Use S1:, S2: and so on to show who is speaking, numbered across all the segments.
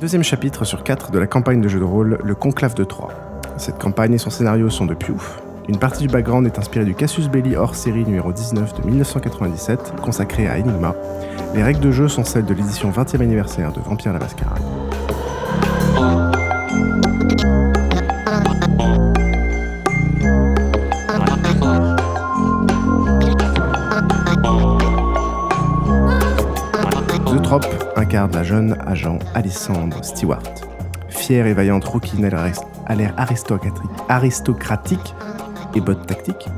S1: deuxième chapitre sur quatre de la campagne de jeu de rôle Le Conclave de Troie. Cette campagne et son scénario sont de Piouf. Une partie du background est inspirée du Cassius Belli hors série numéro 19 de 1997, consacré à Enigma. Les règles de jeu sont celles de l'édition 20e anniversaire de Vampire la Mascarade. The Trop incarne la jeune agent Alessandre Stewart. Fière et vaillante rouquine à l'air aris- à l'air aristocratique, aristocratique et botte tactique.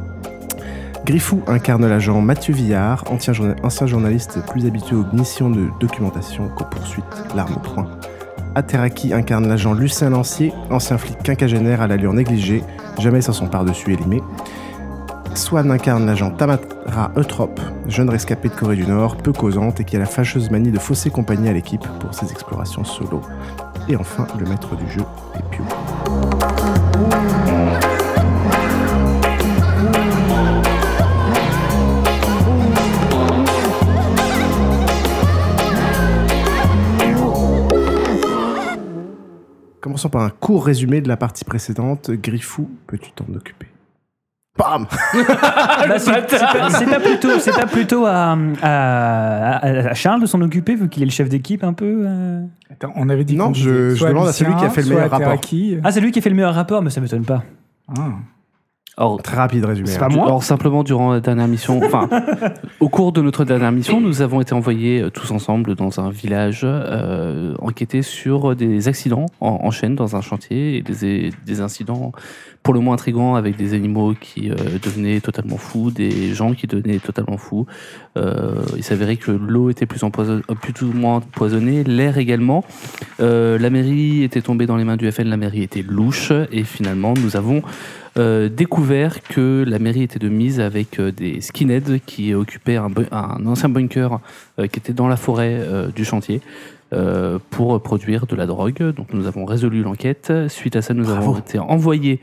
S1: Griffou incarne l'agent Mathieu Villard, ancien, journa- ancien journaliste plus habitué aux missions de documentation qu'aux poursuites, l'arme au point. Ateraki incarne l'agent Lucien Lancier, ancien flic quinquagénaire à l'allure négligée, jamais sans son par-dessus élimé. Swan incarne l'agent Tamara Eutrop, jeune rescapée de Corée du Nord, peu causante et qui a la fâcheuse manie de fausser compagnie à l'équipe pour ses explorations solo. Et enfin, le maître du jeu est Pew. Commençons par un court résumé de la partie précédente. Griffou, peux-tu t'en occuper Bam
S2: Bah, c'est c'est pas, c'est pas plutôt, c'est pas plutôt à, à- à- à Charles de s'en occuper, vu qu'il est le chef d'équipe un peu. euh.
S3: Attends, on avait dit
S1: Non,
S3: qu'on
S1: je-
S3: disait
S1: je
S3: soit
S1: demande à celui qui a fait le
S3: soit
S1: meilleur rapport.
S3: Teraki.
S2: Ah, c'est lui qui a fait le meilleur rapport, mais ça m'étonne pas.
S3: Ah.
S4: Or,
S1: Très rapide résumé.
S3: C'est
S1: hein.
S3: pas moi
S4: or, simplement, durant la dernière mission, enfin, au cours de notre dernière mission, nous avons été envoyés euh, tous ensemble dans un village euh, enquêter sur des accidents en, en chaîne dans un chantier et des, des incidents pour le moins intrigants avec des animaux qui euh, devenaient totalement fous, des gens qui devenaient totalement fous. Euh, il s'avérait que l'eau était plus, empoisonn- euh, plus ou moins empoisonnée, l'air également. Euh, la mairie était tombée dans les mains du FN, la mairie était louche et finalement nous avons euh, découvert que la mairie était de mise avec euh, des skinheads qui occupaient un, bu- un ancien bunker euh, qui était dans la forêt euh, du chantier euh, pour produire de la drogue. Donc nous avons résolu l'enquête. Suite à ça, nous
S1: Bravo.
S4: avons été envoyés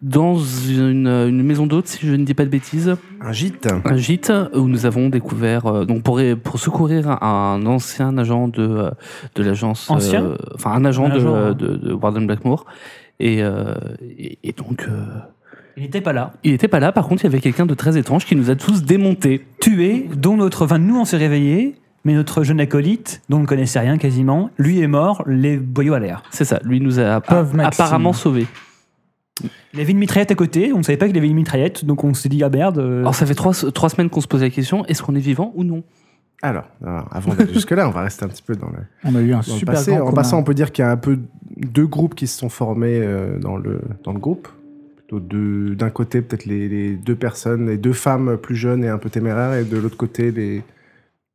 S4: dans une, une maison d'hôtes, si je ne dis pas de bêtises,
S1: Un gîte
S4: un gîte où nous avons découvert euh, donc pour pour secourir un ancien agent de euh, de l'agence euh,
S2: Ancien
S4: enfin un agent,
S2: Un agent,
S4: de,
S2: hein.
S4: de, de Warden Blackmore et, euh, et, et donc euh,
S2: Il n'était pas là.
S4: il était pas là par contre il y avait quelqu'un de très étrange qui nous a tous démontés
S2: Tué, dont notre. Enfin, nous, on s'est réveillés, mais notre jeune acolyte, dont on ne connaissait rien quasiment, lui est mort, les boyaux à l'air.
S4: c'est ça lui nous a
S3: Pauvre Maxime.
S4: apparemment sauvés
S2: Il avait une mitraillette à côté, on ne savait pas qu'il avait une mitraillette, donc on s'est dit, ah merde. euh,
S4: alors ça fait trois trois semaines qu'on se pose la question est-ce qu'on est vivant ou non
S1: Alors, alors, avant d'aller jusque-là, on va rester un petit peu dans le,
S3: On a eu
S1: dans
S3: un
S1: le
S3: super
S1: passé.
S3: grand
S1: En
S3: commun.
S1: passant, on peut dire qu'il y a un peu deux groupes qui se sont formés euh, dans, le, dans le groupe. Plutôt deux- D'un côté, peut-être les, les deux personnes, les deux femmes plus jeunes et un peu téméraires, et de l'autre côté, les,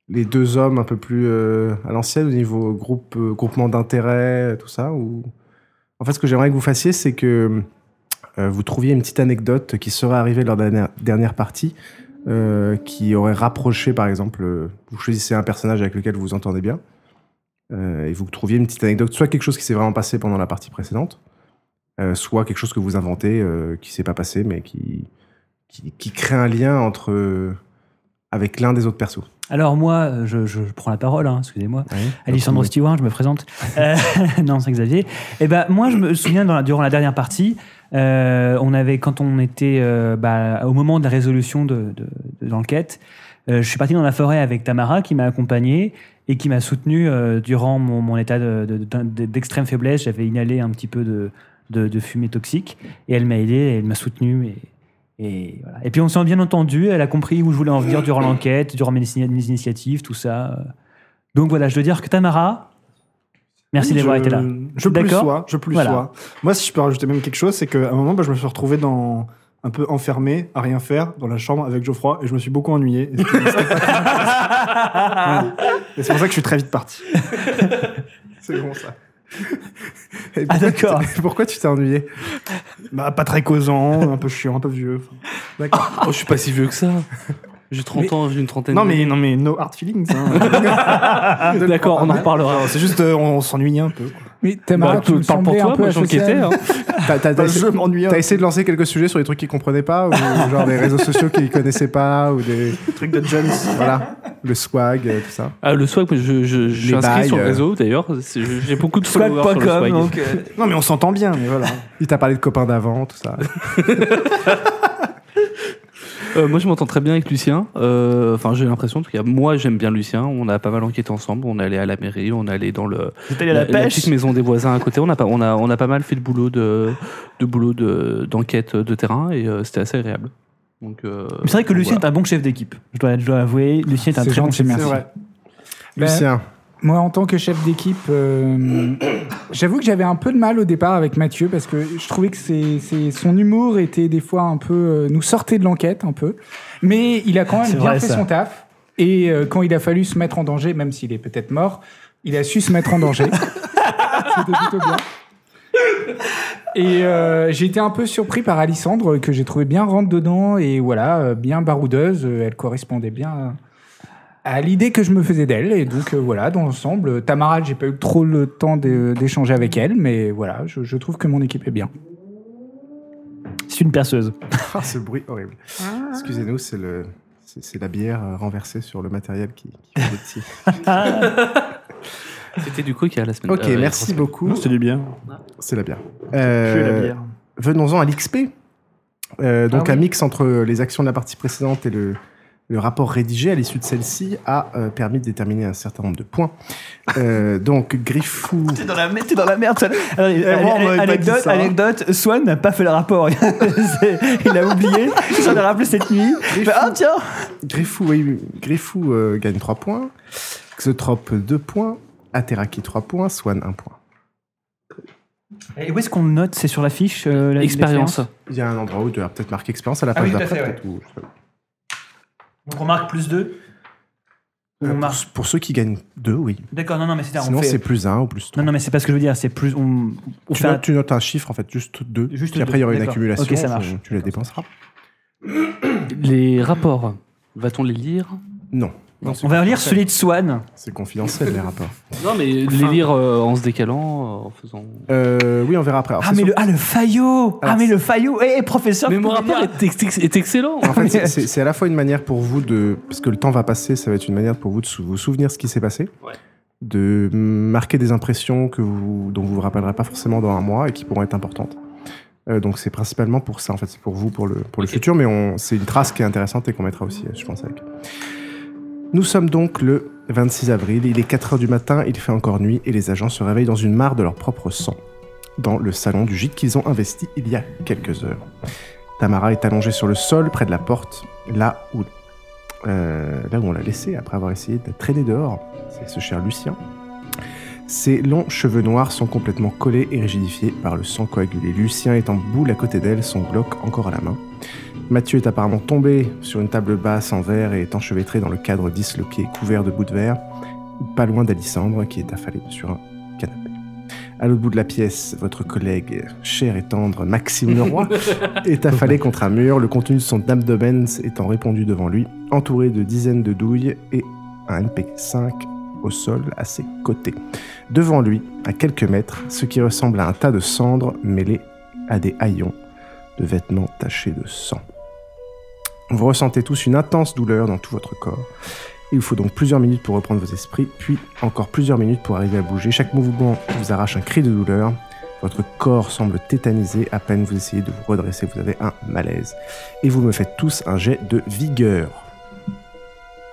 S1: les deux hommes un peu plus euh, à l'ancienne au niveau groupe, euh, groupement d'intérêt, tout ça. Ou... En fait, ce que j'aimerais que vous fassiez, c'est que euh, vous trouviez une petite anecdote qui serait arrivée lors de la dernière- dernière partie, euh, qui aurait rapproché, par exemple, euh, vous choisissez un personnage avec lequel vous vous entendez bien, euh, et vous trouviez une petite anecdote, soit quelque chose qui s'est vraiment passé pendant la partie précédente, euh, soit quelque chose que vous inventez euh, qui s'est pas passé, mais qui, qui, qui crée un lien entre euh, avec l'un des autres persos.
S2: Alors moi, euh, je, je prends la parole, hein, excusez-moi. Alessandro
S1: Donc,
S2: Stewart, je me présente. Euh, non, c'est Xavier. Et ben moi, je me souviens dans la- durant la dernière partie, euh, on avait quand on était euh, bah, au moment de la résolution de, de- de l'enquête, euh, je suis parti dans la forêt avec Tamara qui m'a accompagné et qui m'a soutenu euh, durant mon, mon état de- de- de- d'extrême faiblesse. J'avais inhalé un petit peu de, de, de fumée toxique et elle m'a aidé, et elle m'a soutenu. Et, et, voilà. et puis on s'est bien entendu, elle a compris où je voulais en venir durant l'enquête, durant mes, mes initiatives, tout ça. Donc voilà, je dois dire que Tamara, merci
S5: Oui,
S2: d'avoir
S5: je-
S2: été là.
S5: Je plus
S2: D'accord
S5: sois, je plus
S2: Voilà.
S5: sois. Moi, si je peux rajouter même quelque chose, c'est qu'à un moment, bah, je me suis retrouvé dans un peu enfermé, à rien faire, dans la chambre avec Geoffroy, et je me suis beaucoup ennuyé. Et c'était- c'était pas- Ouais. Et c'est pour ça que je suis très vite parti. c'est bon ça.
S1: Et
S2: Ah
S1: pourquoi-
S2: d'accord.
S1: Pourquoi tu t'es ennuyé
S5: Bah, pas très causant, un peu chiant, un peu vieux. enfin.
S4: oh je suis pas si vieux que ça j'ai 30 ans j'ai une trentaine
S5: Non mais non mais no hard feelings. hein.
S4: d'accord on en reparlera
S5: Alors, c'est juste euh, on, s'ennuie un peu.
S3: Mais Tamara,
S2: Bah,
S3: tu me
S4: parle pour
S3: semblais un
S4: Bah, toi
S3: peu
S4: moi j'enquêtais
S3: asocial.
S4: hein.
S1: T'as t'as- t'as
S5: Bah,
S1: essayé,
S5: je m'ennuie
S1: t'as
S5: un
S1: essayé de lancer quelques sujets sur des trucs qu'ils comprenaient pas, ou genre des réseaux sociaux qu'ils connaissaient pas, ou des
S5: truc de Jones.
S1: voilà. le swag, euh, tout ça.
S4: Ah, le swag, je, je, je suis
S1: Les
S4: inscrit
S1: bails,
S4: sur le
S1: euh.
S4: réseau d'ailleurs. C'est- je- J'ai beaucoup de followers sur le
S2: Swag.com,
S4: swag.
S2: donc. euh,
S5: Non, mais on s'entend bien, mais voilà.
S1: Il t'a parlé de copains d'avant, tout ça.
S4: Euh, moi, je m'entends très bien avec Lucien. Euh, Enfin, j'ai l'impression, en tout cas, moi, j'aime bien Lucien. On a pas mal enquêté ensemble. On est allé à la mairie, on est allé dans le
S2: Vous êtes allé à la pêche
S4: petite maison des voisins à côté. On a pas, on a, on a pas mal fait le boulot de, de boulot de- d'enquête de, terrain et euh, c'était assez agréable. Donc, euh,
S2: Mais C'est vrai que
S4: donc,
S2: Lucien est un bon chef d'équipe. Je dois, je dois avouer, Lucien est un
S3: C'est
S2: très bon
S3: gentil,
S2: chef
S3: merci.
S2: d'équipe.
S3: Ben,
S1: Lucien,
S3: Moi, en tant que chef d'équipe, euh, j'avoue que j'avais un peu de mal au départ avec Mathieu parce que je trouvais que c'est- c'est- son humour était des fois un peu. euh, nous sortait de l'enquête un peu. Mais il a quand même
S2: C'est
S3: bien
S2: vrai,
S3: fait
S2: ça.
S3: son taf. Et euh, quand il a fallu se mettre en danger, même s'il est peut-être mort, il a su se mettre en danger. C'était plutôt bien. Et euh, j'ai été un peu surpris par Alissandre, que j'ai trouvé bien rentre dedans et voilà, euh, bien baroudeuse. Euh, Elle correspondait bien à- à l'idée que je me faisais d'elle. Et donc euh, voilà, dans l'ensemble, euh, Tamara, j'ai pas eu trop le temps de- d'échanger avec elle, mais voilà, je, je trouve que mon équipe est bien.
S2: C'est une perceuse.
S1: Ah, ce bruit horrible. Excusez-nous, c'est le. C'est c'est la bière euh, renversée sur le matériel qui, qui fait des petits.
S4: C'était du coup qui a la
S5: Ah
S4: semaine
S1: Ok,
S4: euh,
S1: merci beaucoup.
S5: du bien.
S1: C'est la bière.
S5: Tu
S1: Euh,
S5: es la bière.
S1: Venons-en à l'XP. Euh, donc,
S3: Ah oui.
S1: un mix entre les actions de la partie précédente et le, le rapport rédigé à l'issue de celle-ci a euh, permis de déterminer un certain nombre de points. Euh, donc, Griffou.
S2: T'es dans, la mer- t'es dans la merde, Swan. Alors,
S5: moi, on
S2: allez,
S5: m'avait pas
S2: anecdote,
S5: dit ça, hein.
S2: anecdote, Swan n'a pas fait le rapport. C'est- il a oublié. Il s'en a rappelé cette nuit. Il fait, Ah, tiens
S1: Griffou, oui, Griffou euh, gagne 3 points. Xotrop 2 points. Ateraki 3 points. Swan 1 point.
S2: Et où est-ce qu'on le note C'est sur la fiche euh, la-
S4: Expérience.
S1: Il y a un endroit où tu as peut-être marqué expérience à la
S2: Ah
S1: page
S2: oui, tout à
S1: d'après.
S2: fait,
S1: peut-être, ou-
S2: Donc on marque plus 2
S1: Euh, pour, pour ceux qui gagnent 2, oui.
S2: D'accord, non, non, mais c'est on
S1: Sinon,
S2: fait-
S1: c'est plus 1 ou plus 3.
S2: Non, non, mais c'est pas ce que je veux dire. C'est plus. On, on
S1: tu,
S2: fait un-
S1: notes, tu notes un chiffre, en fait, juste 2.
S2: Juste
S1: Puis après, il y
S2: deux,
S1: aura une
S2: d'accord.
S1: accumulation. euh,
S2: Ok, ça marche.
S1: Tu la dépenseras.
S4: Les rapports, va-t-on les lire
S1: Non.
S4: Non,
S2: on va lire celui de Swan.
S1: C'est confidentiel, les rapports.
S4: Non, mais les lire euh, en se décalant, euh, en faisant.
S1: Euh, oui, on verra après. Alors,
S2: ah,
S1: c'est sur-
S2: mais le, ah, le faillot Ah,
S1: Alors,
S2: mais le faillot Eh, professeur
S4: Mais mon
S2: vous pouvez
S4: rapport
S2: lire.
S4: est, ex- est excellent.
S1: En fait, c'est- c'est c'est à la fois une manière pour vous de. Parce que le temps va passer, ça va être une manière pour vous de sou- vous souvenir ce qui s'est passé.
S4: Ouais.
S1: De marquer des impressions que vous, dont vous vous rappellerez pas forcément dans un mois et qui pourront être importantes. Euh, donc, c'est principalement pour ça, en fait. C'est pour vous, pour le, pour le
S4: Ok.
S1: futur, mais on- c'est une trace qui est intéressante et qu'on mettra aussi, euh, je pense, avec. Nous sommes donc le 26 avril, il est 4 heures du matin, il fait encore nuit et les agents se réveillent dans une mare de leur propre sang, dans le salon du gîte qu'ils ont investi il y a quelques heures. Tamara est allongée sur le sol près de la porte, là où, euh, là où on l'a laissée après avoir essayé de la traîner dehors. C'est ce cher Lucien. Ses longs cheveux noirs sont complètement collés et rigidifiés par le sang coagulé. Lucien est en boule à côté d'elle, son bloc encore à la main. Mathieu est apparemment tombé sur une table basse en verre et est enchevêtré dans le cadre disloqué couvert de bouts de verre, pas loin d'Alissandre qui est affalé sur un canapé. À l'autre bout de la pièce, votre collègue cher et tendre Maxime Leroy est affalé contre un mur, le contenu de son abdomen étant répandu devant lui, entouré de dizaines de douilles et un MP5 au sol à ses côtés. Devant lui, à quelques mètres, ce qui ressemble à un tas de cendres mêlées à des haillons de vêtements tachés de sang. Vous ressentez tous une intense douleur dans tout votre corps. Il vous faut donc plusieurs minutes pour reprendre vos esprits, puis encore plusieurs minutes pour arriver à bouger. Chaque mouvement vous arrache un cri de douleur. Votre corps semble tétanisé. À peine vous essayez de vous redresser, vous avez un malaise. Et vous me faites tous un jet de vigueur.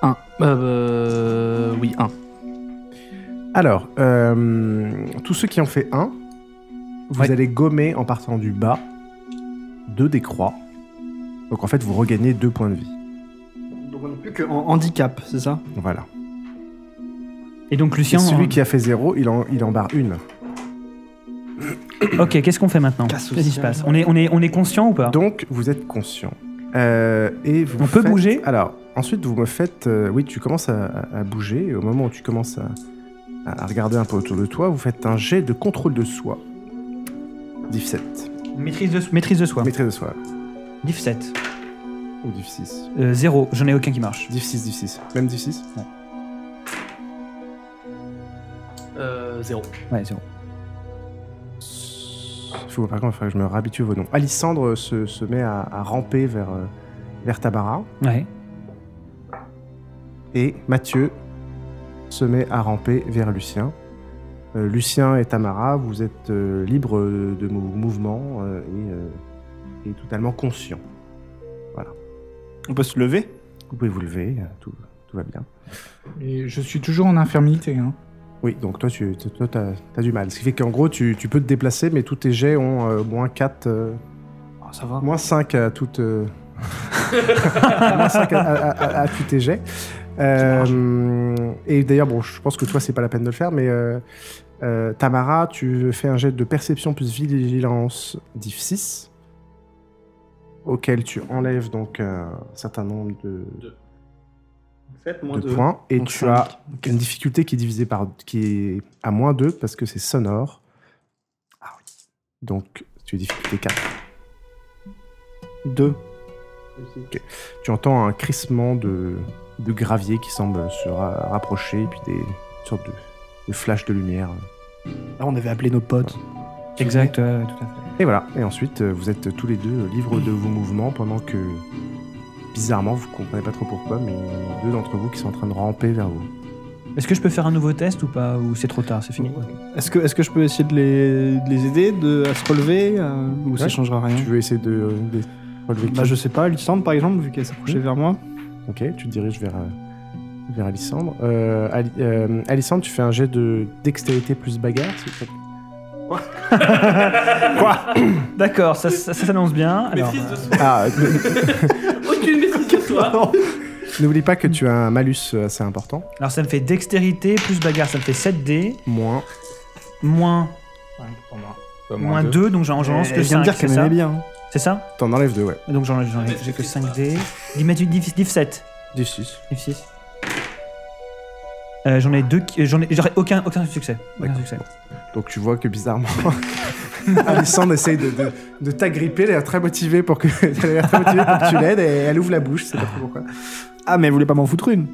S4: Un. Euh, euh, oui, un.
S1: Alors, euh, tous ceux qui ont fait un, vous
S2: Ouais.
S1: allez gommer en partant du bas deux des croix. Donc en fait, vous regagnez deux points de vie.
S5: Donc on n'est plus qu'en handicap, c'est ça
S1: Voilà.
S2: Et donc,
S1: Et
S2: Lucien.
S1: celui
S4: hein.
S2: on-
S1: qui a fait zéro, il en, il en barre une.
S2: Ok, qu'est-ce qu'on fait maintenant
S5: Casse
S2: Qu'est-ce
S5: au
S2: qui se
S5: ciel.
S2: passe on est, on, est, on est conscient ou pas
S1: Donc, vous êtes conscient. Euh, et vous
S2: Ah. On peut
S1: faites-
S2: bouger
S1: Alors, ensuite, vous me faites... euh, oui, tu commences à, à- à bouger. Et au moment où tu commences à, à regarder un peu autour de toi, vous faites un jet de contrôle de soi. 17.
S2: Maîtrise de, maîtrise de soi.
S1: Maîtrise de soi.
S2: Diff 7.
S1: Ou 16.
S2: Euh, zéro. J'en ai aucun qui marche.
S1: 16, 16. Même 16
S4: Euh, zéro.
S2: Ouais, zéro.
S1: Il faut par contre, il faudrait que je me réhabitue à vos noms. Alissandre se, se met à, à ramper vers, euh, vers Tabara.
S2: Ouais.
S1: Et Mathieu se met à ramper vers Lucien. Euh, Lucien et Tamara, vous êtes euh, libres de mou- mouvement euh, et, euh, et totalement conscients.
S5: On peut se lever
S1: Vous pouvez vous lever, euh, tout, tout va bien.
S3: Et je suis toujours en infirmité. hein.
S1: Oui, donc toi, tu toi, as, du mal. Ce qui fait qu'en gros, tu, tu peux te déplacer, mais tous tes jets ont euh, moins 4, euh,
S5: Ah, Ça va.
S1: moins 5 à toutes. euh, moins 5 à, à- à- à tous tes jets. Euh, et d'ailleurs, bon, je pense que toi, c'est pas la peine de le faire, mais euh, euh, Tamara, tu fais un jet de perception plus vigilance div 6, auquel tu enlèves donc un certain nombre de, de points, et
S5: Donc
S1: tu
S5: cinq.
S1: as une difficulté qui est divisée par qui est à moins 2 parce que c'est sonore. Ah Donc tu es difficulté 4.
S5: 2.
S1: Tu entends un crissement de, de gravier qui semble se ra- rapprocher et puis des sortes de, de flashs de lumière.
S5: Là, on avait appelé nos potes.
S2: Exact, ouais, ouais, tout à fait.
S1: Et voilà, et ensuite euh, vous êtes tous les deux libres de vos mouvements pendant que bizarrement vous comprenez pas trop pourquoi mais il y en a deux d'entre vous qui sont en train de ramper vers vous.
S2: Est-ce que je peux faire un nouveau test ou pas Ou c'est trop tard, c'est fini quoi.
S5: Est-ce que, est que je peux essayer de les, de les aider de, à se relever euh, Ou ça
S1: Ouais.
S5: changera rien
S1: Tu veux essayer de, euh, de relever qui
S5: Bah, je sais pas, Lysandre par exemple, vu qu'elle
S1: Mmh.
S5: s'approchait vers moi.
S1: Ok, tu te diriges vers, euh, vers Alissandre. Euh, Ali- euh, Alissandre, tu fais un jet de dextérité plus bagarre, s'il te plaît.
S2: D'accord, ça, ça- ça s'annonce bien. Alors,
S6: Maîtrise de soi.
S1: Ah, n-
S4: Oh,
S6: Aucune maîtrise de soi.
S1: n'oublie pas que tu as un malus assez important.
S2: alors, ça me fait dextérité plus bagarre, ça me fait 7D,
S1: Moins.
S2: moins,
S3: Pas
S2: Bah, moins
S3: deux.
S2: 2, donc j'en j'en lance
S5: Elle
S2: que
S5: vient
S2: 5,
S5: de dire
S2: c'est
S5: qu'elle
S2: ça
S5: m'aimait bien. hein.
S2: C'est ça
S1: T'en enlèves deux, ouais.
S2: Donc j'en j'en- j'ai que 5D. Div, 7.
S1: 16.
S2: 6. j'en ai deux, qui- euh, j'en ai, j'aurais aucun, aucun succès. Aucun
S1: D'accord.
S2: succès.
S1: Donc tu vois que bizarrement, Alissandre essaye de, de, de t'agripper. Elle a l'air très motivée pour que, elle a l'air très motivée pour que tu l'aides et elle ouvre la bouche. C'est pas trop pourquoi.
S5: Ah, mais elle voulait pas m'en foutre une.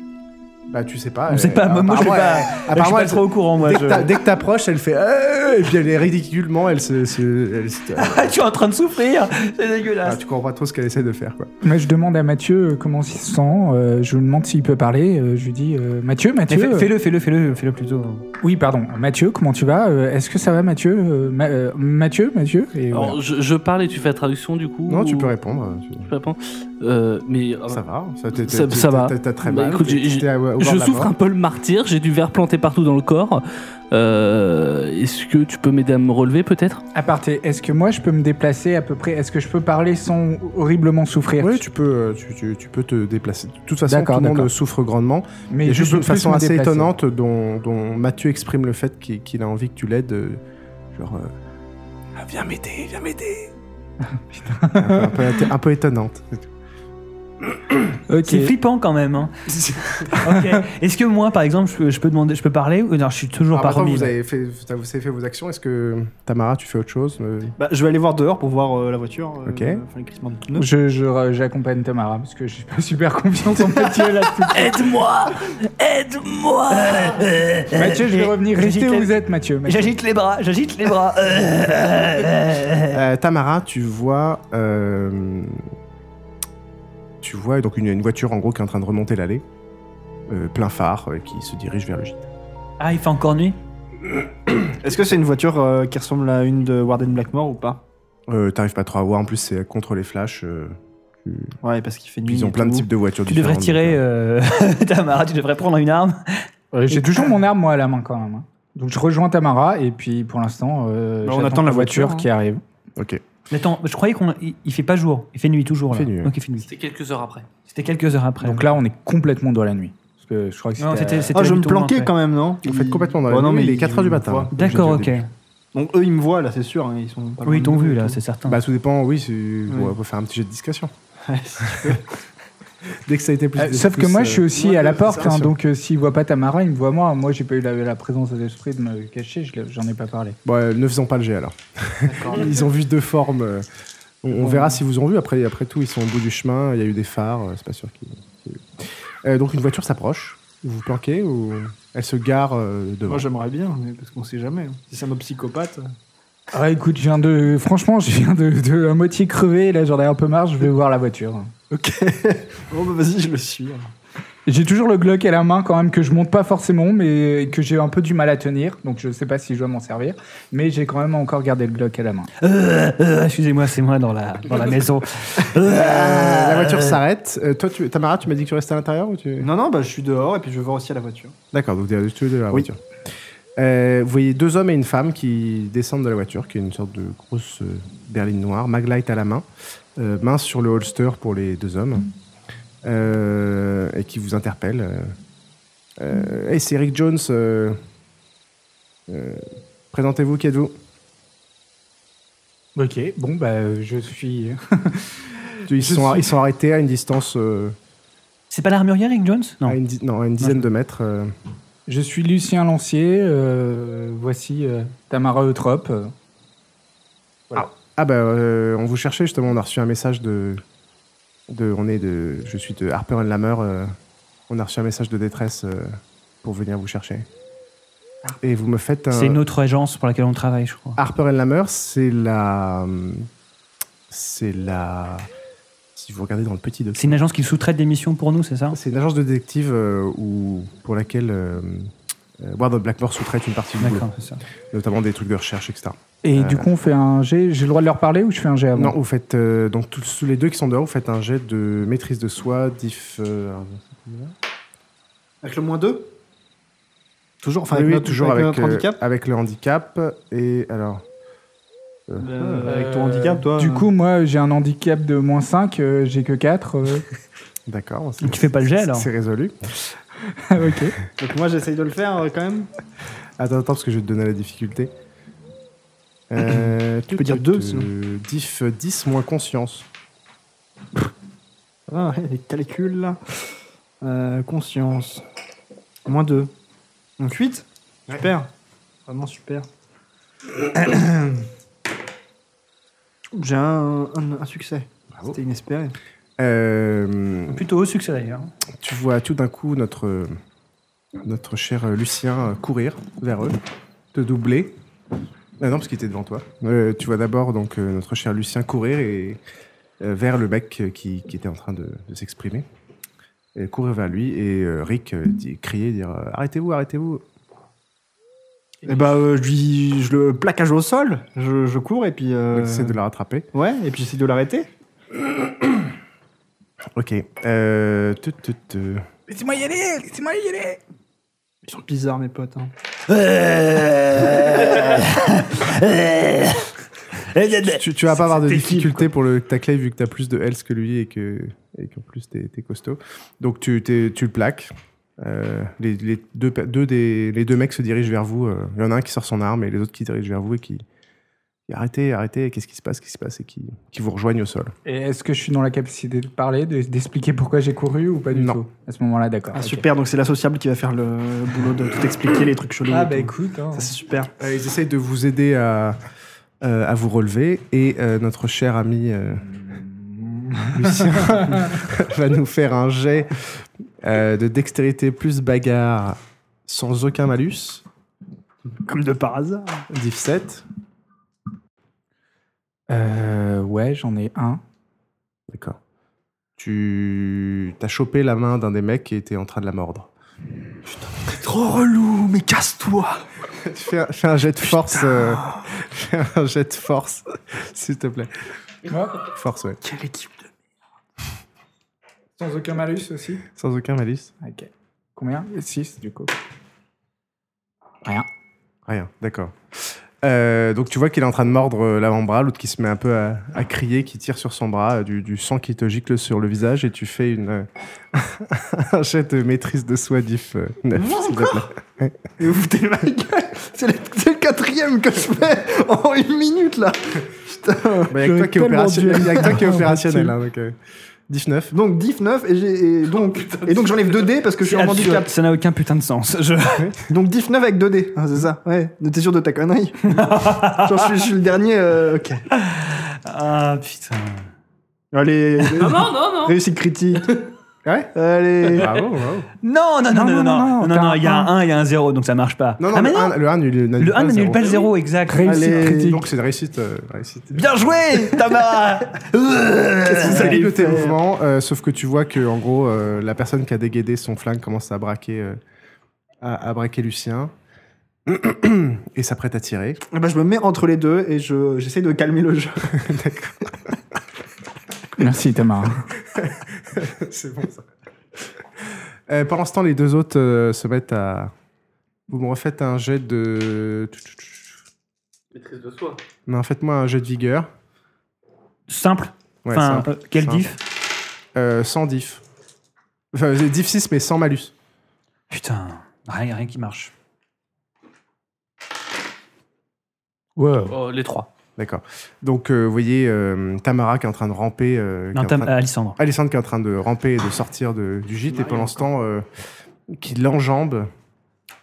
S1: Bah, tu sais pas.
S2: On sait pas, moi, moi, je
S1: apparemment,
S2: sais pas.
S1: elle-
S2: Je suis
S1: Apparemment,
S2: pas
S1: elle,
S2: trop au courant, moi.
S1: dès, que
S2: je-
S1: t'a- dès que t'approches, elle fait. Euh, et puis elle est ridiculement. Elle se. se- elle se-
S2: Ah, tu es en train de souffrir C'est
S1: Ah,
S2: dégueulasse
S1: tu comprends pas trop ce qu'elle essaie de faire, quoi.
S3: Moi, je demande à Mathieu euh, comment il se sent. euh, je lui demande s'il peut parler. euh, je lui dis euh, Mathieu,
S2: Mais
S3: Mathieu.
S2: fais-
S3: euh,
S2: Fais-le, fais-le, fais-le, fais-le plutôt.
S3: Oui, pardon. Mathieu, comment tu vas Euh, Est-ce que ça va, Mathieu Euh, Ma- euh, Mathieu, Mathieu. Et voilà.
S4: Alors, je, je parle et tu fais la traduction du coup
S1: Non, tu
S4: ou-
S1: peux répondre. tu-
S4: Je peux répondre. Euh, mais euh,
S1: Ça va, ça, t'es-
S4: Ah Ça-
S1: t'es-
S4: ça
S1: t'es-
S4: va.
S1: T'as t'as très
S4: Bah,
S1: mal.
S4: écoute,
S1: t'es-
S4: j'ai-
S1: t'es à- au bord de
S4: je
S1: la
S4: souffre
S1: mort.
S4: un peu le martyr. J'ai du verre planté partout dans le corps. Euh, Est-ce que tu peux m'aider à me relever peut-être
S3: À parté, est-ce que moi je peux me déplacer à peu près Est-ce que je peux parler sans horriblement souffrir
S1: Oui, tu peux, euh, tu, tu- tu peux te déplacer. De toute façon, tout
S3: D'accord,
S1: le monde
S3: d'accord.
S1: souffre grandement.
S3: Mais
S1: Et
S3: je
S1: juste
S3: peux
S1: de
S3: plus
S1: façon
S3: me
S1: assez
S3: déplacer.
S1: étonnante, dont, dont Mathieu exprime le fait qu'il qu'il a envie que tu l'aides. euh, Genre. euh, Ah, viens m'aider, viens m'aider. un, peu, un peu- un peu étonnante.
S3: Ok.
S2: C'est flippant quand même. hein. Ok. Est-ce que moi, par exemple, je peux, je peux demander, je peux parler ou non Je suis toujours
S1: Alors, par
S2: parmi.
S1: contre, Ah, bah, vous avez fait, vous avez fait vos actions. Est-ce que Tamara, tu fais autre chose euh,
S5: Bah, je vais aller voir dehors pour voir euh, la voiture. euh,
S1: Ok.
S5: Enfin, les crissements de pneus.
S3: Je, je- j'accompagne Tamara parce que j'ai pas super confiance en Mathieu là. tout de suite.
S4: Aide-moi Aide-moi
S3: Mathieu, je vais revenir.
S2: Euh, j'agite
S3: Restez où
S2: les-
S3: vous êtes, Mathieu. Mathieu.
S2: J'agite les bras, j'agite les bras.
S1: Euh, Tamara, tu vois. euh, tu vois donc une, une voiture en gros qui est en train de remonter l'allée, euh, plein phare, euh, qui se dirige vers le gîte.
S2: ah, il fait encore nuit
S5: Est-ce que c'est une voiture euh, qui ressemble à une de Warden Blackmore ou pas
S1: Euh, T'arrives pas trop à voir, en plus c'est contre les flashs. euh, tu-
S5: Ouais, parce qu'il fait nuit.
S1: puis ils ont
S5: et
S1: plein de
S5: tout.
S1: types de voitures
S2: Tu devrais
S1: différentes,
S2: tirer,
S1: donc,
S2: euh... Tamara, tu devrais prendre une arme.
S3: Euh, J'ai toujours mon arme moi à la main quand même. hein. Donc je rejoins Tamara et puis pour l'instant, euh,
S5: Bah, on
S3: j'attends
S5: attend la
S3: ta
S5: voiture, hein.
S3: qui arrive.
S1: euh, Ok.
S2: Mais attends, je croyais qu'on, il, il fait pas jour, il fait nuit toujours.
S1: Il
S2: là.
S1: fait nuit,
S2: Donc il fait nuit.
S4: C'était quelques heures après.
S2: C'était quelques heures après.
S3: Donc là, on est complètement dans la nuit. Parce que je crois que c'était.
S2: non, c'était, c'était
S5: Ah, je
S2: la
S5: me
S2: nuit tournante,
S5: planquais
S2: ouais.
S5: quand même, non
S1: Vous faites complètement dans la
S5: Bon,
S1: nuit,
S5: non, mais
S1: il est
S5: ils
S1: 4h du
S5: me
S1: matin.
S5: voient.
S1: hein, comme j'ai dit
S2: D'accord,
S1: au
S2: ok.
S1: début.
S5: Donc eux, ils me voient là, c'est sûr. hein, Ils sont pas
S2: Oui, ils
S5: loin
S2: t'ont
S5: de nous
S2: vu
S5: et
S2: là,
S5: tout.
S2: c'est
S3: euh,
S2: certain.
S1: Bah, tout dépend, oui, c'est- ouais, on peut faire un petit jet de discrétion. Dès que ça a été plus.
S3: Euh, sauf que
S1: plus,
S3: moi,
S1: euh,
S3: je suis aussi
S1: moins
S3: à la
S1: de
S3: porte, hein,
S1: discrétion.
S3: donc euh, s'il voit pas Tamara, il me voit moi. Moi, j'ai pas eu la, la présence d'esprit de me cacher, je l'ai- j'en ai pas parlé.
S1: Bon, euh, ne faisons pas le jet alors. ils ont vu deux formes. euh, On, on verra si vous ont vu. Après, après tout, ils sont au bout du chemin. Il y a eu des phares. euh, C'est pas sûr qu'ils. qu'ils- Euh, donc une voiture s'approche. Vous vous planquez ou elle se gare euh, devant
S5: Moi, j'aimerais bien, mais parce qu'on sait jamais. hein. Si c'est un autre psychopathe.
S3: Ah, écoute, je viens de. Franchement, je viens de, de à moitié crever, là, j'en ai un peu marre, je vais voir la voiture.
S5: Oh, Ok. bon, bah vas-y, je le suis.
S3: J'ai toujours le Glock à la main quand même que je monte pas forcément, mais que j'ai un peu du mal à tenir. Donc je sais pas si je dois m'en servir, mais j'ai quand même encore gardé le Glock à la main.
S2: Euh, euh, Excusez-moi, c'est moi dans la, dans la maison.
S1: Euh, la voiture s'arrête. Euh, toi, tu, Tamara, tu m'as dit que tu restais à l'intérieur ou tu...
S5: Non, non, bah, je suis dehors et puis je vais voir aussi à la voiture.
S1: D'accord, donc tu es de la
S5: Oui.
S1: voiture. Euh, vous voyez deux hommes et une femme qui descendent de la voiture, qui est une sorte de grosse euh, berline noire, maglite à la main, euh, main sur le holster pour les deux hommes, euh, et qui vous interpellent. euh. Euh, hey, c'est Eric Jones. euh, euh, Présentez-vous, qui êtes-vous
S3: Ok, bon bah je suis.
S1: ils
S3: Je
S1: sont,
S3: suis-
S1: ils sont arrêtés à une distance, euh,
S2: C'est pas l'armurière, Rick Jones Non.
S1: à une, di- non, à une dizaine de mètres. euh.
S3: Je suis Lucien Lancier, euh, voici euh, Tamara Eutrope. euh.
S1: Ah bah euh, on vous cherchait justement, on a reçu un message de, de on est de, je suis de Harper and Lammer, euh, on a reçu un message de détresse euh, pour venir vous chercher. Et vous me faites un
S2: C'est une autre agence pour laquelle on travaille, je crois.
S1: Harper and Lammer, c'est la, c'est la, si vous regardez dans le petit document,
S2: C'est une agence qui sous-traite des missions pour nous, c'est ça
S1: c'est une agence de détective euh, où, pour laquelle euh, euh, Ward of Blackmore sous-traite une partie du boulot,
S2: D'accord, c'est ça.
S1: notamment des trucs de recherche, etc.
S3: Et
S1: Euh.
S3: du coup on fait un G. J'ai le droit de leur parler ou je fais un G
S5: Ah
S3: avant
S1: Non, vous faites euh, donc tous, tous les deux qui sont dehors, vous faites un jet de maîtrise de soi, diff. euh,
S5: Avec le moins 2 Toujours, enfin,
S1: oui,
S5: avec
S1: oui,
S5: notre-
S1: toujours avec,
S5: avec ah, notre
S1: euh,
S5: handicap
S1: avec le handicap et alors. euh,
S5: Euh, Avec ton handicap, toi
S3: Du
S5: euh,
S3: coup, moi, j'ai un handicap de moins 5, j'ai que euh, 4.
S1: D'accord. c'est-
S2: Tu fais pas le hein. jet,
S1: c'est-
S2: alors
S1: C'est résolu.
S3: ok.
S5: Donc moi j'essaye de le faire euh, quand même.
S1: Attends, attends, parce que je vais te donner la difficulté. Euh,
S5: Tu peux dire deux, sinon.
S1: Diff 10 moins conscience.
S5: Ah, ouais, les calculs là. Euh, conscience. Moins 2. Donc 8 Super. Vraiment super. J'ai un, un- un succès.
S1: Bravo.
S5: C'était inespéré.
S1: Euh,
S2: Plutôt au succès, d'ailleurs.
S1: tu vois tout d'un coup notre, euh, notre cher euh, Lucien euh, courir vers eux, te doubler. Ah non, parce qu'il était devant toi. Euh, tu vois d'abord donc euh, notre cher Lucien courir et, euh, vers le mec euh, qui, qui était en train de, de s'exprimer. Et courir vers lui et euh, Rick euh, dit- crier, dire euh, Arrêtez-vous, arrêtez-vous.
S5: Et bah euh, je, lui- je le plaquage au sol. Je, je cours et puis. euh,
S1: Donc, Essaie de la rattraper.
S5: Ouais, et puis j'essaie de l'arrêter.
S1: Ok. Euh, tut, tut, tut.
S3: Laissez-moi y aller Laissez-moi y aller
S5: Ils sont bizarres mes potes. hein.
S1: Tu, tu vas pas avoir de
S2: C'était qui,
S1: difficulté pour le tacler vu que t'as plus de health que lui et que et qu'en plus t'es es costaud. Donc tu, t'es- tu le plaques. Euh, les, les deux, pe- deux des, les deux mecs se dirigent vers vous. euh, Il y en a un qui sort son arme et les autres qui se dirigent vers vous et qui qui, arrêtez, arrêtez, qu'est-ce qui se passe, qu'est-ce qui se passe et qui, qui vous rejoignent au sol.
S3: Et est-ce que je suis dans la capacité de parler, de- d'expliquer pourquoi j'ai couru ou pas du
S1: Non.
S3: tout À ce moment-là, d'accord.
S5: Ah
S3: ok.
S5: super, donc c'est l'associable qui va faire le boulot de tout expliquer, les trucs chelous.
S3: Ah
S5: et
S3: bah
S5: tout.
S3: écoute, hein.
S5: Ça c'est super.
S1: Euh, ils essayent de vous aider à, euh, à vous relever et euh, notre cher ami euh, Lucien va nous faire un jet euh, de dextérité plus bagarre sans aucun malus.
S5: Comme de par hasard.
S1: Diff 7.
S3: Euh, ouais, j'en ai un.
S1: D'accord. Tu as chopé la main d'un des mecs qui était en train de la mordre.
S5: Trop relou, mais casse-toi
S1: Fais, un- fais un jet de force. euh, fais un jet de force, s'il te plaît. Force, ouais.
S5: Quelle équipe de...
S3: Sans aucun malus aussi
S1: Sans aucun malus.
S3: Ok. Combien 6 du coup.
S1: Rien, d'accord. Euh, donc tu vois qu'il est en train de mordre euh, l'avant-bras, l'autre qui se met un peu à, à crier, qui tire sur son bras, euh, du, du sang qui te gicle sur le visage et tu fais une euh, un jet de maîtrise de soi diff euh, neuf, s'il te plaît.
S5: Et vous foutez ma gueule C'est le, c'est le quatrième que je fais en une minute, là Putain
S1: Bah, y a que toi qui est
S5: J'aurais
S1: opérationnel, y
S5: tellement
S1: a que toi qui est
S5: dû-
S1: opérationnel, hein, donc, euh, diff 9.
S5: Donc 19 et, j'ai- et donc, et donc j'enlève 2D parce que je suis en handicap.
S2: Ça n'a aucun putain de sens. Je-
S5: Donc 19 avec 2D, hein, c'est ça Ouais, t'es sûr de ta connerie Genre je suis, je suis le dernier, euh, ok.
S2: Ah putain.
S5: Allez,
S6: Non, non, non, non.
S5: réussite critique.
S1: Ouais
S5: Allez Ah,
S1: Bravo, bravo.
S2: Non, non, non, non, non, non, non,
S3: t'as
S2: non,
S3: un
S2: il y a un 1 et un 0, donc ça marche pas.
S1: Non, non,
S2: ah, mais
S1: le,
S2: non,
S1: 1, le 1 n'annule pas
S2: le 1 n'annule pas le
S1: zéro.
S2: 0, exact.
S3: Réussite
S1: Allez,
S3: critique.
S1: Donc c'est une réussite. euh, réussite.
S2: Bien joué, Tamara
S1: Vous allez de tes mouvements, euh, sauf que tu vois que en gros euh, la personne qui a déguédé son flingue commence à braquer, euh, à, à braquer Lucien et s'apprête à tirer.
S5: Eh ben, Je me mets entre les deux et je- j'essaie de calmer le jeu.
S3: Merci Tamara.
S1: c'est bon ça. Euh, pendant ce temps, les deux autres euh, se mettent à. Vous me refaites un jet de.
S6: Maîtrise de soi.
S1: Non, faites-moi un jet de vigueur.
S2: Simple.
S1: Ouais,
S2: enfin,
S1: ça.
S2: euh, quel
S1: simple.
S2: diff
S1: Euh, sans diff. Enfin, c'est diff 6, mais sans malus.
S2: Putain, rien, rien qui marche.
S3: Wow.
S4: Oh, les trois.
S1: D'accord. Donc, euh, vous voyez euh, Tamara qui est en train de ramper. euh, qui
S2: Non,
S1: est en train
S2: Tam-
S1: de-
S2: Alessandre.
S1: Alessandre qui est en train de ramper et de sortir de- du gîte, et pendant ce temps, euh, qui l'enjambe,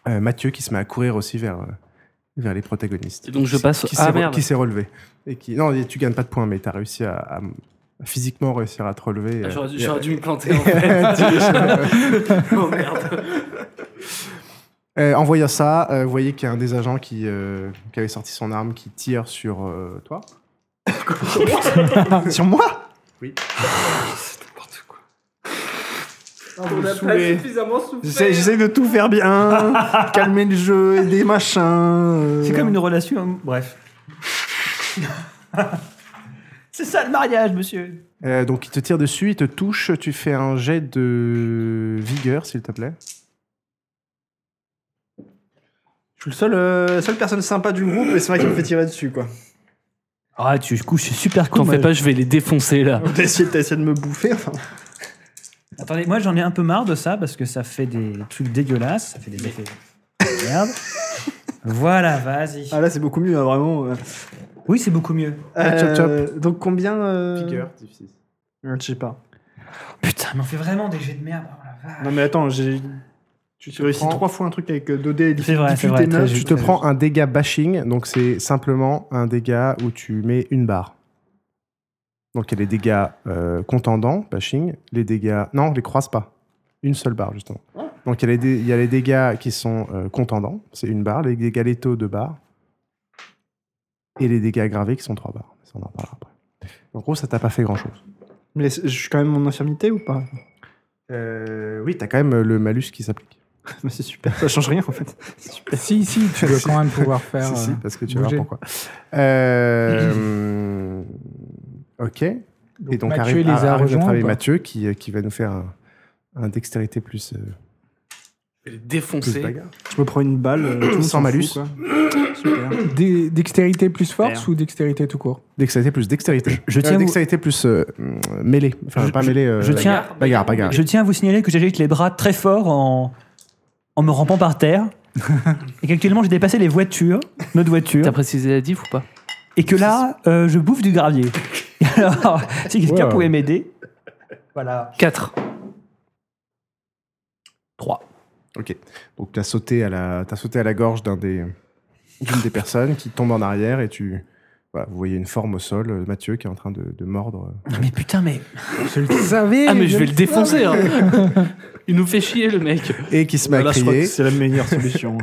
S1: euh, Mathieu qui se met à courir aussi vers, euh, vers les protagonistes.
S4: Et donc, je passe-
S1: Qui
S4: ah,
S1: s'est re-
S4: merde.
S1: qui s'est relevé. Et qui, non, tu gagnes pas de points, mais tu as réussi à, à- à physiquement réussir à te relever. euh,
S4: Ah, J'aurais
S1: et-
S4: j'aurais dû me planter en fait. oh merde.
S1: Euh, en voyant ça, euh, vous voyez qu'il y a un des agents qui, euh, qui avait sorti son arme qui tire sur euh, toi. sur moi
S6: On n'a pas
S5: saoulé.
S6: suffisamment souffert.
S5: J'essaie j'essaie de tout faire bien, calmer le jeu, aider machin. euh.
S2: C'est comme une relation. hein, Bref. C'est ça le mariage, monsieur.
S1: Euh, Donc il te tire dessus, il te touche, tu fais un jet de vigueur, s'il te plaît.
S5: Je suis le seul, euh, seule personne sympa du groupe et c'est vrai qu'il me fait tirer dessus quoi.
S2: Ah, tu couches, c'est super cool.
S4: T'en
S2: moi,
S4: fais
S2: je-
S4: pas, je vais les défoncer là.
S5: T'as essayé, t'as essayé de me bouffer. enfin.
S2: Attendez, moi j'en ai un peu marre de ça parce que ça fait des trucs dégueulasses, ça fait des effets. de Merde. Voilà, vas-y.
S5: Ah là c'est beaucoup mieux hein, vraiment. euh.
S2: Oui, c'est beaucoup mieux.
S1: Ah, chop,
S5: Euh, donc combien euh,
S1: difficile.
S5: euh, Je sais pas.
S2: Putain, mais on fait vraiment des jets de merde. oh la vache.
S5: Non mais attends, j'ai. Tu réussis
S1: prends-
S5: trois fois un truc avec euh, 2D et
S2: C'est vrai, c'est vrai, très
S1: Tu te prends un dégât bashing, donc c'est simplement un dégât où tu mets une barre. Donc il y a les dégâts euh, contendants, bashing, les dégâts. Non, on les croise pas. Une seule barre, justement. Donc il y, a les dé- il y a les dégâts qui sont euh, contendants, c'est une barre, les dégâts létaux, deux barres, et les dégâts aggravés qui sont trois barres. Ça, on en parlera après. En gros, ça t'a pas fait grand chose.
S5: Mais je suis quand même mon infirmité ou pas
S1: Euh, oui, t'as quand même le malus qui s'applique.
S5: Mais C'est super, ça change rien en fait. C'est super.
S3: Si, si, tu dois quand même pouvoir faire.
S1: Si, si,
S3: euh,
S1: parce que tu vas voir
S3: bouger.
S1: pourquoi. Euh, ok. et donc,
S3: Mathieu
S1: arrive,
S3: les a
S1: arrive
S3: rejoints
S1: notre
S3: ou
S1: ami
S3: pas
S1: Mathieu qui, euh, qui va nous faire un, un dextérité plus, euh,
S4: Je vais les
S1: plus
S4: défoncer.
S1: bagarre.
S5: Je me prends une balle, euh, tout le monde
S1: Sans
S5: s'en fout,
S1: malus.
S5: quoi. Super.
S3: Dé- Dextérité plus force ou dextérité tout court
S1: Dextérité plus dextérité.
S2: je tiens à
S1: Euh,
S2: vous-
S1: dextérité plus euh, mm, mêlée. Enfin,
S2: Je-
S1: pas
S2: je-
S1: mêlée. euh,
S2: je tiens-
S1: bagarre. Bagarre, bagarre.
S2: Je tiens à vous signaler que j'agite les bras très fort en, en me rampant par terre. et qu'actuellement j'ai dépassé les voitures, notre
S4: T'as
S2: voiture.
S4: précisé la diff ou pas
S2: Et que là, euh, je bouffe du gravier. Et alors, si quelqu'un
S3: Wow.
S2: pouvait m'aider. Voilà.
S4: 4.
S1: Ok. Donc, tu as, sauté à la- t'as sauté à la gorge d'un des, d'une des personnes qui tombe en arrière et tu. Voilà, vous voyez une forme au sol, euh, Mathieu qui est en train de, de mordre. euh.
S2: Mais putain, mais.
S3: Je le
S1: Eh,
S3: savais
S4: Ah, mais je vais le défoncer. hein. Il nous fait crier le mec.
S1: Et qui se met à
S5: Là, je crois que
S1: crier.
S5: c'est la meilleure solution.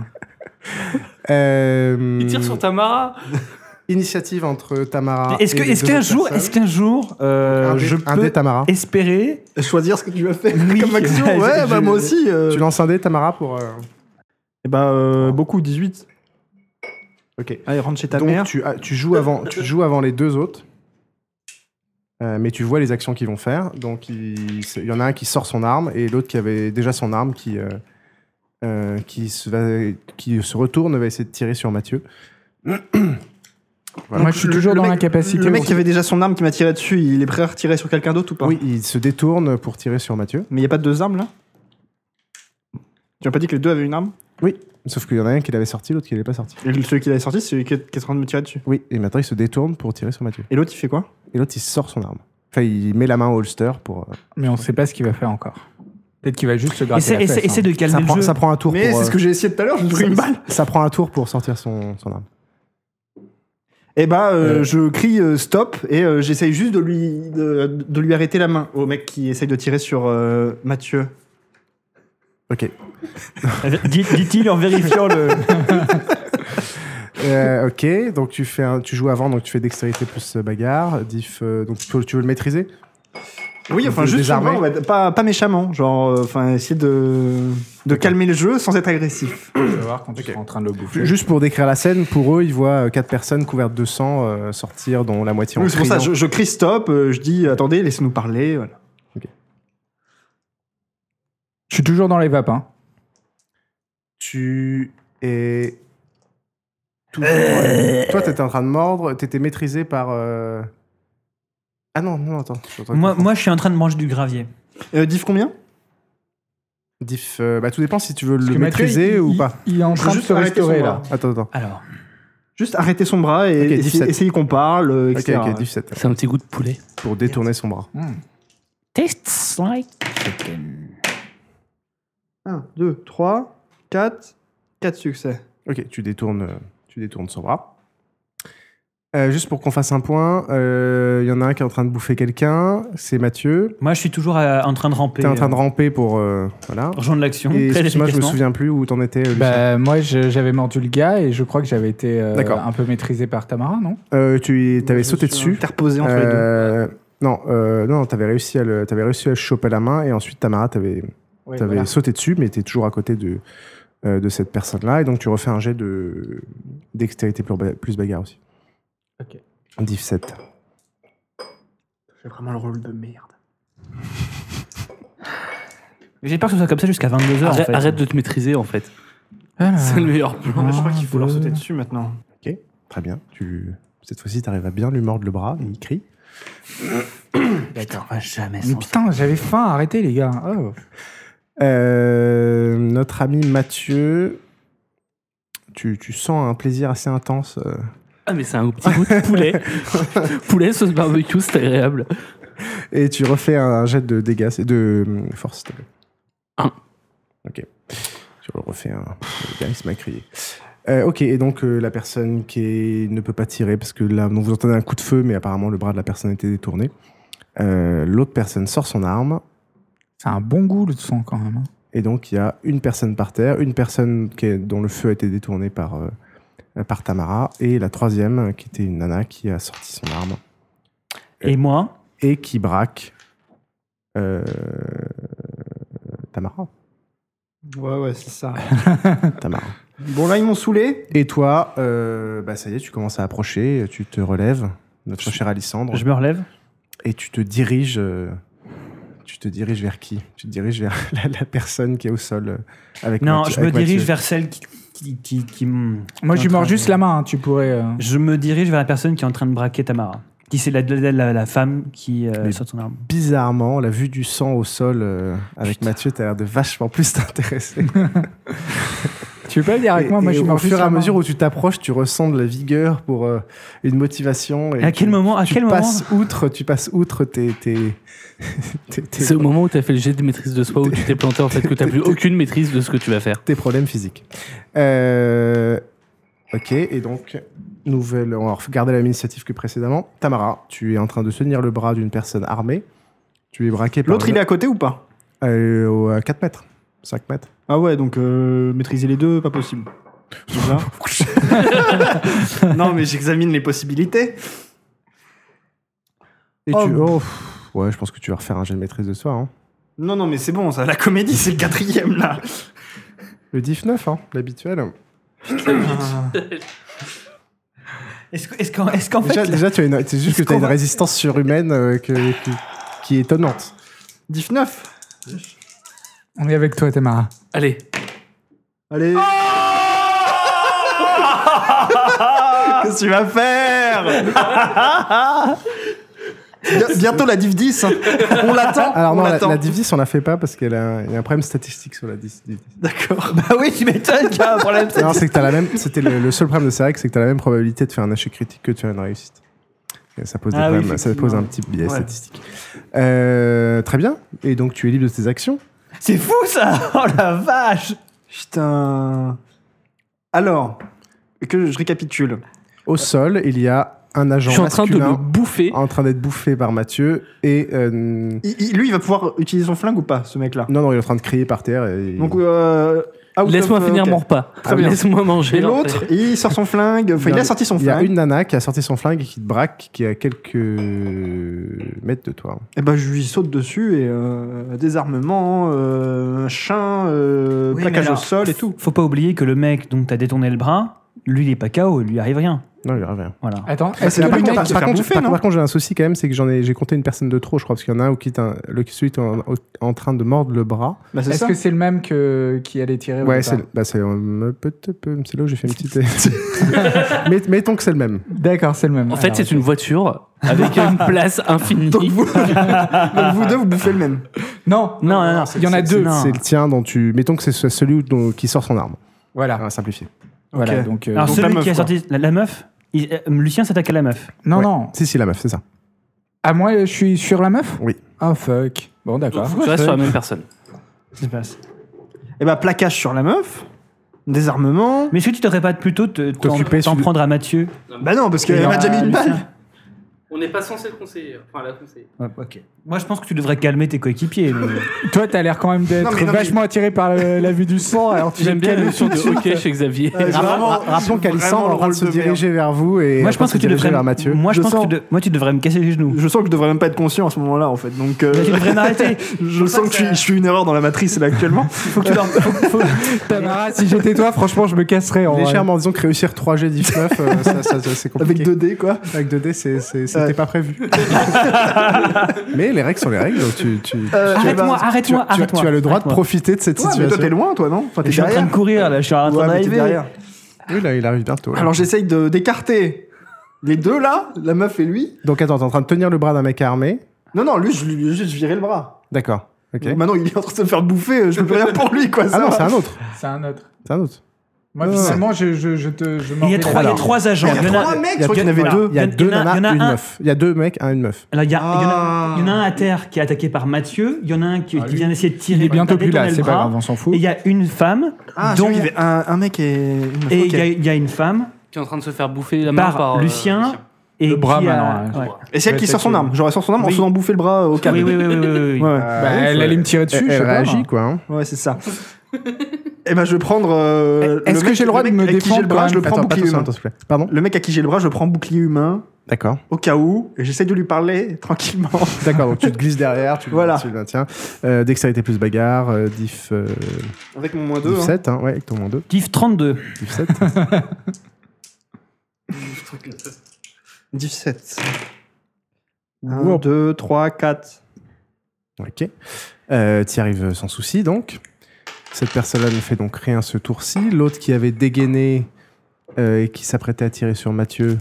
S1: Euh,
S4: Il tire sur Tamara.
S1: Initiative entre Tamara.
S2: Est-ce que-
S1: Ah, et les
S2: est-ce
S1: deux
S2: qu'un
S1: autres
S2: jour,
S1: personnes.
S2: est-ce qu'un jour, euh,
S1: Un dé-
S2: je
S1: un
S2: peux
S1: dé Tamara.
S2: espérer
S5: Choisir ce que tu vas faire
S2: Oui.
S5: comme action. Ouais,
S2: Je-
S5: bah moi aussi. euh.
S1: Tu lances un dé Tamara pour. euh,
S5: Eh bah euh, beaucoup, 18.
S1: Ok.
S5: Allez, rentre chez ta
S1: Donc
S5: mère.
S1: tu, ah, tu joues avant,
S2: Euh,
S1: tu joues avant les deux autres, Euh, mais tu vois les actions qu'ils vont faire. Donc il, c'est- il y en a un qui sort son arme et l'autre qui avait déjà son arme qui euh, euh, qui se va, qui se retourne va essayer de tirer sur Mathieu. Voilà.
S3: Moi, je suis
S5: Le-
S3: toujours
S5: le
S3: dans
S5: mec-
S3: l'incapacité.
S5: Le mec qui
S3: aussi.
S5: avait déjà son arme qui m'a tiré dessus, il est prêt à retirer sur quelqu'un d'autre ou pas
S1: Oui, il se détourne pour tirer sur Mathieu.
S5: Mais il n'y a pas deux armes là Tu m'as pas dit que les deux avaient une arme
S1: Sauf qu'il y en a un qui l'avait sorti, l'autre qui l'avait pas sorti.
S5: Et le- celui qui l'avait sorti, c'est celui qui est, qui est en train de me tirer dessus.
S1: Oui, et maintenant il se détourne pour tirer sur Mathieu.
S5: Et l'autre, il fait quoi
S1: Et l'autre il sort son arme. Enfin, il met la main au holster pour. euh,
S3: Mais on sait pas ce qu'il va faire encore. Peut-être qu'il va juste se gratter
S2: Essaie,
S3: la
S2: essaie-
S3: fesse,
S2: essaie
S3: hein.
S2: de
S1: ça,
S2: calmer le
S1: prend,
S2: jeu.
S1: ça prend un tour pour. euh,
S5: j'ai essayé tout à l'heure, je me
S1: ça, ça prend un tour pour sortir son, son arme.
S5: Et bah, euh, je crie euh, stop et euh, j'essaye juste de lui, de, de lui arrêter la main au mec qui essaye de tirer sur euh, Mathieu.
S1: Ok.
S2: Dit- Dit-il en
S3: hein.
S2: vérifiant le.
S1: Euh, ok, donc tu, fais un- tu joues avant, donc tu fais dextérité plus euh, bagarre. Diff, euh, donc tu veux, tu veux le maîtriser
S5: Oui,
S1: On
S5: enfin,
S1: peut le
S5: juste
S1: désarmer.
S5: gentiment, ouais, pas, pas méchamment. Genre, euh, enfin, essayer de, de calmer le jeu sans être agressif.
S3: Tu vas voir quand tu seras en train de le bouffer.
S1: Juste pour décrire la scène, pour eux, ils voient euh, quatre personnes couvertes de sang euh, sortir, dont la moitié en
S5: Oui, C'est pour ça,
S1: criant.
S5: je, je crie stop, euh, je dis attendez, laissez-nous parler. voilà.
S3: Je suis toujours dans les vapes. hein.
S1: Tu es. Tout...
S5: Euh,
S1: ouais. Toi, t'étais en train de mordre, t'étais maîtrisé par. euh, Ah non, non, attends. je suis en train de
S2: moi,
S1: confondre.
S2: moi, je suis en train de manger du gravier.
S5: Euh, diff combien
S1: Diff, euh, bah, tout dépend si tu veux
S3: Parce
S1: le
S3: que Mathieu,
S1: maîtriser
S3: il-
S1: ou
S3: il-
S1: pas.
S3: Il est en
S5: Je veux
S3: train de
S5: juste
S3: se
S5: arrêter son
S3: restaurer
S5: bras.
S3: là.
S1: Attends, attends.
S2: Alors,
S5: Juste arrêter son bras et
S1: Ok, diff
S5: essayer,
S1: sept.
S5: essayer qu'on parle, euh,
S1: Ok,
S5: etc.
S1: ok, diff 7.
S4: C'est un petit goût de poulet.
S1: Pour détourner son bras.
S2: tastes like chicken.
S5: 1, 2, 3, 4, 4 succès.
S1: Ok, tu détournes, euh, tu détournes son bras. Euh, juste pour qu'on fasse un point, euh, il y en a un qui est en train de bouffer quelqu'un, c'est Mathieu.
S2: Moi, je suis toujours euh, en train de ramper.
S1: T'es en train de
S2: euh,
S1: ramper pour. euh, voilà.
S2: rejoindre l'action.
S1: Et
S2: très
S1: excuse-moi, je me
S2: efficacement.
S1: souviens plus où t'en étais, euh, Lucien.
S3: Bah, moi, je- j'avais mordu le gars et je crois que j'avais été euh,
S1: D'accord.
S3: un peu maîtrisé par Tamara, non
S1: Euh, tu avais sauté dessus.
S5: Interposé entre les deux.
S1: Euh, non, euh, non, t'avais réussi à le, t'avais réussi à le choper la main et ensuite Tamara, t'avais,
S3: Oui,
S1: t'avais
S3: voilà.
S1: sauté dessus, mais t'es toujours à côté de euh, de cette personne-là et donc tu refais un jet de dextérité plus, ba- plus bagarre aussi.
S3: Ok.
S1: Diff 7.
S5: J'ai vraiment le rôle de merde.
S2: J'ai peur que ce soit comme ça jusqu'à
S1: Ah,
S2: 22h.
S4: Arrête, arrête de te maîtriser en fait.
S2: Ah
S3: Voilà.
S4: C'est le meilleur plan.
S5: je crois qu'il faut leur
S3: deux.
S5: sauter dessus maintenant.
S1: Très bien. Tu, cette fois-ci, t'arrives à bien lui mordre le bras et il crie.
S2: Putain, on va jamais
S3: Mais
S2: s'en
S3: Putain, j'avais faim, arrêtez les gars. Oh.
S1: Euh, notre ami Mathieu, tu, tu sens un plaisir assez intense. euh,
S4: Ah, mais c'est un petit goût de poulet. poulet sauce barbecue, c'est agréable.
S1: Et tu refais un jet de dégâts, c'est de hum, force, s'il te plaît.
S4: Un.
S1: Ok. Tu refais un. Le gars, il se m'a crié. Euh, ok, et donc euh, la personne qui est- ne peut pas tirer, parce que là, donc, vous entendez un coup de feu, mais apparemment le bras de la personne était détourné. Euh, L'autre personne sort son arme,
S3: C'est un bon goût le sang quand même. hein.
S1: et donc il y a une personne par terre, une personne qui est- dont le feu a été détourné par, euh, par Tamara, et la troisième, euh, qui était une nana qui a sorti son arme.
S2: Et moi,
S1: et qui braque euh, Tamara.
S5: Ouais, ouais, c'est ça.
S1: Tamara.
S5: bon, là, ils m'ont saoulé.
S1: Et toi, euh, bah, ça y est, tu commences à approcher, tu te relèves, notre cher Alissandre,
S2: je me relève.
S1: et tu te diriges. euh, tu te diriges vers qui Tu te diriges vers la, la personne qui est au sol euh, avec
S2: Non,
S1: Mathieu-
S2: je me
S1: avec
S2: dirige
S1: Mathieu.
S2: vers celle qui. qui, qui, qui m-
S3: Moi,
S2: qui est
S3: je lui
S2: en
S3: mords
S2: train
S3: juste
S2: de-
S3: la main, hein, tu pourrais. euh,
S2: Je me dirige vers la personne qui est en train de braquer Tamara. Qui c'est la, la, la- la femme qui euh,
S1: Mais-
S2: sort son arme.
S1: Bizarrement, la vue du sang au sol euh, avec Mathieu, t'as l'air de vachement plus t'intéresser.
S3: Tu veux pas dire Ah, avec moi
S1: Et-
S3: Moi,
S1: et
S3: je lui
S1: au
S3: mords juste
S1: fur et à
S3: la main.
S1: mesure où tu t'approches, tu ressens de la vigueur pour euh, une motivation. Et
S2: à
S1: tu-
S2: quel moment À
S1: tu
S2: quel moment
S1: passes outre, tu passes outre tes, tes, tes- tes-
S4: C'est au moment où t'as fait le jet de maîtrise de soi où tu t'es planté en fait que t'as plus aucune maîtrise de ce que tu vas faire.
S1: tes problèmes physiques. Euh, ok, et donc, nouvelle, on va regarder la même initiative que précédemment. Tamara, tu es en train de se tenir le bras d'une personne armée. Tu es braqué par.
S5: L'autre, il est à côté ou pas
S1: est. Euh, au- à 4 mètres, 5 mètres.
S5: Ah ouais, donc euh, maîtriser les deux, pas possible. Déjà. non, mais j'examine les possibilités.
S1: Et
S5: Oh.
S1: tu. oh, pff, ouais, je pense que tu vas refaire un jet de maîtrise de soi. hein.
S5: Non, non, mais c'est bon, ça. La comédie, c'est le quatrième, là.
S1: Le 19, hein, l'habituel.
S2: Est-ce que- est-ce qu'en est-ce qu'en
S1: Déjà,
S2: fait.
S1: déjà, tu as une- c'est juste que tu
S2: Est-ce
S1: as
S2: qu'on
S1: une
S2: va-
S1: résistance surhumaine euh, que- qui, qui est étonnante.
S5: 19.
S3: On est avec toi, Tamara.
S4: Allez,
S5: Allez. Qu'est-ce que tu vas faire Bien- Bientôt la div 10. hein. On l'attend.
S1: Alors
S5: on
S1: non, la,
S5: l'attend.
S1: la Div 10, on la fait pas parce qu'elle a, il y a un problème statistique sur la Div 10.
S5: D'accord. Bah oui, tu m'étonnes qu'il y a un problème.
S1: Non, c'est que t'as la même. C'était le, le seul problème de ces règles, c'est que t'as la même probabilité de faire un échec critique que de faire une réussite. Et ça pose, des
S5: Ah oui,
S1: problèmes, ça pose un petit biais
S5: Ouais.
S1: statistique. Euh, très bien. Et donc tu es libre de tes actions.
S2: C'est fou ça Oh la vache
S5: Putain. Alors, que je récapitule.
S1: Au sol, il y a un
S4: Je
S1: agent
S4: suis en train de
S1: masculin Ah,
S4: me bouffer.
S1: en train d'être bouffé par Mathieu et euh, non
S5: Il- il- lui, il va pouvoir utiliser son flingue ou pas, ce mec-là
S1: non, il est en train de crier par terre. Et...
S5: Donc, euh, out
S4: Laisse-moi
S5: of-
S4: finir
S5: ok.
S4: mon repas.
S5: Très bien.
S4: Laisse-moi manger.
S5: Et l'autre, il sort son flingue. Enfin,
S1: Non,
S5: il a sorti son
S1: il y a
S5: flingue.
S1: une nana qui a sorti son flingue et qui te braque, qui est à quelques mètres de toi.
S5: Et ben, je lui saute dessus et euh, désarmement, euh, chien, euh,
S2: Oui,
S5: plaquage
S2: mais
S5: au
S2: alors,
S5: sol et tout.
S2: Faut pas oublier que le mec dont t'as détourné le bras, lui, il est pas KO, il lui arrive rien.
S1: Non, il revient.
S2: Voilà.
S3: Attends,
S5: Bah,
S3: est-ce
S5: c'est
S3: que
S5: la
S3: le
S5: partie
S3: mec-
S5: par- se
S1: par,
S5: faire
S1: contre,
S5: bouffer,
S1: par-
S5: non
S1: par contre, j'ai un souci quand même, c'est que j'en ai, j'ai compté une personne de trop, je crois, parce qu'il y en a un qui est, un- le- celui qui est en, en train de mordre le bras.
S5: Bah, c'est
S3: est-ce
S5: ça.
S3: que c'est le même que, qui allait tirer au
S1: ouais,
S3: départ
S1: c'est, bah, c'est, euh, peut- peu- c'est là où j'ai fait une petite. Mais- mettons que c'est le même.
S3: D'accord, c'est le même.
S4: En fait,
S3: Alors,
S4: c'est une voiture avec une place infinie.
S5: Donc vous, donc, vous deux, vous bouffez le même.
S3: Non,
S2: Non, non, non.
S3: Il y en a
S2: c'est-
S3: deux.
S2: non.
S1: C'est le tien dont tu. Mettons que c'est ce- celui où- dont- qui sort son arme.
S3: Voilà.
S1: Ah, simplifié.
S3: voilà
S5: Ok.
S3: donc, euh,
S2: Alors,
S5: Donc,
S2: celui
S5: la meuf,
S2: qui a
S5: quoi.
S2: sorti la, la meuf, il- euh, Lucien s'attaque à la meuf.
S3: non,
S1: Ouais.
S3: non.
S1: Si, si, la meuf, c'est ça.
S3: À moi, je suis sur la meuf
S1: Oui.
S3: Ah, fuck. Bon,
S4: Tu
S3: d'accord.
S4: restes sur la même personne.
S2: Ça se passe.
S5: Et bah, plaquage sur la meuf, désarmement.
S2: Mais est-ce que tu t'aurais pas plutôt te- t'en
S1: T'occuper
S2: t'en
S1: sur-
S2: prendre à Mathieu
S5: Bah non, parce qu'elle
S2: Et
S5: m'a
S2: à
S5: déjà mis une
S2: Lucien
S5: balle.
S6: On n'est pas censé le conseiller. Enfin, la conseiller.
S2: Ouais, ok. Moi, je pense que tu devrais calmer tes coéquipiers. mais-
S3: Toi, t'as l'air quand même d'être
S5: Non, mais non, mais-
S3: vachement attiré par le- la vue du sang. Alors, tu
S4: J'aime bien
S3: le
S4: l'émission de hockey chez Xavier.
S5: Euh,
S1: Rappelons-
S5: vraiment-
S1: ra- Rappelons qu'Alissandre est en train de se
S5: drôle de merde.
S1: diriger vers vous et.
S2: Moi, je
S1: en train
S2: pense
S1: de
S2: que
S1: se
S2: tu
S1: diriger
S2: devrais.
S1: vers Mathieu.
S2: Moi, je
S5: Je
S2: pense
S5: sens-
S2: que tu de- moi, tu devrais me casser les genoux.
S5: Je sens que je devrais même pas être conscient à ce moment-là, en fait. Donc, euh,
S2: Mais Tu devrais m'arrêter.
S5: je
S6: pas
S5: sens
S6: que
S5: que je suis-
S6: ça-
S5: je suis une erreur dans la matrice là actuellement.
S2: Faut que tu leur-
S3: Tamara, si j'étais toi, franchement, je me casserais en vrai.
S1: Légèrement, disons que réussir 3G19, euh, ça, ça- ça- c'est
S5: Avec
S1: compliqué.
S5: 2D, quoi.
S1: Avec 2D, c'est- c'est- c'était
S5: Ouais.
S1: pas prévu. Mais les règles sont les règles, donc tu, tu,
S5: Euh, tu-
S2: Arrête-moi,
S5: bah,
S1: tu,
S2: arrête-moi,
S1: tu- tu
S2: arrête-moi.
S1: as le droit de
S2: Arrête-moi.
S1: profiter de cette
S5: ouais, mais toi,
S1: situation.
S5: t'es loin, toi, non Enfin, t'es
S2: Je suis en train
S5: derrière.
S2: de courir là, je suis en train
S5: Ouais, mais t'es
S2: d'arriver.
S5: derrière.
S1: Oui, là, il arrive bientôt. là.
S5: Alors, j'essaye de- d'écarter les deux là, la meuf et lui.
S1: Donc attends, t'es en train de tenir le bras d'un mec armé.
S5: Non, non, lui, je lui ai juste viré le bras.
S1: D'accord. Ok.
S5: Donc Euh, Maintenant, il est en train de se faire bouffer, euh, je peux plus rien pour lui, quoi.
S1: Ah
S5: Bah, ça
S1: non,
S5: va.
S1: c'est un autre.
S3: C'est un autre.
S1: C'est un autre.
S3: Moi,
S1: Ouais.
S3: finalement, je, je, je te. Je m'en
S2: Il y a
S3: vais
S2: trois, il y a
S3: là-dedans.
S2: trois agents.
S5: Il y a
S2: Il y en a-
S5: trois mecs, je
S2: il y a-
S5: crois qu'il y en avait
S2: voilà.
S5: deux.
S1: Il y a deux
S2: il y en a-
S1: nanas,
S2: il y en a
S1: une
S2: un-
S1: meuf. Il y a deux mecs, un une meuf.
S2: Alors, il y, a- il y en a-
S5: Ah.
S2: il y en a un à terre qui est attaqué par Mathieu. Il y en a un qui,
S3: Ah,
S2: qui
S3: lui,
S2: vient d'essayer de tirer.
S3: Il est
S2: par-
S3: bientôt
S2: t'as
S3: plus là,
S2: détourné le
S3: c'est pas
S2: bras.
S3: grave, on s'en fout.
S2: Et il y a une femme.
S5: Ah,
S2: dont-
S5: donc, il y avait un, un mec et une meuf.
S2: Et il
S5: ok.
S2: y, a- il y a une femme
S4: Qui est en train de se faire bouffer la main
S2: par,
S4: par, euh,
S2: Lucien. Et
S3: Le bras,
S2: qui a-
S3: maintenant,
S2: ouais.
S5: Et c'est elle
S3: Ouais,
S5: qui sort son
S3: c'est-
S5: arme. J'aurais sort son arme en se faisant bouffer le bras euh, au calme.
S2: Oui, oui, oui, oui, oui, oui, oui.
S5: Ouais,
S1: Euh,
S3: Bah,
S1: oui,
S3: elle
S1: faut-
S3: allait me tirer dessus,
S1: elle,
S3: je sais
S1: elle
S3: pas.
S1: réagit, quoi. hein.
S5: ouais, c'est ça. Et ben, je vais prendre. euh,
S3: Est-ce
S5: le
S3: que
S5: mec-
S3: j'ai le droit de
S5: mec
S3: me
S5: à qui j'ai
S3: défendre
S5: le
S3: quand
S5: bras,
S3: même
S5: je le prends
S1: Attends, pas
S5: bouclier
S1: tout
S5: humain.
S1: seul, s'il te plaît. hein. Pardon
S5: Le mec à qui j'ai le bras, je le prends bouclier humain
S1: D'accord.
S5: au cas où et j'essaie de lui parler tranquillement.
S1: D'accord, donc tu te glisses derrière, tu, le-
S5: Voilà.
S1: tu le maintiens. Euh, dextérité plus bagarre, euh, diff, euh,
S5: Avec mon moins 2.
S1: diff 7, hein, ouais, avec ton moins 2,
S2: Div 32.
S1: diff 7.
S5: Diff 7. 1, 2, 3, 4.
S1: Ok. Euh, tu arrives sans souci, donc. Cette personne-là ne fait donc rien ce tour-ci. L'autre qui avait dégainé euh, et qui s'apprêtait à tirer sur Mathieu,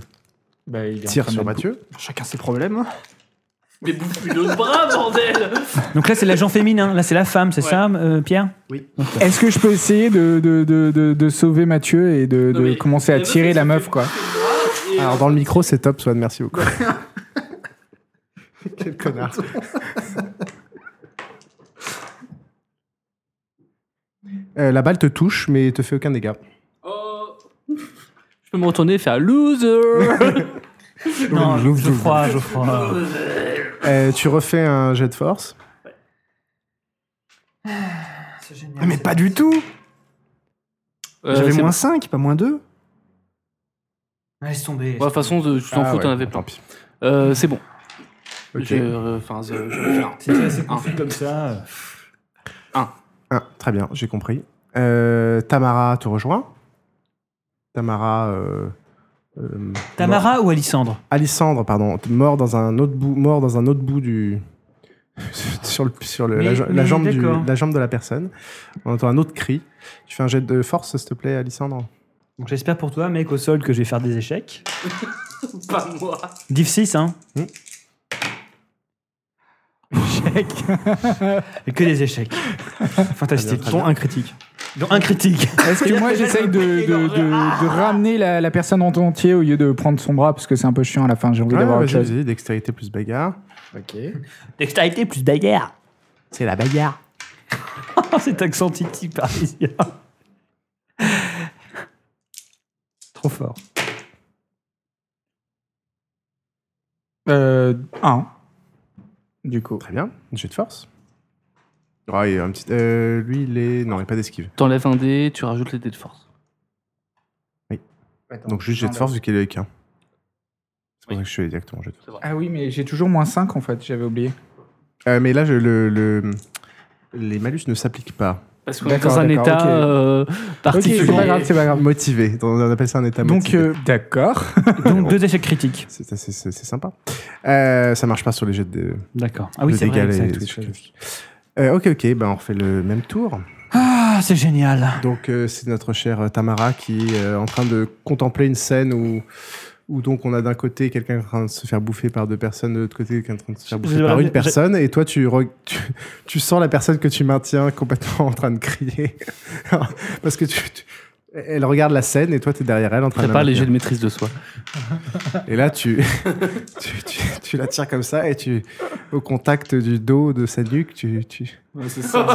S3: Bah, il est en
S1: tire
S3: train
S1: sur
S3: de-
S1: Mathieu.
S5: Chacun ses problèmes.
S3: hein.
S6: Mais bouffe plus de bras, bordel
S2: Donc là, c'est l'agent féminin. Là, c'est la femme, c'est ça, euh, Pierre
S3: Est-ce que je peux essayer de, de, de, de, de sauver Mathieu et de,
S6: Non,
S3: de
S6: mais-
S3: commencer à
S6: meuf,
S3: tirer
S6: elle
S3: la
S6: se
S3: meuf,
S6: fait
S3: quoi
S6: bouffer le bras et-
S1: Alors, dans le micro, c'est top, Swan, merci beaucoup. Quel connard. Euh, la balle te touche, mais te fait aucun dégât.
S6: Oh,
S4: Je peux me retourner et faire loser.
S2: Non, Ah, Geoffroy, Geoffroy.
S1: Euh, tu refais un jet de force.
S5: Ah, mais pas du tout
S4: Euh,
S5: J'avais
S4: c'est
S5: moins 5, pas moins 2.
S2: Ah, Laisse tomber.
S4: bon. Bon, de toute façon, je je t'en
S1: Ah
S4: fous,
S1: ouais,
S4: t'en avais
S1: tant
S4: plein.
S1: pis.
S4: Euh, c'est bon.
S1: Ok.
S4: Je, euh, enfin, je- je vais faire un.
S2: C'est
S4: qu'on fait
S2: comme ça.
S1: Ah, très bien, j'ai compris. Euh, Tamara te rejoint. Tamara. euh, euh, mort-
S2: Tamara ou Alissandre
S1: Alissandre, pardon, mort dans un autre bout, mort dans un autre bout du. sur le, sur le- la,
S2: Mais-
S1: ja- la
S2: mais
S1: jambe du-
S2: d'accord.
S1: la jambe de la personne. On entend un autre cri. Tu fais un jet de force, s'il te plaît, Alissandre
S2: Donc j'espère pour toi, mec, au sol, que je vais faire des échecs.
S6: pas moi.
S2: Div 6, hein
S1: Hmm.
S2: Échec. Et que des échecs. Fantastique.
S1: Très bien, très bien.
S2: un critique. Dont un critique.
S3: Est-ce que moi j'essaye de, de, de, de ramener la, la personne en entier au lieu de prendre son bras parce que c'est un peu chiant à la fin, j'ai envie
S1: Ouais,
S3: d'avoir autre
S1: vas-y,
S3: chose.
S1: vas-y, dextérité plus bagarre.
S2: Dextérité plus bagarre. C'est la bagarre. Oh, Cet accent titi parisien. Trop fort.
S3: Euh, un. Du coup.
S1: Très bien. Jet de force. Ah, il y a un petit... euh, lui, il est. Non, il n'y a pas d'esquive.
S4: T'enlèves un dé, tu rajoutes les dés de force.
S1: Donc, juste
S3: ah,
S1: jet de force, vu qu'il est avec un. C'est pour
S6: Oui.
S1: ça que je suis exactement jet de force.
S3: Ah oui, mais j'ai toujours moins 5 en fait, j'avais oublié.
S1: Euh, mais là, je- le, le- les malus ne s'appliquent pas.
S4: Parce qu'on est dans
S3: D'accord,
S4: un
S3: d'accord,
S4: état
S3: ok.
S4: euh, particulier.
S3: c'est pas grave, c'est pas grave.
S1: Motivé. Dans- On appelle ça un état
S3: Donc,
S1: motivé.
S3: euh, d'accord.
S2: Donc deux échecs critiques.
S1: C'est c'est- c'est- c'est sympa. Euh, ça marche pas sur les jets de,
S2: D'accord. Ah oui,
S1: de
S2: c'est
S1: dégâts.
S2: vrai.
S1: les-
S2: ça
S1: les
S2: touche.
S1: trucs. Euh, ok, ok, ben on refait le même tour.
S2: Ah, c'est génial.
S1: Donc euh, c'est notre chère euh, Tamara qui est euh, en train de contempler une scène où, où donc on a d'un côté quelqu'un en train de se faire bouffer par deux personnes, de l'autre côté quelqu'un en train de se faire
S2: Je-
S1: bouffer
S2: je-
S1: par
S2: je-
S1: une personne, et toi tu, re- tu, tu sens la personne que tu maintiens complètement en train de crier parce que tu, tu- elle regarde la scène et toi tu es derrière elle en train
S4: T'as
S1: de la
S4: pas les
S1: maintenir.
S4: jets de maîtrise de soi.
S1: Et là, tu, tu, tu, tu la tires comme ça et tu, au contact du dos de sa nuque, tu, tu,
S5: c'est ça.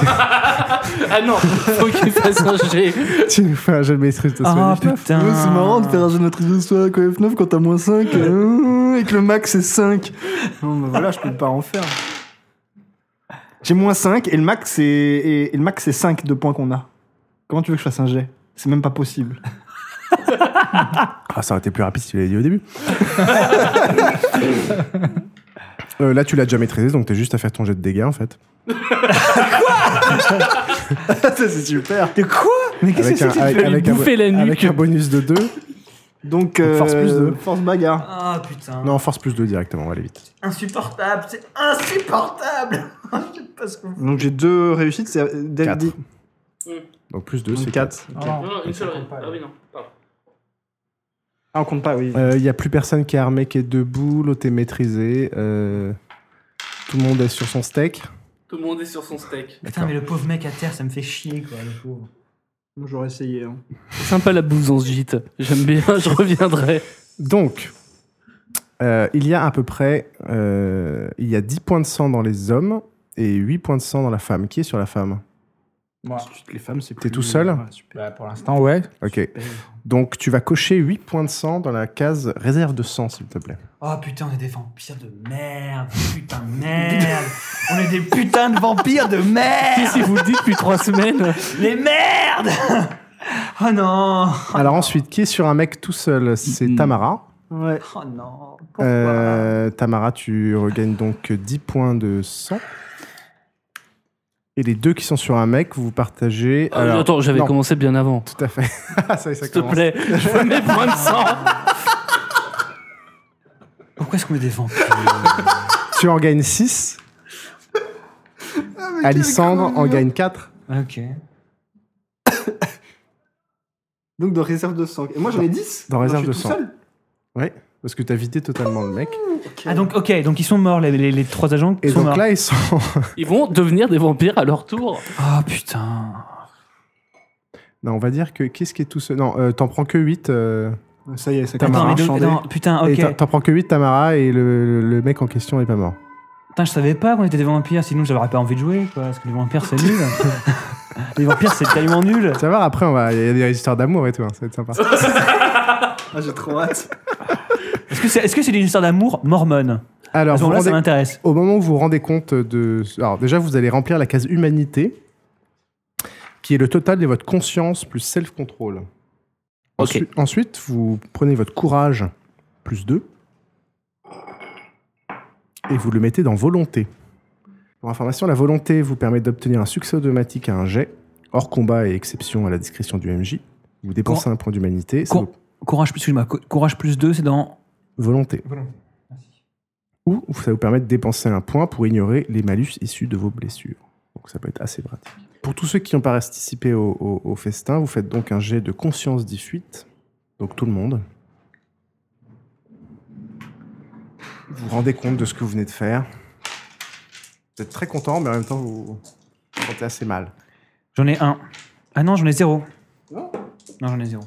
S6: Ah non,
S4: Faut qu'il fasse un jet.
S1: tu nous fais un jeu de maîtrise de
S2: Ah
S1: soi.
S2: putain.
S5: Ouais, c'est marrant de faire un jeu de maîtrise de soi avec F9 quand t'as moins 5 euh, et que le max c'est 5. Non, bah voilà, je peux pas en faire. J'ai moins 5 et le max c'est et, et le max c'est 5 de points qu'on a. Comment tu veux que je fasse un jet C'est même pas possible.
S1: Ah, ça aurait été plus rapide si tu l'avais dit au début. Euh, là, tu l'as déjà maîtrisé, donc t'es juste à faire ton jet de dégâts en fait.
S5: ça c'est super. De quoi
S3: Mais qu'est-ce que
S1: Avec
S3: c'est
S1: un,
S3: que cette
S1: avec,
S3: folie
S1: avec un,
S4: bouffer la nuque.
S1: avec un bonus de 2.
S5: Donc euh,
S1: Donc, force plus deux.
S5: force bagarre.
S2: Ah putain.
S1: Non, force plus 2 directement, on va aller vite.
S6: insupportable, c'est insupportable. Je sais pas ce que vous-
S5: Donc j'ai deux réussites, c'est
S1: Quatre.
S5: David.
S1: Donc plus 2, c'est 4.
S5: quatre.
S3: Oh.
S6: Non, non, une seule. Ah oui, non. pardon.
S5: Ah, on compte pas, oui.
S1: Il n'y Euh, a plus personne qui est armé, qui est debout, l'autre est maîtrisé. euh, tout le monde est sur son steak.
S6: Tout le monde est sur son steak.
S2: Putain, mais le pauvre mec à terre, ça me fait chier quoi. Le pauvre.
S5: Moi, J'aurais essayé. hein.
S4: Sympa la bouse dans ce gîte. J'aime bien, je reviendrai.
S1: Donc, euh, il y a à peu près euh, il y a 10 points de sang dans les hommes et 8 points de sang dans la femme. Qui est sur la femme
S3: Moi.
S5: Les femmes, c'est
S1: T'es
S5: plus-
S1: tout seul
S5: Ouais, super.
S3: Bah, pour l'instant, ouais.
S1: Ok. Donc, tu vas cocher 8 points de sang dans la case réserve de sang, s'il te plaît.
S2: Oh putain, on est des vampires de merde. Putain de merde. on est des putains de vampires de merde.
S4: Si vous le dites depuis trois semaines,
S2: Les merdes. oh non.
S1: Alors, ensuite, qui est sur un mec tout seul C'est
S4: Mm.
S1: Tamara.
S5: Ouais.
S2: Oh non. Pourquoi
S1: Euh, Tamara, tu regagnes donc 10 points de sang. Et les deux qui sont sur un mec, vous partagez.
S4: Euh,
S1: alors-
S4: attends, j'avais
S1: non,
S4: commencé bien avant.
S1: Tout à fait. Ah, ça y est, ça
S4: S'il te
S1: commence.
S4: plaît, je veux mes points de sang.
S2: Pourquoi est-ce qu'on est des vampires
S1: Tu en gagnes 6. Alissandre en gagne 4.
S2: Ok.
S5: Donc de réserve de sang. Et moi j'en ai 10
S1: Dans
S5: Moi,
S1: réserve
S5: je
S1: de
S5: suis tout
S1: sang.
S5: seul.
S1: Parce que t'as vidé totalement le mec.
S2: Ah donc ok, donc ils sont morts les, les- les trois agents
S1: Et
S2: sont
S1: donc
S2: morts.
S1: là, ils sont.
S4: Ils vont devenir des vampires à leur tour.
S2: Ah putain.
S1: Non, on va dire que. Qu'est-ce qui est tout seul Non, euh, t'en prends que euh, 8.
S5: Ça y est, ça
S1: Attends,
S2: Attends,
S5: commence.
S2: mais donc-
S5: Chandé.
S2: non, putain, ok.
S1: T'en prends que 8, Tamara, et le, le- le mec en question n'est pas mort.
S2: Putain, je savais pas qu'on était des vampires, sinon j'aurais pas envie de jouer, quoi. Parce que les vampires, c'est nul. les vampires, c'est tellement nul.
S1: Ça va, après, on va- il y a des histoires d'amour et tout, hein, ça va être sympa.
S5: Ah, j'ai trop hâte.
S2: Est-ce que c'est est -ce une histoire d'amour mormone
S1: Alors,
S2: À ce
S1: vous
S2: moment-là,
S1: rendez-
S2: ça m'intéresse.
S1: au moment où vous vous rendez compte de. Alors, déjà, vous allez remplir la case humanité, qui est le total de votre conscience plus self-control.
S4: Ok.
S1: Ensuite, ensuite, vous prenez votre courage plus 2 et vous le mettez dans volonté. Pour information, la volonté vous permet d'obtenir un succès automatique à un jet, hors combat et exception à la discrétion du MJ. Vous dépensez un point d'humanité, c'est
S2: Cour- Courage plus, excuse-moi, co- courage plus 2, c'est dans.
S1: volonté. Ou ça vous permet de dépenser un point pour ignorer les malus issus de vos blessures. Donc ça peut être assez pratique. Pour tous ceux qui n'ont pas participé au, au- au festin, vous faites donc un jet de conscience 18. Donc tout le monde. Vous vous rendez compte de ce que vous venez de faire. Vous êtes très content, mais en même temps, vous vous sentez assez mal.
S2: J'en ai un. Ah non, j'en ai zéro. Non, j'en ai zéro.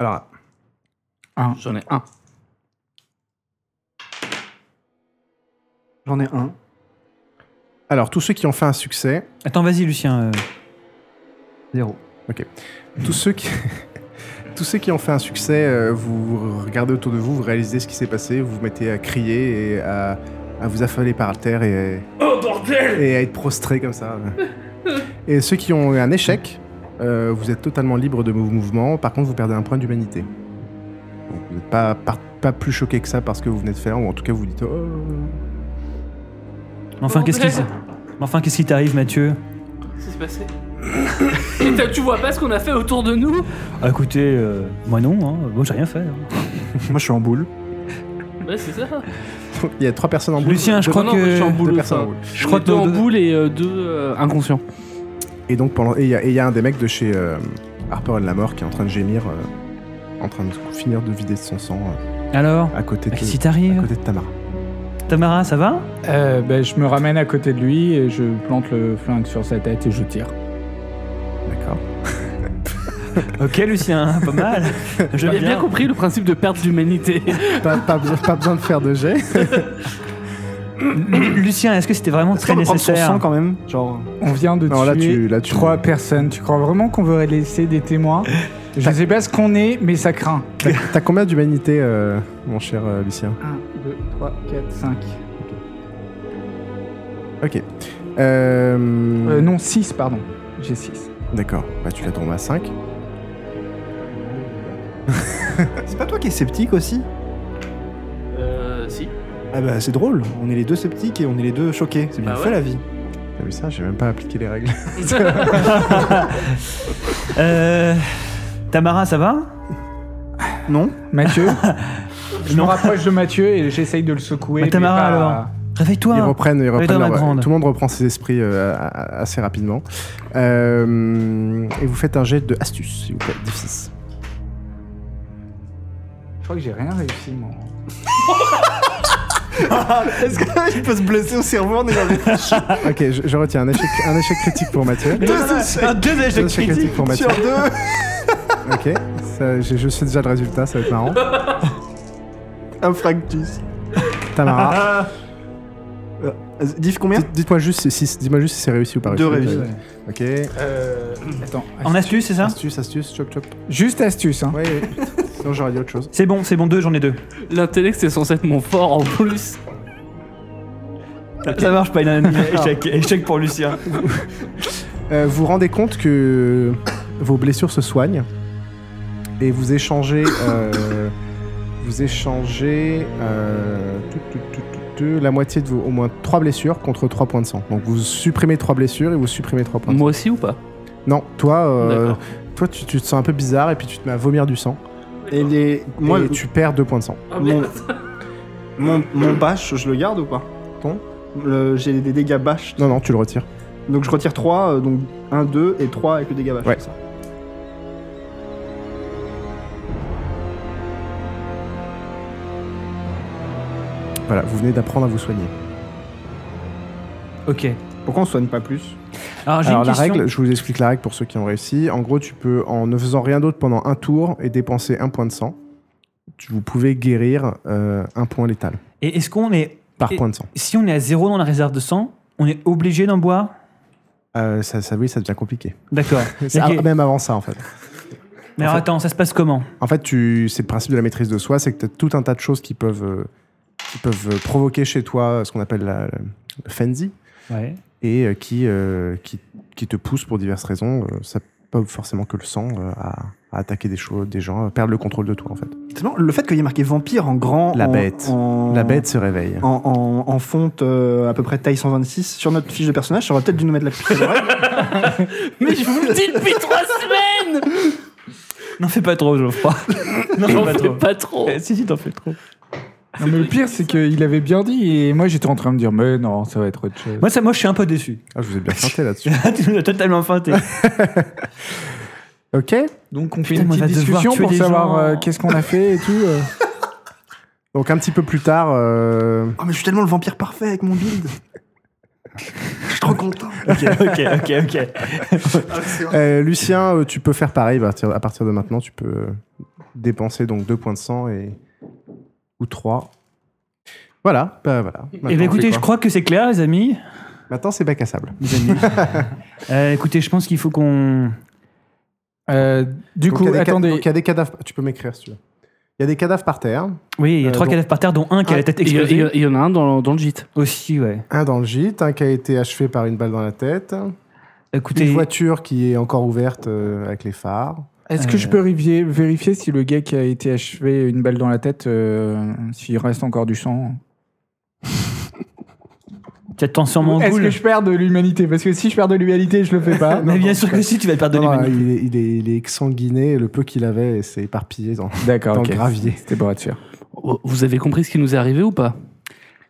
S1: Alors,
S4: J'en ai un.
S5: J'en ai un.
S1: alors, tous ceux qui ont fait un succès,
S2: Attends, vas-y, Lucien. euh, Zéro.
S1: tous ceux qui, tous ceux qui ont fait un succès, euh, vous regardez autour de vous, vous réalisez ce qui s'est passé, vous vous mettez à crier et à, à vous affoler par terre et, et à être prostré comme ça. et ceux qui ont eu un échec, euh, vous êtes totalement libre de vos mouvements, par contre vous perdez un point d'humanité. Donc vous n'êtes pas, par- pas plus choqué que ça par ce que vous venez de faire, ou en tout cas vous dites... Oh.
S2: Enfin, qu'est-ce qui, enfin, qu'est-ce qui t'arrive, Mathieu
S4: Qu'est-ce qui s'est passé Et t'as- tu vois pas ce qu'on a fait autour de nous
S2: Ah, Écoutez, euh, moi non, hein. moi j'ai rien fait. hein.
S5: Moi, je suis en boule.
S4: Ouais, c'est ça.
S1: Il y a trois personnes en boule.
S2: Lucien, je
S1: Deux-
S2: crois
S4: non,
S2: que-
S4: je suis en boule.
S1: deux personnes en boule.
S4: Je crois
S2: que
S4: deux en
S2: nos deux-
S4: boule et euh, deux euh, inconscients.
S1: Et donc pendant, et il y, a- et il y a un des mecs de chez euh, Harper and Lamore qui est en train de gémir, euh, en train de finir de vider de son sang euh,
S2: Alors
S1: à
S5: Bah,
S1: côté de,
S2: Qu'est-ce qui
S1: à
S2: t'arrive
S1: côté de Tamara.
S2: Tamara, ça va
S3: Euh, ben, je me ramène à côté de lui et je plante le flingue sur sa tête et je tire.
S1: D'accord.
S2: Ok, Lucien, pas mal. Je
S4: J'avais bien
S2: bien.
S4: compris le principe de perte d'humanité.
S1: pas, pas besoin, pas besoin de faire de jet.
S2: Lucien, est-ce que c'était vraiment
S5: Est-ce qu'on
S2: très
S5: peut prendre son
S2: nécessaire
S5: sang quand même Genre.
S3: On vient de
S1: Non,
S3: tuer
S1: là, tu- là, tu-
S3: trois personnes. Tu crois vraiment qu'on veut laisser des témoins Je sais pas ce qu'on est, mais ça craint.
S1: T'as t'as combien d'humanité, euh, mon cher euh, Lucien
S3: 1, 2, 3, 4, 5.
S1: Ok. Euh,
S3: non, 6, pardon. J'ai 6.
S1: D'accord. Bah, tu la tombes à 5.
S5: euh, C'est pas toi qui es sceptique aussi
S4: Euh, si.
S5: Ah bah c'est drôle, on est les deux sceptiques et on est les deux choqués. C'est bien
S4: Bah
S5: fait
S4: ouais.
S5: la vie.
S1: T'as vu ça J'ai même pas appliqué les règles.
S2: Euh, Tamara, ça va
S5: Non
S3: Mathieu Je me
S2: Non.
S3: rapproche de Mathieu et j'essaye de le secouer.
S2: Mais
S3: mais
S2: Tamara,
S3: pas-
S2: alors
S5: Ah.
S1: Ils
S2: Réveille-toi.
S1: reprennent, ils reprennent
S2: dans la
S1: leur-
S2: grande.
S1: tout le monde reprend ses esprits euh, a- a- assez rapidement. Euh, et vous faites un jet de astuce, s'il vous plaît, d
S3: Je crois que j'ai rien réussi, moi.
S5: Est-ce qu'il peut se blesser au cerveau en ayant des
S1: Ok, je, je retiens un échec, un échec critique pour Mathieu.
S2: Un Ah, deux échecs
S1: échecs
S2: critiques.
S1: critiques pour Mathieu.
S5: sur deux
S1: Ok, ça, je, je sais déjà le résultat, ça va être marrant.
S5: Un fractus.
S1: Tamara,
S5: Euh, diff combien
S1: dites- dites-moi juste, si, si- dis-moi juste si c'est réussi ou pas réussi.
S5: Deux
S1: réussis.
S5: réussis.
S1: Ok.
S3: Euh, attends.
S2: En astuce, c'est ça
S1: Astuce, astuce, chop chop.
S3: Juste astuce, hein.
S1: Ouais, ouais. sinon j'aurais dit autre chose.
S2: C'est bon, c'est bon, deux, j'en ai deux.
S4: L'intellect, c'est censé être mon fort en plus.
S2: Ça Ah. marche pas, il a un échec, échec pour Lucien.
S1: Euh, vous vous rendez compte que vos blessures se soignent et vous échangez. euh, vous échangez euh, tout, tout, tout, tout, tout, la moitié de vos, au moins 3 blessures contre 3 points de sang. Donc vous supprimez 3 blessures et vous supprimez 3 points de sang.
S4: Moi aussi ou pas
S1: Non, toi, euh,
S4: D'accord.
S1: toi tu, tu te sens un peu bizarre et puis tu te mets à vomir du sang.
S5: Et les. Moi,
S1: Moi, et tu perds 2 points de sang.
S6: Ah,
S4: Ah,
S5: mon, mon, mon bâche, je le garde ou pas
S1: Ton
S5: Le- J'ai des dégâts bâche.
S1: Non, non, tu le retires.
S5: Donc je retire 3, euh, donc 1, 2 et 3 avec le dégât bâche.
S1: Ouais.
S5: c'est ça.
S1: Voilà, vous venez d'apprendre à vous soigner.
S2: Ok.
S5: Pourquoi on soigne pas plus
S2: Alors, j'ai une
S1: Alors la
S2: question.
S1: règle, je vous explique la règle pour ceux qui ont réussi. En gros, tu peux, en ne faisant rien d'autre pendant un tour et dépenser un point de sang, tu, vous pouvez guérir euh, un point létal
S2: Et est-ce qu'on est.
S1: par
S2: Et-
S1: point de sang.
S2: Si on est à zéro dans la réserve de sang, on est obligé d'en boire
S1: Euh, ça, ça, oui, ça devient compliqué.
S2: D'accord.
S1: C'est
S2: Ok.
S1: av- Même avant ça, en fait.
S2: Mais alors,
S1: fait-
S2: attends, ça se passe comment
S1: En fait, tu, c'est le principe de la maîtrise de soi, c'est que tu as tout un tas de choses qui peuvent, euh, qui peuvent euh, provoquer chez toi ce qu'on appelle la, le frenzy
S2: Ouais.
S1: et euh, qui, euh, qui, qui te poussent pour diverses raisons. euh, ça pas forcément que le sang euh, à, à attaquer des choses, des gens, à perdre le contrôle de toi, en fait.
S5: Sinon, le fait qu'il y ait marqué vampire en grand.
S1: La
S5: en-
S1: bête.
S5: en-
S1: La bête se réveille.
S5: En, en- en fonte euh, à peu près taille 126 sur notre fiche de personnage, ça aurait peut-être dû nous mettre la puce à l'oreille.
S4: Mais je vous le dis depuis trois semaines
S2: N'en fais pas trop, Geoffroy. non,
S4: J'en
S2: pas
S4: fais
S2: trop.
S4: pas trop.
S2: Eh, Si, si, t'en fais trop.
S3: Non, mais le pire, c'est qu'il avait bien dit et moi j'étais en train de me dire, mais non, ça va être autre chose.
S2: Moi, ça, moi, je suis un peu déçu. Eh ben,
S1: Ah, je vous ai bien chanté là-dessus.
S2: tu nous as totalement feinté.
S1: Ok.
S3: Donc on fait
S2: Putain,
S3: une
S2: mais on
S3: petite
S2: va devoir
S3: discussion
S2: tuer
S3: pour
S2: des
S3: savoir
S2: gens.
S3: euh, qu'est-ce qu'on a fait et tout. euh.
S1: Donc un petit peu plus tard, euh,
S5: Oh, mais je suis tellement le vampire parfait avec mon build. Je suis trop content.
S2: ok, ok, ok, ok.
S1: euh, Lucien, euh, tu peux faire pareil. À partir, à partir de maintenant, tu peux euh, dépenser donc deux points de sang et ou trois. Voilà. Bah, voilà. Maintenant,
S2: Eh bien,
S1: on fait
S2: écoutez, je
S1: quoi
S2: crois que c'est clair, les amis.
S1: Maintenant, c'est bac à sable.
S2: Euh, écoutez, je pense qu'il faut qu'on
S3: Euh, du
S1: Donc,
S3: coup,
S1: il y a des ca-
S3: attendez.
S1: donc, il y a des cadavres. Tu peux m'écrire si tu veux. Il y a des cadavres par terre,
S2: Oui, il y a
S1: Euh,
S2: trois
S1: donc-
S2: cadavres par terre, dont un qui a la tête
S4: Ah, Il y, a-
S2: explosée.
S4: il y a- il y en a un dans, dans le gîte.
S2: euh, Aussi, ouais.
S1: un dans le gîte, un qui a été achevé par une balle dans la tête,
S2: Écoutez,
S1: une voiture qui est encore ouverte euh, avec les phares.
S3: Est-ce que
S2: Euh.
S3: je peux rivier- vérifier si le gars qui a été achevé une balle dans la tête, euh, s'il reste encore du sang
S2: tu attends sûrement
S3: Est-ce
S2: Ghoul.
S3: que je perds de l'humanité Parce que si je perds de l'humanité, je le fais pas.
S2: Mais bien sûr que si, tu vas te
S6: Ah,
S2: perdre de
S1: Non, non,
S2: l'humanité.
S1: Ah, il, est, il, est, il est exsanguiné, le peu qu'il avait s'est éparpillé dans,
S3: D'accord,
S1: dans
S3: ok.
S1: le gravier.
S3: C'était pour être sûr.
S4: Vous avez compris ce qui nous est arrivé ou pas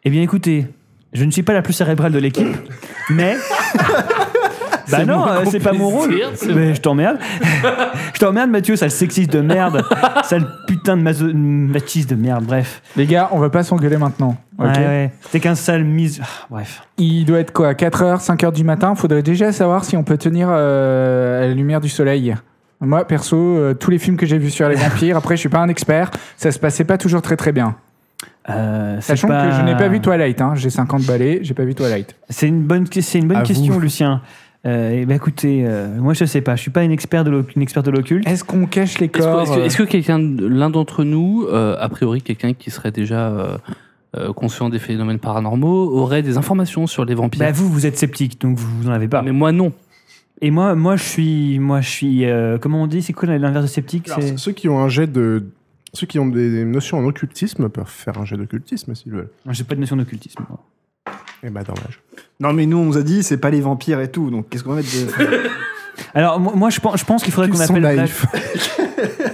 S2: Eh bien, écoutez, je ne suis pas la plus cérébrale de l'équipe, mais. Bah
S4: C'est
S2: non,
S4: moins
S2: euh,
S4: qu'on
S2: c'est pas
S4: puisse
S2: mon rôle.
S4: dire, c'est
S2: Mais je t'emmerde. je t'emmerde, Mathieu, sale sexiste de merde. sale putain de maso- machiste de merde, bref.
S3: Les gars, on va pas s'engueuler maintenant. ok
S2: Ouais, ouais. T'es qu'un sale mise. Ah, bref.
S3: Il doit être quoi 4h, 5h du matin Faudrait déjà savoir si on peut tenir euh, à la lumière du soleil. Moi, perso, euh, tous les films que j'ai vus sur les vampires, après, je suis pas un expert, ça se passait pas toujours très très bien.
S2: Euh, c'est
S3: Sachant
S2: pas-
S3: que je n'ai pas vu Twilight, hein. j'ai 50 balais, j'ai pas vu Twilight.
S2: C'est une bonne, que- c'est une bonne
S1: À
S2: question,
S1: vous.
S2: Lucien. Euh, eh ben, écoutez, euh, moi je sais pas, je suis pas une experte de l'oc- une experte de l'occulte.
S3: Est-ce qu'on cache les
S4: Est-ce que-
S3: corps
S4: est-ce que,
S2: euh.
S4: est-ce que quelqu'un, l'un d'entre nous, euh, a priori quelqu'un qui serait déjà euh, euh, conscient des phénomènes paranormaux, aurait des informations sur les vampires
S2: Bah vous, vous êtes sceptique, donc vous, vous en avez pas.
S4: Mais moi non.
S2: Et moi, moi je suis, moi je suis, euh, comment on dit, c'est quoi l'inverse de sceptique
S1: Alors,
S2: c'est-
S1: ceux qui ont un jet de. Ceux qui ont des des notions en occultisme peuvent faire un jet d'occultisme s'ils veulent.
S2: Moi, J'ai pas de notion d'occultisme. moi.
S1: Eh ben, dommage.
S5: Non, mais nous, on nous a dit, c'est pas les vampires et tout, donc qu'est-ce qu'on va mettre de...
S2: Alors moi, moi, je pense, je pense qu'il
S3: euh,
S2: faudrait
S1: Ils
S2: qu'on
S1: sont
S2: appelle. Black-
S1: naïfs.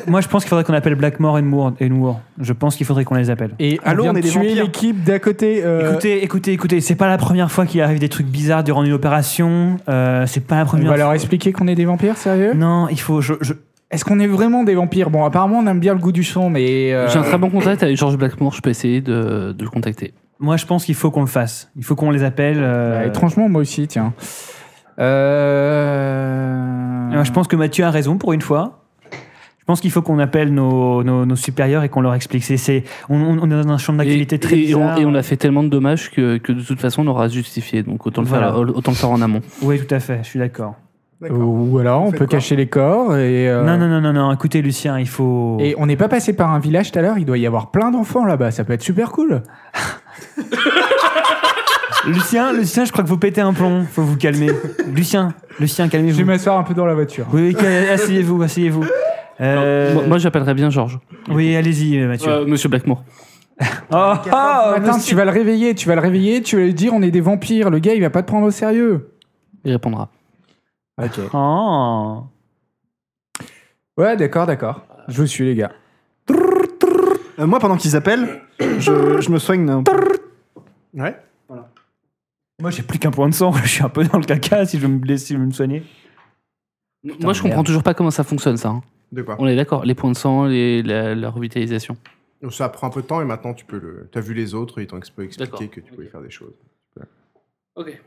S2: moi je pense qu'il faudrait qu'on appelle Blackmore et Moore. Et Moore. Je pense qu'il faudrait qu'on les appelle.
S3: Et
S5: Allô,
S3: on
S5: on
S3: vient
S5: est
S3: de
S5: des
S3: tuer
S5: vampires.
S3: l'équipe d'à côté. euh,
S2: Écoutez, écoutez, écoutez, c'est pas la première fois qu'il arrive des trucs bizarres durant une opération. euh, c'est pas la
S3: on
S2: première.
S3: va leur
S2: fois.
S3: expliquer qu'on est des vampires, sérieux
S2: Non, il faut. Je, je-
S3: Est-ce qu'on est vraiment des vampires Bon, apparemment, on aime bien le goût du son, mais. euh,
S4: J'ai un très bon contact avec Georges Blackmore, je peux essayer de, de le contacter.
S2: Moi, je pense qu'il faut qu'on le fasse. Il faut qu'on les appelle. euh,
S3: bah, étrangement, moi aussi, tiens. Euh...
S2: Alors, Ah, je pense que Mathieu a raison pour une fois. Je pense qu'il faut qu'on appelle nos, nos, nos supérieurs et qu'on leur explique. C'est, c'est- on, on- on est dans un champ d'activité
S4: et,
S2: très
S4: et on,
S2: bizarre.
S4: et on a fait tellement de dommages que, que de toute façon on aura justifié, donc autant le, faire,
S2: Voilà.
S4: autant le faire en amont.
S2: Oui, tout à fait, je suis d'accord.
S1: D'accord.
S3: Ou alors, on
S1: Faites
S3: peut
S1: quoi
S3: cacher les corps et. euh,
S2: Non, non, non, non, non, écoutez, Lucien, il faut.
S3: Et on n'est pas passé par un village tout à l'heure, il doit y avoir plein d'enfants là-bas, ça peut être super cool.
S2: Lucien, Lucien, je crois que vous pétez un plomb, faut vous calmer. Lucien, Lucien,
S3: Je vais
S2: calmez-vous.
S3: m'asseoir un peu dans la voiture.
S2: Oui, oui, cal- asseyez-vous, asseyez-vous. Euh,
S4: Moi, moi, j'appellerais bien Georges.
S2: oui, allez-y, Mathieu.
S4: Euh, Monsieur Blackmore.
S2: oh,
S1: Ah,
S2: oh,
S3: Attends,
S2: monsieur-
S3: tu vas le réveiller, tu vas le réveiller, tu vas lui dire on est des vampires, le gars il va pas te prendre au sérieux.
S4: Il répondra.
S3: Ok.
S2: Oh.
S3: Ouais, d'accord, d'accord. Je vous suis les gars.
S5: Euh, Moi, pendant qu'ils appellent, je, je me soigne hein. d'un... Ouais
S2: Moi, j'ai plus qu'un point de sang, je suis un peu dans le caca si je veux me blesser, si je veux me soigner.
S4: moi, je comprends
S3: merde.
S4: toujours pas comment ça fonctionne, ça. hein.
S1: De quoi
S4: On est d'accord, les points de sang, les, la, la revitalisation.
S1: Donc, Ça prend un peu de temps et maintenant tu peux le. T'as vu les autres, ils t'ont exp- expliqué
S4: D'accord.
S1: que tu pouvais faire des choses.
S4: Ok.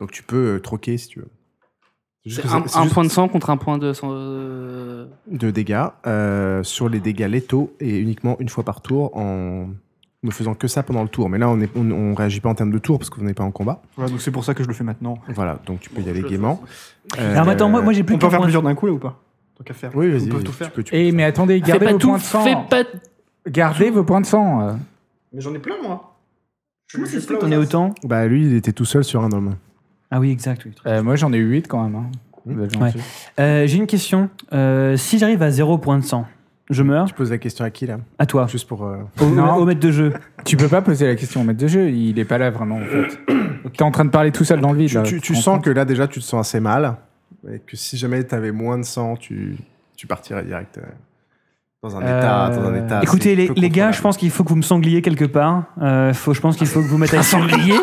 S1: Donc tu peux euh, troquer si tu veux. C'est juste
S4: C'est
S1: que
S4: un,
S1: c'est- c'est
S4: un
S1: juste
S4: point de sang contre un point de sang. euh,
S1: de dégâts euh, sur les dégâts létaux et uniquement une fois par tour en ne faisant que ça pendant le tour. Mais là on est on, on réagit pas en termes de tour parce que vous n'êtes pas en combat.
S5: Voilà, donc c'est pour ça que je le fais maintenant.
S1: Voilà, donc tu peux y
S4: Bon,
S1: aller
S4: je le
S1: gaiement. Euh,
S4: Euh,
S2: Alors, attends, moi, moi j'ai plus
S5: On peut
S2: qu'un
S5: en faire
S2: point de
S5: plusieurs d'un coup, là, ou pas Tant qu'à faire.
S1: Oui, vas-y.
S5: On peut
S1: vas-y,
S5: tout faire.
S1: tu peux- tu peux
S3: Et
S1: tout
S3: mais attendez,
S4: Fais
S3: gardez
S4: pas
S3: vos
S4: tout,
S3: points de sang.
S4: fais pas.
S3: Gardez vos points de sang. euh.
S5: Mais j'en ai plein, moi
S2: Comment ça se fait qu'on ait autant
S1: faire. Bah lui, il était tout seul sur un homme.
S2: Ah oui, exact. oui.
S3: Euh, moi j'en ai 8 quand même. hein.
S1: Mmh.
S3: Vous êtes gentils.
S2: Euh, J'ai une question. Euh, si j'arrive à 0 point de sang, je meurs
S1: Tu poses la question à qui là
S2: À toi,
S1: Juste pour. euh,
S2: au,
S3: Non.
S2: au maître de jeu.
S3: Tu peux pas poser la question au maître de jeu, il est pas là vraiment en fait. T'es en train de parler tout seul dans le vide.
S1: Tu,
S3: là,
S1: tu-
S3: te
S1: tu
S3: rends
S1: sens
S3: compte
S1: que là déjà tu te sens assez mal et que si jamais tu avais moins de sang, tu, tu partirais direct euh, dans un
S3: Euh,
S1: état. Dans un état assez
S2: Écoutez, les,
S1: peu
S2: les gars, je
S1: contrôlable.
S2: pense qu'il faut que vous me sangliez quelque part. Euh, faut, je pense qu'il faut que vous mettez un sanglier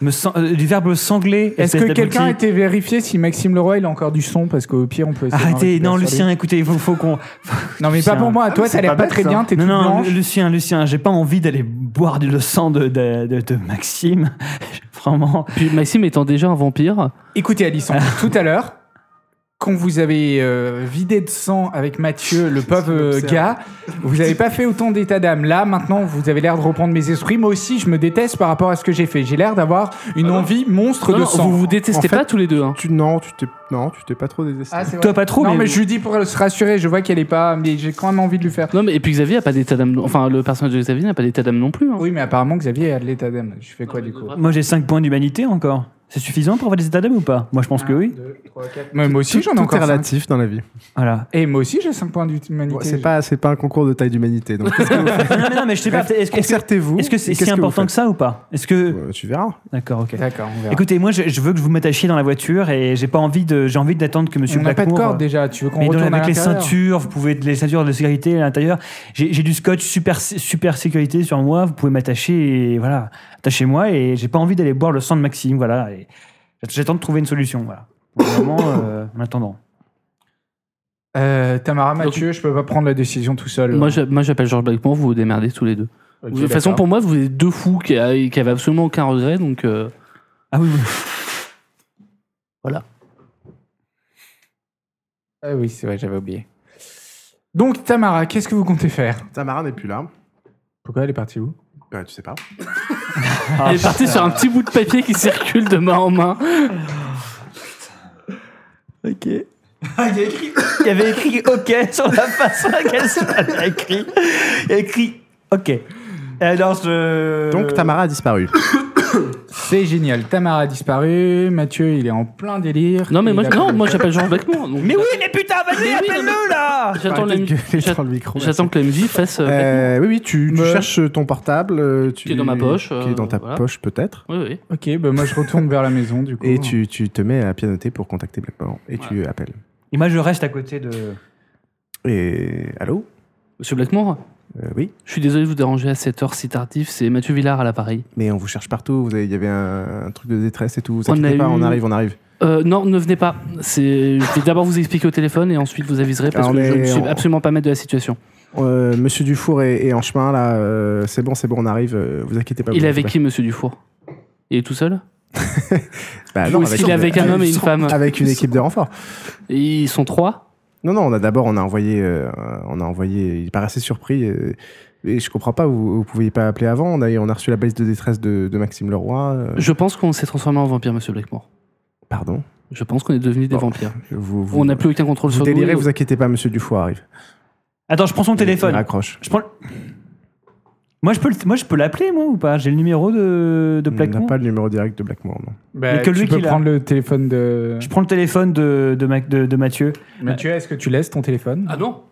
S2: me san- euh, Du verbe sangler.
S3: Est-ce
S2: espèce
S3: que quelqu'un a
S2: d'abruti.
S3: été vérifié si Maxime Leroy il a encore du son Parce qu'au pire, on peut essayer. d'en
S2: Arrêtez,
S3: récupérer
S2: non,
S3: sur lui.
S2: Lucien, écoutez, il faut, faut qu'on.
S3: Non, mais pas pour moi. Toi,
S5: mais
S3: ça a
S5: c'est
S3: l'air
S5: pas
S3: pas
S5: bête,
S3: très
S5: ça.
S3: bien. T'es
S2: Non,
S3: toute
S2: non,
S3: blanche.
S2: Lucien, Lucien, j'ai pas envie d'aller boire du- le sang de, de, de- de Maxime. Vraiment.
S4: Puis Maxime étant déjà un vampire,
S3: Écoutez, Alison, tout à l'heure, quand vous avez euh, vidé de sang avec Mathieu, le pauvre euh,
S5: l'observe.
S3: gars, vous n'avez pas fait autant d'état d'âme. Là, maintenant, vous avez l'air de reprendre mes esprits. Moi aussi, je me déteste par rapport à ce que j'ai fait. J'ai l'air d'avoir une envie monstre de
S4: Non,
S3: sang.
S4: vous vous détestez
S1: En fait,
S4: pas tous les deux. Hein.
S1: Tu, non, tu t'es, non, tu t'es pas trop désesté.
S3: Ah, c'est vrai.
S2: Toi, pas trop,
S3: non, mais,
S2: mais
S3: je lui dis pour se rassurer. Je vois qu'elle est pas, mais j'ai quand même envie de lui faire.
S4: Non, mais et puis Xavier a pas d'état d'âme. non- Enfin, le personnage de Xavier n'a pas d'état d'âme non plus. hein.
S3: Oui, mais apparemment, Xavier a de l'état d'âme. Je fais quoi du coup
S2: moi j'ai 5 points d'humanité encore. C'est suffisant pour avoir des états d'âme ou pas Moi je pense que oui.
S3: Mais Moi aussi, j'en ai
S1: Tout est
S3: encore. cinq.
S1: relatif dans la vie.
S2: Voilà.
S3: Et moi aussi, j'ai 5 points d'humanité.
S1: Bon, c'est pas, c'est pas un concours de taille d'humanité. Donc, qu'est-ce que vous faites
S2: non, mais non, mais je sais pas. Est-ce que- est-ce que
S1: Concertez-vous.
S2: est-ce que c'est
S1: et
S2: si
S1: qu'est-ce que vous
S2: important que ça ou pas Est-ce que.
S1: faites Euh, Tu verras.
S2: D'accord, ok.
S3: D'accord, on verra.
S2: Écoutez, moi, je, je veux que vous me chier dans la voiture et j'ai pas envie de, j'ai envie d'attendre que Monsieur
S3: on n'a pas de
S2: Blackmore,
S3: corde
S2: euh,
S3: déjà. Tu veux qu'on
S2: mais dans-
S3: retourne à
S2: avec les
S3: l'intérieur
S2: ceintures, vous pouvez les ceintures de sécurité à l'intérieur. J'ai j'ai du scotch super super sécurité sur moi. Vous pouvez m'attacher, et voilà, attachez-moi et j'ai pas envie d'aller boire le sang de Maxime, voilà. Et j'attends de trouver une solution, voilà. Vraiment, euh, en attendant.
S3: Euh, Tamara, Mathieu, je peux pas prendre la décision tout seul.
S4: Moi, je- moi, j'appelle Georges Blackmore, vous vous démerdez tous les deux.
S3: Ok,
S4: de toute façon,
S3: d'accord.
S4: pour moi, vous êtes deux fous qui, a- qui avaient absolument aucun regret, donc euh,
S2: Ah oui, oui.
S3: Ah oui, c'est vrai, j'avais oublié. Donc, Tamara, qu'est-ce que vous comptez faire
S1: Tamara n'est plus là.
S3: Pourquoi elle est partie où
S1: Bah, tu sais pas.
S4: elle est partie sur un petit bout de papier qui circule de main en main.
S1: Ok.
S6: Ah, il y a écrit.
S2: Il y avait écrit OK sur la façon à laquelle ça avait écrit. Il y a écrit OK. Et Alors je.
S1: Donc Tamara a disparu.
S3: C'est génial. Tamara a disparu. Mathieu, il est en plein délire.
S4: Non, mais
S3: Il
S4: moi,
S3: a-
S4: je- non, moi j'appelle Georges Blackmore. donc
S2: Mais oui, mais putain, vas-y,
S4: Mais oui, non,
S2: appelle-le là
S4: J'attends
S1: Arrêtez
S4: la,
S1: de
S4: mu-
S1: gueuler
S4: j'att-
S1: dans le micro.
S4: j'attends que la musique fasse. euh, Blackmore.
S1: Euh, oui, oui, tu, tu
S3: Me-
S1: cherches ton portable. euh, Tu,
S4: Qui est dans ma poche,
S1: qui est dans
S4: euh,
S1: ta
S4: voilà.
S1: poche, peut-être.
S4: Oui, oui.
S3: Ok, bah moi, je retourne vers la maison, du coup.
S1: Et tu, tu te mets à pianoter pour contacter Blackmore. Et tu appelles.
S2: Et moi, je reste à côté de.
S1: Et. Allô
S4: Monsieur Blackmore,
S1: Euh, Oui.
S4: je suis désolé de vous déranger à cette heure si tardive, c'est Mathieu Villard à l'appareil.
S1: Mais on vous cherche partout. Vous avez- Il y avait un, un truc de détresse et tout. Vous
S4: On
S1: inquiétez
S4: a
S1: pas,
S4: eu-
S1: on arrive, on arrive.
S4: Euh, non, ne venez pas. C'est... Je vais d'abord vous expliquer au téléphone et ensuite vous aviserez parce
S1: Ah, on
S4: que je
S1: est-
S4: ne suis
S1: on-
S4: absolument pas maître de la situation.
S1: Euh, Monsieur Dufour est, est en chemin là. euh, c'est bon, c'est bon, on arrive. euh, vous inquiétez pas.
S4: Il
S1: vous
S4: est
S1: inquiétez
S4: avec qui, monsieur Dufour Il est tout seul
S1: pas. Bah,
S4: Ou est-ce qu'il est avec un homme et une femme
S1: Avec une équipe de renfort.
S4: Ils sont trois
S1: Non, non, on a d'abord, on a envoyé, euh, on a envoyé. Il paraissait surpris. euh, et je comprends pas, vous, vous pouviez pas appeler avant. On a, on a reçu la balise de détresse de, de Maxime Leroy. euh,
S4: Je pense qu'on s'est transformé en vampire, monsieur Blackmore.
S1: pardon.
S4: Je pense qu'on est devenus des
S1: Bon.
S4: vampires.
S1: Vous, vous-
S4: On n'a plus aucun contrôle
S1: vous
S4: sur
S1: délirez,
S4: nous.
S1: vous inquiétez pas, Monsieur Dufour arrive.
S2: Attends, je prends son
S1: Il
S2: téléphone.
S1: raccroche.
S2: Je prends. le- Moi, je peux, le- moi, je peux l'appeler, moi, ou pas J'ai le numéro de, de
S1: On n'a
S2: Blackmore.
S1: pas le numéro direct de Blackmore. Non.
S3: Bah,
S2: y a que
S3: tu
S2: lui
S3: peux
S2: qui l'a.
S3: prendre le téléphone de... Bah,
S2: Je prends le téléphone de, de, Mac- de, de Mathieu.
S3: Mathieu, est-ce que tu laisses ton téléphone
S4: Ah non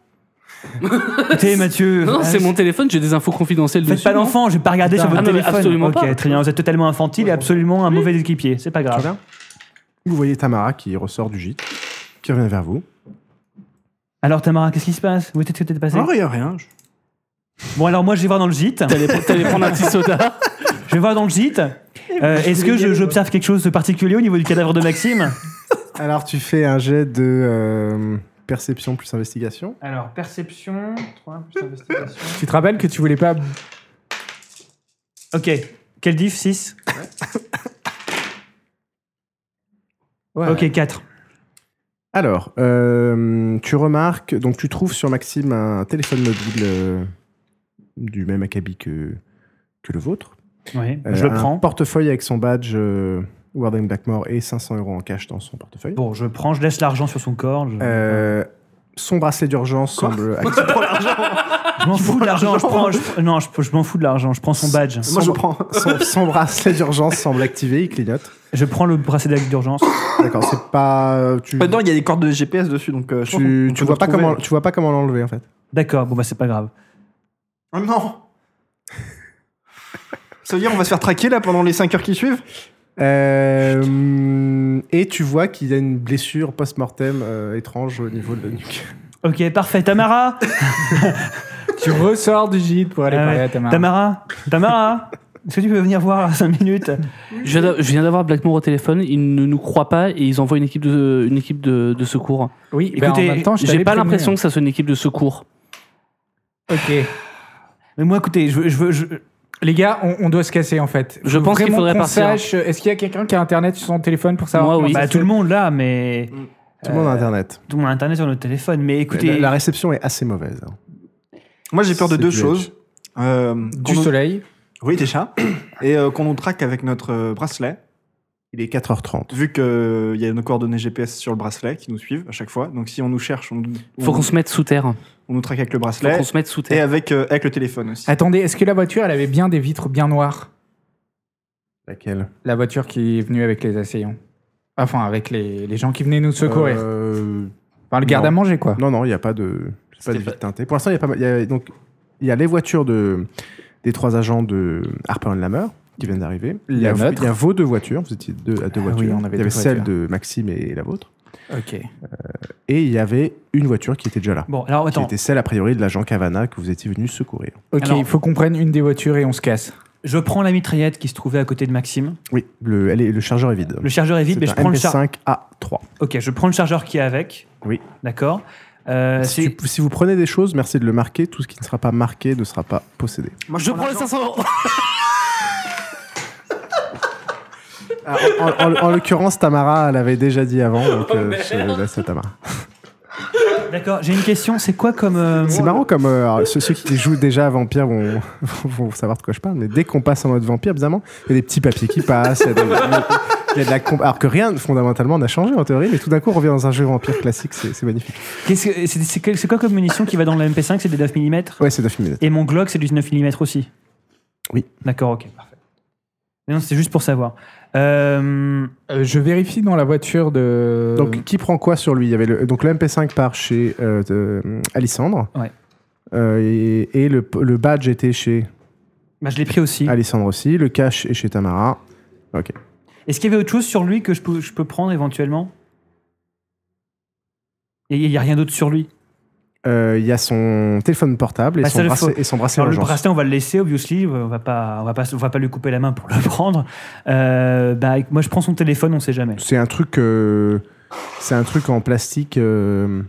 S2: Écoutez, Mathieu.
S4: Non,
S2: euh,
S4: c'est mon téléphone, j'ai des infos confidentielles
S2: Faites
S4: dessus,
S2: pas
S4: non
S2: l'enfant, je vais pas regarder sur
S4: Putain.
S2: votre
S4: Ah non, mais
S2: téléphone.
S4: absolument
S2: ok,
S4: pas.
S2: très bien, vous êtes totalement infantile et absolument un mauvais équipier. C'est pas
S1: Très
S2: grave.
S1: bien. Vous voyez Tamara qui ressort du gîte, qui revient vers vous.
S2: Alors, Tamara, qu'est-ce qui se passe Où est-ce que t'es passé
S5: Ah, Non, il y a rien. Je-
S2: Bon, alors, moi, je vais voir dans le gîte.
S4: T'allais t'allais prendre un petit soda
S2: Je vais voir dans le gîte. Euh, Est-ce que je- j'observe quelque chose de particulier au niveau du cadavre de Maxime
S1: Alors tu fais un jet de euh, perception plus investigation.
S2: Alors, perception, 3 plus investigation.
S3: Tu te rappelles que tu voulais pas...
S2: Ok. Quel diff 6
S3: Ouais.
S2: Ok, 4.
S1: Alors, euh, tu remarques, donc tu trouves sur Maxime un téléphone mobile euh, du même acabit que, que le vôtre.
S2: Oui,
S1: Euh,
S2: je le
S1: un
S2: prends.
S1: portefeuille avec son badge euh, Warden Blackmore et 500 euros en cash dans son portefeuille.
S2: Bon, je prends, je laisse l'argent sur son corps. Je,
S1: Euh, son bracelet d'urgence semble actif.
S2: je m'en fous de l'argent. Je prends, je- non, je, je m'en fous de l'argent. Je prends son badge.
S1: Son
S5: Moi, je
S1: bra-
S5: prends.
S1: son, son bracelet d'urgence semble activé, il clignote.
S2: Je prends le bracelet d'urgence.
S1: D'accord, c'est pas. euh, Tu,
S3: Bah,
S6: Maintenant, Euh, il y a des cordes de GPS dessus, donc. euh, je pense
S1: tu,
S6: qu'on
S1: tu
S6: peut
S1: vois pas
S5: retrouver.
S1: comment, tu vois pas comment l'enlever en fait.
S2: D'accord. Bon bah c'est pas grave.
S5: Oh non Ça veut dire on va se faire traquer là pendant les 5 heures qui suivent
S1: Euh, et tu vois qu'il y a une blessure post-mortem euh, étrange au niveau de la nuque.
S2: Ok, parfait. Tamara,
S3: Tu ressors du gîte pour aller
S2: Ah ouais.
S3: parler à Tamara.
S2: Tamara, Tamara. Est-ce que tu peux venir voir 5 minutes
S4: Je viens d'a- je viens d'avoir Blackmore au téléphone, il ne nous croit pas et ils envoient une équipe de, une équipe de, de secours.
S3: Oui, bah,
S4: Écoutez,
S3: en même temps, je
S4: j'ai
S3: t'avais
S4: pas
S1: hein.
S3: prévenu. hein.
S4: l'impression que ça soit une équipe de secours.
S3: Ok.
S2: Mais moi, écoutez, je, veux- je veux. je-
S3: Les gars, on, on doit se casser en fait.
S4: Je pense qu'il
S3: vraiment
S4: faudrait
S3: qu'on euh,
S4: partir.
S3: sache. Est-ce qu'il y a quelqu'un qui a internet sur son téléphone pour savoir
S4: Moi,
S3: comment
S4: oui.
S3: ça
S2: bah,
S3: se
S2: tout le
S3: fait
S2: monde là, mais.
S1: Tout le monde a
S2: Euh,
S1: Internet.
S2: Tout le monde a Internet sur notre téléphone. Mais écoutez,
S1: La, la réception est assez mauvaise. hein.
S5: Moi, j'ai peur de
S1: C'est
S5: deux
S1: du
S5: choses.
S1: edge.
S5: Euh,
S3: Du
S5: qu'on nous-
S3: soleil.
S5: Oui, déjà. Et euh, qu'on nous traque avec notre euh, bracelet.
S1: Il est 4h30.
S5: Vu qu'il y a nos coordonnées GPS sur le bracelet qui nous suivent à chaque fois. Donc si on nous cherche, on,
S4: Faut
S5: on-
S4: qu'on se mette sous terre.
S5: on nous traque avec le
S4: Faut
S5: bracelet.
S4: qu'on se mette sous
S5: Et
S4: terre.
S5: avec, euh, avec le téléphone aussi.
S3: Attendez, est-ce que la voiture, elle avait bien des vitres bien noires
S1: Laquelle
S3: La voiture qui est venue avec les assaillants. Enfin, avec les, les gens qui venaient nous secourir.
S1: Euh,
S3: enfin, le garde-à-manger, quoi.
S1: Non, non, il n'y a pas de, c'est pas de
S4: C'était
S1: vide teinté. Pour l'instant, il y a pas mal- il y a- donc, il y a les voitures de, des trois agents de Harper Lammer qui viennent d'arriver. Il y, a-
S3: La nôtre.
S1: il y a vos deux voitures. Vous étiez deux, à deux
S3: Ah oui,
S1: voitures.
S3: on avait
S1: il y avait
S3: deux
S1: celle
S3: voitures.
S1: de Maxime et la vôtre.
S3: Ok.
S1: Et il y avait une voiture qui était déjà là.
S2: bon, alors
S1: Qui
S2: attends,
S1: était celle, a priori, de l'agent Cavana que vous étiez venu secourir.
S3: Ok,
S2: Alors-
S3: il faut qu'on prenne une des voitures et on se casse.
S2: je prends la mitraillette qui se trouvait à côté de Maxime.
S1: Oui, le, elle est- le chargeur est vide.
S2: Le chargeur est vide, mais je
S1: C'est un
S2: prends le chargeur.
S1: MP5 A3.
S2: Ok, je prends le chargeur qui est avec.
S1: Oui.
S2: D'accord. Euh,
S1: Ah, si,
S2: c'est-
S1: tu- si vous prenez des choses, merci de le marquer. Tout ce qui ne sera pas marqué ne sera pas possédé.
S5: Moi,
S4: Je prends les
S5: l'argent.
S4: 500 euros.
S1: Ah, en, en- en l'occurrence, Tamara, elle avait déjà dit avant, donc euh, je laisse à Tamara.
S2: D'accord, j'ai une question. C'est quoi comme. euh,
S1: C'est marrant comme euh, alors, ceux, ceux qui jouent déjà à Vampire vont, vont savoir de quoi je parle, mais dès qu'on passe en mode Vampire, bizarrement, il y a des petits papiers qui passent, il y a de, il y a de la comp- alors que rien fondamentalement n'a changé en théorie, mais tout d'un coup on revient dans un jeu Vampire classique, c'est c'est magnifique.
S2: qu'est-ce que- C'est c'est quel- c'est quoi comme munition qui va dans le MP5 C'est des 9 mm
S1: Ouais, c'est 9 minutes.
S2: Et mon Glock, c'est du 9 mm aussi
S1: Oui.
S2: D'accord, ok, parfait. Non, c'est juste pour savoir. Euh,
S3: Euh, je vérifie dans la voiture de.
S1: Donc qui prend quoi sur lui Il y avait le, donc le MP5 part chez euh, de- euh, Alissandre.
S2: Ouais.
S1: Euh, et et le, le badge était chez
S2: bah, je l'ai pris aussi.
S1: Alissandre aussi, le cash est chez Tamara. Ok.
S2: Est-ce qu'il y avait autre chose sur lui que je peux, je peux prendre éventuellement Et il n'y a rien d'autre sur lui.
S1: Euh, Il y a son téléphone portable et,
S2: Bah, ça,
S1: son,
S2: le
S1: bracelet, et son bracelet
S2: Alors le
S1: d'urgence.
S2: bracelet, on va le laisser, obviously. On va pas, on va pas, on va pas lui couper la main pour le prendre. Euh, bah, moi, je prends son téléphone, on sait jamais.
S1: C'est un truc, euh, c'est un truc en plastique euh,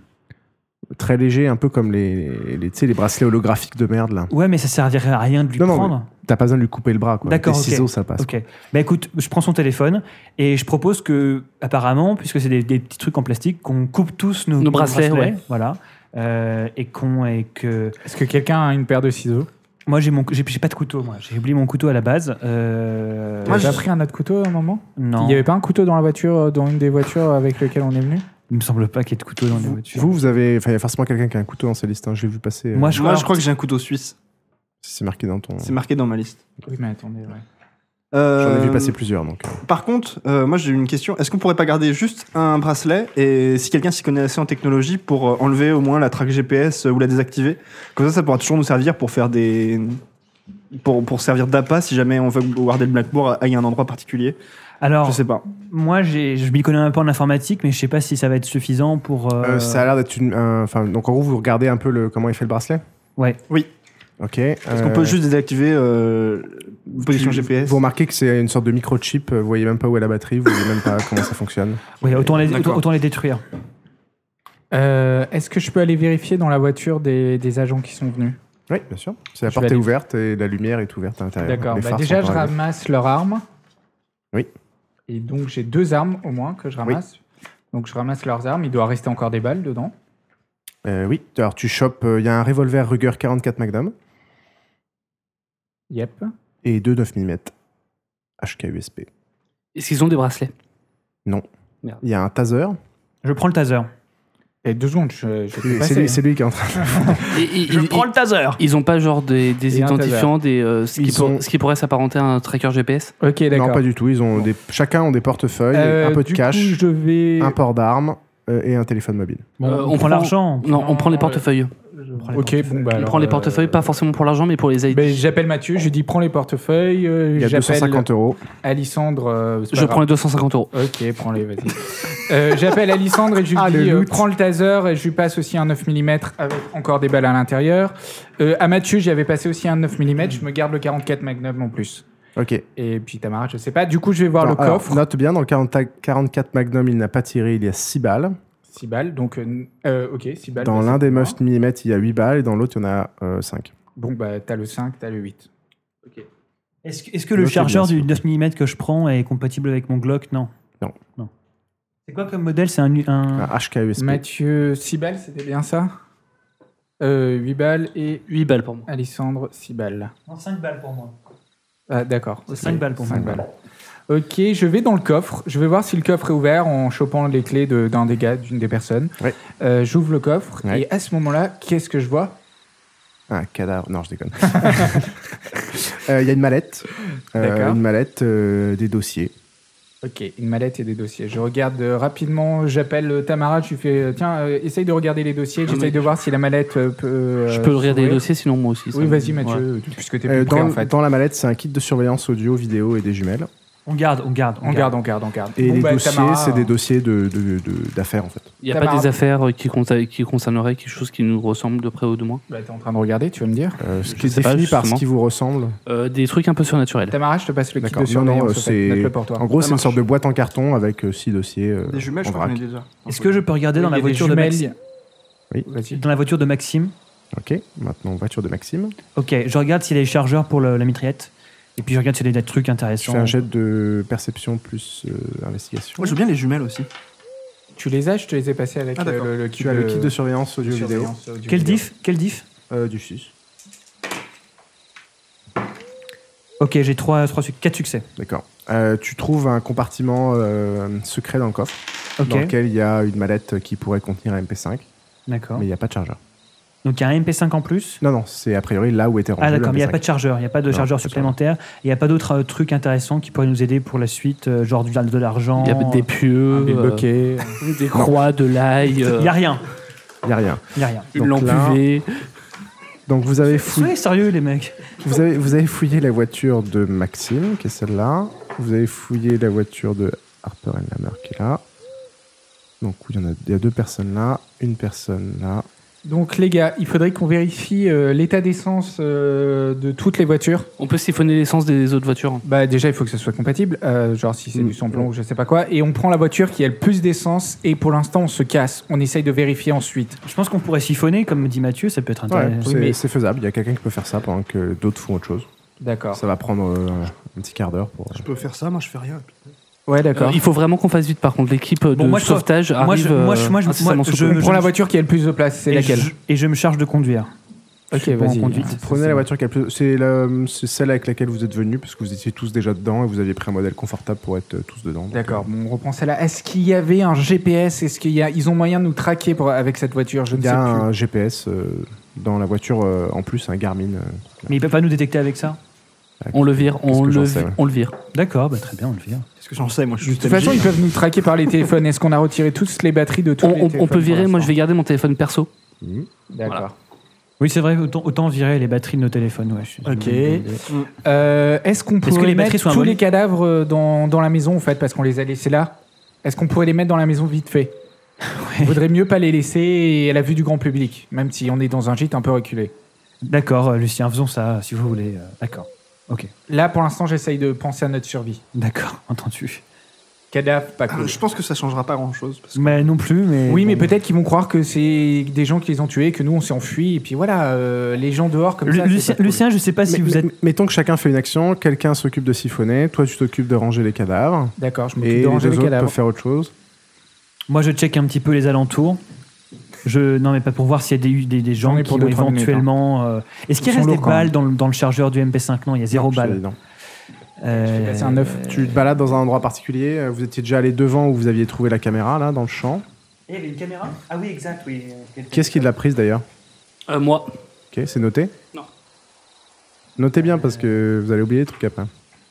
S1: très léger, un peu comme les, les, tu sais, les bracelets holographiques de merde là.
S2: Ouais, mais ça servirait à rien de lui
S1: Non, non,
S2: prendre.
S1: T'as pas besoin de lui couper le bras, quoi. Avec
S2: D'accord,
S1: Des
S2: ok.
S1: ciseaux, ça passe.
S2: Ok. Bah écoute, je prends son téléphone et je propose que, apparemment, puisque c'est des, des petits trucs en plastique, qu'on coupe tous nos,
S4: Nos bracelets, ouais.
S2: voilà, Euh, et qu'on et que.
S3: Est-ce que quelqu'un a une paire de ciseaux
S2: Moi, j'ai mon, j'ai j'ai pas de couteau. Moi, j'ai oublié mon couteau à la base. Euh,
S3: T'as
S5: Moi,
S3: déjà
S5: je-
S3: pris un autre couteau à un moment Il
S2: non,
S3: n'y avait pas un couteau dans la voiture, euh, dans une des voitures avec lesquelles on est venu
S2: il me semble pas qu'il y ait de couteau dans les
S1: Vous,
S2: voitures.
S1: vous, vous avez, enfin, il y a forcément quelqu'un qui a un couteau dans sa liste. hein. J'ai vu passer. euh,
S2: Moi, je,
S5: Moi, je
S2: crois
S5: crois que j'ai un couteau suisse.
S1: c'est marqué dans ton.
S5: C'est marqué dans ma liste.
S3: Oui, mais attendez, ouais.
S1: J'en ai
S5: Euh,
S1: vu passer plusieurs, donc. euh.
S5: Par contre, euh, moi j'ai une question. Est-ce qu'on pourrait pas garder juste un bracelet et si quelqu'un s'y connaît assez en technologie pour euh, enlever au moins la traque GPS euh, ou la désactiver Comme ça, ça pourra toujours nous servir pour faire des. Pour, pour servir d'appât si jamais on veut guarder le Blackboard à à un endroit particulier.
S2: Alors,
S5: Je sais pas.
S2: moi, j'ai, je m'y connais un peu en informatique, mais je sais pas si ça va être suffisant pour. euh,
S1: Euh, ça a l'air d'être une. un- Enfin, donc en gros, vous regardez un peu le comment il fait le bracelet.
S2: Ouais.
S5: Oui.
S1: Ok. euh,
S5: Est-ce qu'on peut juste désactiver euh, position GPS
S1: Vous remarquez que c'est une sorte de microchip. euh, Vous voyez même pas où est la batterie. Vous voyez même pas comment ça fonctionne.
S2: ouais, autant les,
S5: D'accord.
S2: autant, autant les détruire.
S3: Euh, Est-ce que je peux aller vérifier dans la voiture des, des agents qui sont venus
S1: Oui, bien sûr. C'est la
S3: Je
S1: porte
S3: vais
S1: est
S3: aller-
S1: ouverte et la lumière est ouverte à l'intérieur.
S3: D'accord.
S1: Les
S3: Bah,
S1: phares
S3: déjà,
S1: sont
S3: je
S1: pas allumés.
S3: ramasse leur arme.
S1: Oui.
S3: Et donc, j'ai deux armes au moins que je ramasse. Donc, je ramasse leurs armes. Il doit rester encore des balles dedans.
S1: Euh, oui, alors tu chopes. euh, Il y a un revolver Ruger 44 Magnum
S3: Yep.
S1: et deux 9 mm HK-USP.
S4: Est-ce qu'ils ont des bracelets
S1: Il y a un taser.
S2: Je prends le taser.
S3: Et deux secondes, je, je vais
S1: C'est lui, c'est lui qui est en train.
S4: Et- et-
S2: Je
S4: et-
S2: prends le taser.
S4: Ils ont pas genre des, des
S3: Et un
S4: identifiants, des, euh, ce, qui
S1: Ils ont-
S4: pour- ce qui pourrait s'apparenter à un tracker GPS
S3: Ok,
S1: Non,
S3: d'accord.
S1: pas du tout. Ils ont
S3: Bon.
S1: des... Chacun ont des portefeuilles,
S3: Euh,
S1: un peu de
S3: du
S1: cash,
S3: Coup, je vais.
S1: un port d'armes euh, et un téléphone mobile.
S2: Bon,
S4: Euh,
S2: on, prend l'argent.
S4: Non, on
S3: Non,
S4: prend les
S3: euh,
S4: portefeuilles.
S2: prend les
S3: Ok, bon, bah.
S4: on
S3: alors,
S4: prend les
S3: euh,
S4: portefeuilles, pas forcément pour l'argent, mais pour les ID.
S3: ben, J'appelle Mathieu, je lui dis prends les portefeuilles. euh,
S1: Il y a
S3: j'appelle
S1: 250 euros.
S3: Alissandre. euh, c'est pas
S4: Je
S3: grave.
S4: prends les 250 euros.
S3: Ok, prends-les, vas-y. Euh, J'appelle Alissandre et je lui
S1: Ah, le
S3: dis euh,
S1: loot.
S3: prends le taser et je lui passe aussi un 9 mm avec encore des balles à l'intérieur. Euh, à Mathieu, j'y avais passé aussi un 9 mm, je me garde le 44 Magnum en plus.
S1: Ok.
S3: Et puis Tamara, je sais pas. Du coup, je vais voir
S1: Non,
S3: le
S1: alors,
S3: coffre.
S1: note bien, dans le 40 44 Magnum, il n'a pas tiré, il y a 6 balles.
S3: 6 balles, donc euh, euh, ok, 6 balles.
S1: Dans
S3: bah,
S1: l'un
S3: c'est
S1: des
S3: bon.
S1: 9 mm, il y a 8 balles et dans l'autre, il y en a euh, 5.
S3: Bon, bah t'as le 5, t'as le 8.
S2: Est-ce que, est-ce que le
S1: Notez bien
S2: chargeur
S1: ça.
S2: du 9 mm que je prends est compatible avec mon Glock Non.
S1: Non.
S2: C'est quoi comme modèle C'est un, un-
S1: Un HKUSP.
S3: Mathieu, 6 balles, c'était bien ça euh, 8 balles et
S4: 8 balles pour moi.
S3: Alessandre, 6 balles.
S2: Non, 5 balles pour moi.
S3: Ah, d'accord.
S2: 5 balles pour moi.
S3: Cinq balles. Ok, je vais dans le coffre. Je vais voir si le coffre est ouvert en chopant les clés de- d'un des gars, d'une des personnes.
S1: Ouais.
S3: Euh, J'ouvre le coffre
S1: Ouais.
S3: et à ce moment-là, qu'est-ce que je vois
S1: Un cadavre. Non, je déconne. Euh, Il y a une mallette. Euh,
S3: D'accord.
S1: une mallette, euh, des dossiers.
S3: Ok, une mallette et des dossiers. Je regarde euh, rapidement, j'appelle euh, Tamara, tu fais euh, tiens, euh, essaye de regarder les dossiers,
S4: Non,
S3: j'essaye
S4: mais-
S3: de voir si la mallette euh, peut. euh,
S4: je peux le regarder les
S3: s'ouvrir.
S4: dossiers, sinon moi aussi. ça
S3: Oui,
S4: me-
S3: vas-y
S4: Ouais.
S3: Mathieu, puisque t'es
S1: Euh,
S3: plus prêt
S1: dans,
S3: en fait.
S1: dans la mallette, c'est un kit de surveillance audio, vidéo et des jumelles.
S2: On garde, on garde.
S3: On garde, on garde, on garde.
S1: Et
S3: Bon,
S1: les
S3: bah,
S1: dossiers,
S3: Tamara,
S1: c'est
S3: euh,
S1: des dossiers de- de- de- d'affaires, en fait.
S4: Il n'y a
S3: Ça
S4: pas
S3: marche.
S4: des affaires euh, qui, conta- qui concerneraient quelque chose qui nous ressemble de près ou de moins
S3: Bah, t'es en train de regarder, tu vas me dire.
S1: Euh, ce
S4: Je
S1: qui est
S4: sais pas,
S1: défini par ce
S4: justement.
S1: qui vous ressemble.
S4: Euh, Des trucs un peu surnaturels.
S3: Tamara, je te passe le kit de
S1: D'accord. Non, non,
S3: surveillance.
S1: euh,
S3: au fait.
S1: c'est.
S3: Note-le pour toi.
S1: En gros,
S5: Ça
S1: c'est une
S5: marche.
S1: sorte de boîte en carton avec euh, six dossiers. euh,
S5: Des jumelles, je
S1: en
S5: crois qu'on
S1: vrac.
S5: est déjà.
S2: Est-ce que je peux regarder dans
S3: Oui,
S2: la
S3: des
S2: voiture de
S3: jumelles.
S2: Maxime
S1: Oui.
S3: Vas-y.
S2: Dans la voiture de Maxime.
S1: Ok, maintenant voiture de Maxime.
S2: Ok, je regarde s'il y a des chargeurs pour le- la mitraillette. Et puis je regarde s'il y a des trucs
S1: Je
S2: intéressants.
S1: fais un jet de perception plus euh, investigation.
S5: Moi, je veux bien les jumelles aussi.
S3: Tu les as, je te les ai passés avec
S5: Ah, d'accord.
S3: euh, le, le kit
S1: tu as le
S3: de-
S1: kit de surveillance audio vidéo
S3: surveillance audio
S2: Quel
S3: vidéo.
S2: diff Quel diff
S1: Euh, du 6.
S2: Ok, j'ai 3, 3, 4 succès.
S1: D'accord. Euh, tu trouves un compartiment euh, secret dans le coffre
S2: Ok,
S1: dans lequel il y a une mallette qui pourrait contenir un MP5,
S2: d'accord.
S1: mais il n'y a pas de chargeur.
S2: Donc il y a un MP5 en plus.
S1: Non, non, c'est a priori là où était rendu
S2: Ah
S1: le
S2: d'accord, mais il n'y a
S1: MP5.
S2: pas de chargeur, il n'y a pas de
S1: Non,
S2: chargeur
S1: pas de
S2: supplémentaire, il n'y a pas d'autres euh, trucs intéressants qui pourraient nous aider pour la suite, euh, genre du- de l'argent. euh,
S4: Il y a des pieux,
S3: Des
S4: euh,
S3: bokeh.
S4: des croix, de l'ail,
S2: Il
S4: euh,
S2: n'y a rien,
S1: Il y a rien.
S2: il n'y a rien.
S4: une
S1: Donc
S4: lampe
S1: là-
S4: UV.
S1: Donc vous avez fouillé.
S2: Soyez sérieux les mecs.
S1: Vous avez, vous avez fouillé la voiture de Maxime, qui est celle-là. Vous avez fouillé la voiture de Harper and Lammer, qui est là. Donc, oui, il y, en a, il y a deux personnes là, une personne là.
S3: Donc les gars, il faudrait qu'on vérifie euh, l'état d'essence euh, de toutes les voitures.
S4: On peut siphonner l'essence des autres voitures.
S3: Bah déjà, il faut que ça soit compatible, euh, genre si c'est
S1: Mm.
S3: du samplon ou je sais pas quoi. Et on prend la voiture qui a le plus d'essence et pour l'instant, on se casse. On essaye de vérifier ensuite.
S2: Je pense qu'on pourrait siphonner, comme dit Mathieu, ça peut être
S1: Ouais,
S2: intéressant.
S1: c'est
S3: mais-
S1: c'est faisable. Il y a quelqu'un qui peut faire ça pendant que d'autres font autre chose.
S3: D'accord.
S1: Ça va prendre euh, un petit quart d'heure pour. euh,
S5: Je peux faire ça, moi, je fais rien.
S3: Ouais,
S4: Euh,
S3: d'accord.
S4: il faut vraiment qu'on fasse vite. Par contre, l'équipe de
S2: Bon, moi, je-
S4: sauvetage
S2: moi, je-
S4: arrive.
S2: moi, je-
S4: euh,
S2: moi, je-
S4: incessamment sous
S2: je-
S4: peu.
S3: on prend la voiture qui a le plus de place. C'est
S2: et,
S3: laquelle
S2: je, et je me charge de conduire.
S3: Ok,
S2: suis bon en
S3: vas-y.
S2: conduite.
S1: Prenez la voiture qui a le plus- C'est la- c'est celle avec laquelle vous êtes venu, parce que vous étiez tous déjà dedans et vous aviez pris un modèle confortable pour être euh, tous dedans. Donc,
S3: D'accord. Bon, on reprend celle-là. Est-ce qu'il y avait un GPS Est-ce qu'il y a Ils ont moyen de nous traquer pour... avec cette voiture Je
S1: euh, Il
S3: ne
S1: y
S3: sais
S1: a
S3: plus.
S1: un GPS euh, dans la voiture, euh, en plus, un Garmin. euh,
S2: Mais il peut pas nous détecter avec ça
S4: On le vire,
S1: Qu'est-ce
S4: on
S1: que
S4: le,
S1: j'en
S4: vi-
S1: sais, ouais.
S4: on le vire.
S2: D'accord, bah, très bien, on le fait.
S5: Qu'est-ce que j'en sais, moi, je suis
S3: De toute façon, ils peuvent nous traquer par les téléphones. Est-ce qu'on a retiré toutes les batteries de tous
S4: On,
S3: les
S4: on- on
S3: téléphones
S4: peut virer.
S3: pour
S4: Moi, je
S3: l'instant
S4: vais garder mon téléphone perso.
S1: Mhm.
S3: D'accord.
S4: Voilà.
S2: Oui, c'est vrai, autant, autant virer les batteries de nos téléphones. ouais, je suis-
S3: Ok. Euh, Est-ce qu'on pourrait
S2: que les batteries
S3: mettre
S2: sont
S3: tous
S2: abonnées
S3: les cadavres euh, dans, dans la maison, en fait, parce qu'on les a laissés là Est-ce qu'on pourrait les mettre dans la maison vite fait Il Vaudrait mieux pas les laisser à la vue du grand public, même si on est dans un gîte un peu reculé.
S2: D'accord, euh, Lucien, faisons ça si vous voulez. euh, D'accord. Ok,
S3: Là, pour l'instant, j'essaye de penser à notre survie.
S2: d'accord, entendu.
S3: Cadavre, pas cool.
S5: Ah, Je pense que ça changera pas grand chose. Parce que
S2: Mais non plus, mais.
S3: Oui, mais
S2: bon.
S3: peut-être qu'ils vont croire que c'est des gens qui les ont tués, que nous on s'est enfuis, et puis voilà, euh, les gens dehors comme
S2: Lu-
S3: ça. c'est
S2: Lucien,
S3: pas cool.
S2: Lucien, je sais pas si
S1: Mais-
S2: vous êtes.
S1: mais- Mettons que chacun fait une action, quelqu'un s'occupe de siphonner, toi tu t'occupes de ranger les cadavres,
S3: D'accord, je
S1: et
S3: m'occupe
S1: les
S3: de
S1: deux
S3: ranger les
S1: autres peuvent
S3: cadavres.
S1: faire autre chose.
S2: Moi, je check un petit peu les alentours. Je... Non, mais pas pour voir s'il y a des, des, des gens
S3: J'en ai
S2: qui
S3: pour
S2: ont
S3: deux, trois minutes, hein.
S2: éventuellement. euh, Est-ce qu'il
S3: Ils sont
S2: reste
S3: hein.
S2: des
S3: lourds, quand
S2: balles
S3: même.
S2: dans le, dans le chargeur du MP5 Non, il y a zéro
S1: C'est
S2: balle.
S1: évident.
S2: Euh,
S3: passé un neuf.
S1: Tu te balades dans un endroit particulier, euh, vous étiez déjà allé devant où vous aviez trouvé la caméra, là, dans le champ.
S6: Il y avait une caméra Ah oui, exact, oui.
S1: Qui est-ce qui l'a prise d'ailleurs
S4: Euh, moi,
S1: Ok, c'est noté
S4: Non.
S1: Notez bien parce que vous allez oublier les trucs après.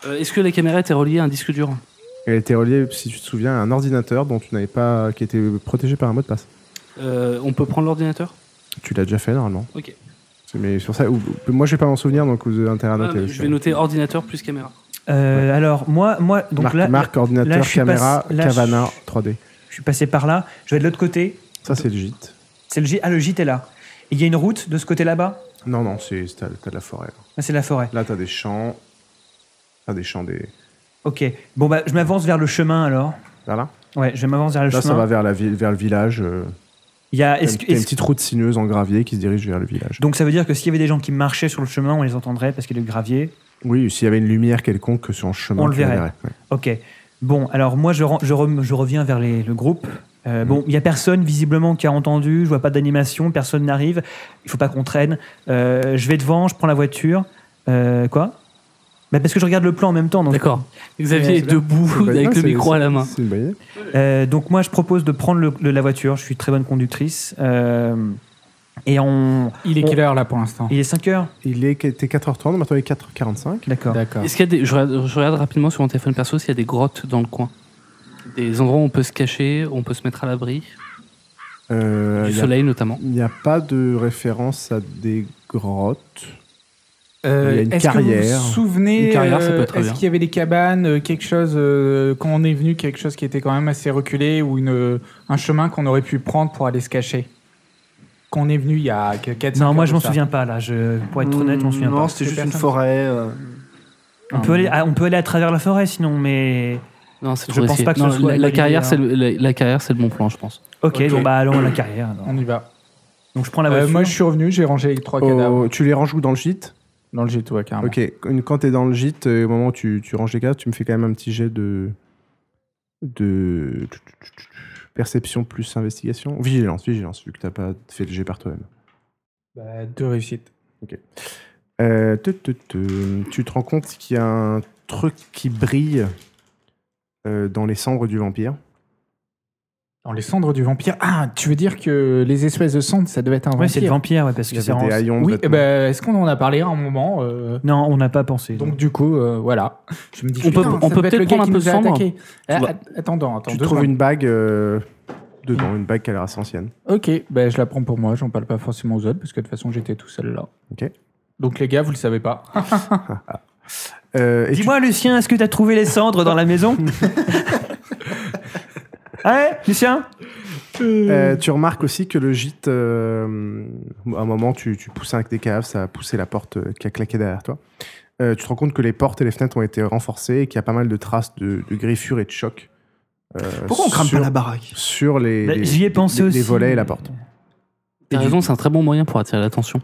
S4: Euh, est-ce que la caméra était reliée à un disque dur
S1: Elle était reliée, si tu te souviens, à un ordinateur dont tu n'avais pas, qui était protégé par un mot de passe.
S4: Euh, On peut prendre l'ordinateur
S1: Tu l'as déjà fait normalement.
S4: Ok.
S1: C'est- Mais sur ça, ou- moi je vais pas m'en souvenir, donc vous avez intérêt à
S4: Ah,
S1: noter.
S4: mais Je vais noter ordinateur plus caméra.
S2: euh, alors, moi, moi donc
S1: marque,
S2: là,
S1: marque, ordinateur,
S2: là, je suis
S1: caméra,
S2: pas- là,
S1: Cavana, 3D.
S2: je suis passé par là. Je vais de l'autre côté.
S1: Ça, c'est le gîte.
S2: C'est le gîte. Ah, le gîte est là. Et Il y a une route de ce côté là-bas
S1: Non, non, c'est c'est- t'as t'as de la forêt. Là,
S2: Ah, C'est la forêt.
S1: Là, t'as des champs. T'as des champs des.
S2: Ok. Bon, bah, je m'avance vers le chemin alors.
S1: Là, là.
S2: Ouais, je m'avance vers le
S1: Là,
S2: chemin.
S1: ça va vers, la ville, vers le village. euh,
S2: Il y a.
S1: t'as une
S2: est-ce que-
S1: t'as une
S2: est-ce-
S1: petite route sinueuse en gravier qui se dirige vers le village.
S2: Donc ça veut dire que s'il y avait des gens qui marchaient sur le chemin, on les entendrait parce qu'il y a le gravier.
S1: Oui, s'il y avait une lumière quelconque sur le chemin,
S2: On le
S1: tu la
S2: verrait.
S1: verrais, ouais.
S2: Ok. Bon, alors moi, je, ren- je, rem- je reviens vers les- le groupe. Euh, bon, il n'y a personne visiblement qui a entendu, je vois pas d'animation, personne n'arrive, il faut pas qu'on traîne. Euh, je vais devant, je prends la voiture. Euh, quoi Bah, Parce que je regarde le plan en même temps. Donc,
S4: D'accord. Xavier
S2: Ouais,
S4: est
S2: c'est
S1: C'est une
S4: debout
S1: bonne
S4: avec
S1: idée,
S4: le
S1: c'est-
S4: micro à la main.
S1: C'est une bonne idée.
S2: Euh, donc moi, je propose de prendre le- le- la voiture, je suis très bonne conductrice. Euh, et on...
S3: Il est
S2: On-
S3: quelle heure là pour l'instant
S2: Il est 5 heures
S1: Il est, était 4h30, maintenant il est 4h45.
S2: D'accord.
S3: D'accord.
S4: Est-ce qu'il y a des... je, regarde, je regarde rapidement sur mon téléphone perso s'il y a des grottes dans le coin. Des endroits où on peut se cacher, où on peut se mettre à l'abri.
S1: Euh,
S4: du
S1: il y a-
S4: soleil notamment.
S1: il n'y a pas de référence à des grottes.
S3: Euh,
S1: Il y a une
S3: est-ce Que
S1: carrière.
S3: vous vous souvenez euh,
S4: Une carrière, ça peut être
S3: Est-ce
S4: bien.
S3: qu'il y avait des cabanes, euh, quelque chose euh, quand on est venu, quelque chose qui était quand même assez reculé ou une, euh, un chemin qu'on aurait pu prendre pour aller se cacher Quand on est venu il y a 4
S2: Non, moi, je m'en souviens pas, là. Je... Pour être honnête, je m'en souviens
S5: Mm, non,
S2: pas.
S5: c'était
S3: Les
S5: juste une
S3: personnes-
S5: forêt. euh,
S2: On peut, aller, ah, on peut aller à travers la forêt, sinon, mais...
S4: Non, c'est
S2: Je
S4: trop
S2: pense
S4: risqué.
S2: pas que ce
S4: Non,
S2: soit hein.
S4: la,
S2: une
S4: la
S2: bonne
S4: carrière,
S2: idée,
S4: c'est le, la, la carrière, c'est le bon plan, je pense.
S2: Ok,
S3: Ok.
S2: bon, bah allons à la carrière. alors.
S3: On y va.
S2: Donc je prends la
S3: Euh,
S2: voiture.
S3: moi, je suis revenu, j'ai rangé les trois cadavres
S1: Oh, tu les ranges où dans le gîte
S3: dans le jet, ouais, carrément.
S1: Ok, une- quand t'es dans le gîte, euh, au moment où tu, tu ranges les cadavres, tu me fais quand même un petit jet de. de. perception plus investigation. Vigilance, vigilance, vu que t'as pas fait le jet par toi-même.
S3: Bah, deux réussites.
S1: Euh, te, te, te. tu te rends compte qu'il y a un truc qui brille euh, dans les cendres du vampire.
S3: Dans les cendres du vampire. Ah, tu veux dire que les espèces de cendres, ça devait être un
S2: Ouais, c'est
S3: vampire
S2: le vampire, ouais, parce
S1: Il
S2: que
S1: y
S2: c'est
S1: avait des
S2: en-
S1: haillons de
S3: Oui, eh
S1: vêtements.
S3: ben, est-ce qu'on en a parlé à un moment euh,
S2: Non, on n'a pas pensé.
S3: Donc du coup, euh, voilà. Je me dis,
S4: On peut-
S3: putain, ça
S4: on peut
S3: doit être
S4: peut-être
S3: le gars
S4: prendre
S3: qui
S4: un peu
S3: nous a
S4: de cendre.
S3: attaqué. Ah,
S4: vois.
S3: att- Attendons, attends.
S1: Tu
S3: deux
S1: trouves
S3: secondes.
S1: une bague euh, dedans, une bague qui a l'air assez ancienne.
S3: Ok, ben, je la prends pour moi. J'en parle pas forcément aux autres parce que de toute façon, j'étais tout seul là.
S1: Ok.
S3: Donc les gars, vous le savez pas.
S1: Euh, et tu-
S2: Dis-moi, Lucien, est-ce que t'as trouvé les cendres dans la maison Ouais, Lucien
S1: Euh, tu remarques aussi que le gîte, euh, à un moment, tu, tu pousses un avec des caves, ça a poussé la porte euh, qui a claqué derrière toi. Euh, tu te rends compte que les portes et les fenêtres ont été renforcées et qu'il y a pas mal de traces de, de griffures et de chocs. euh,
S5: Pourquoi on crame
S1: sur,
S5: pas la baraque
S1: Sur les,
S2: Bah,
S1: les-
S2: J'y ai
S1: les-
S2: pensé
S1: les-
S2: aussi.
S1: les volets et la porte.
S4: T'as raison, c'est un très bon moyen pour attirer l'attention.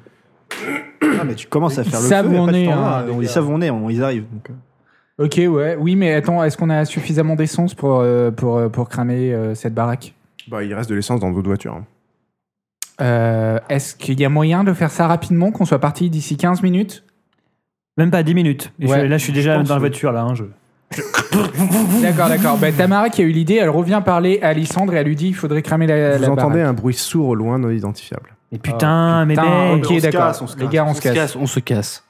S5: Ah, mais tu commences à
S3: Ils
S5: faire le
S3: savent
S5: feu,
S3: où
S5: y a
S3: on
S5: pas de
S3: est,
S5: temps,
S3: hein,
S5: là.
S3: les
S5: ils
S3: gars.
S5: savent où on est, on- ils arrivent. donc, euh.
S3: Ok, ouais. Oui, mais attends, est-ce qu'on a suffisamment d'essence pour, euh, pour, euh, pour cramer euh, cette baraque
S1: Bah, il reste de l'essence dans d'autres voitures. hein.
S3: Euh, Est-ce qu'il y a moyen de faire ça rapidement, qu'on soit parti d'ici 15 minutes
S2: Même pas 10 minutes. Et je-
S3: Ouais,
S2: là, je suis déjà
S3: pense,
S2: dans la
S3: oui.
S2: voiture, là. hein, je-
S3: D'accord, d'accord. Ben, Tamara qui a eu l'idée, elle revient parler à Alissandre et elle lui dit il faudrait cramer Euh, la,
S1: Vous
S3: la
S1: entendez hein
S3: baraque.
S1: un bruit sourd au loin non identifiable.
S2: Mais putain, mais
S3: Putain, oh,
S2: mec
S3: ok,
S5: on se
S3: d'accord.
S5: casse, on se
S3: Les
S5: casse,
S3: gars, on,
S4: On
S3: se
S4: se
S3: casse.
S4: casse, on se casse.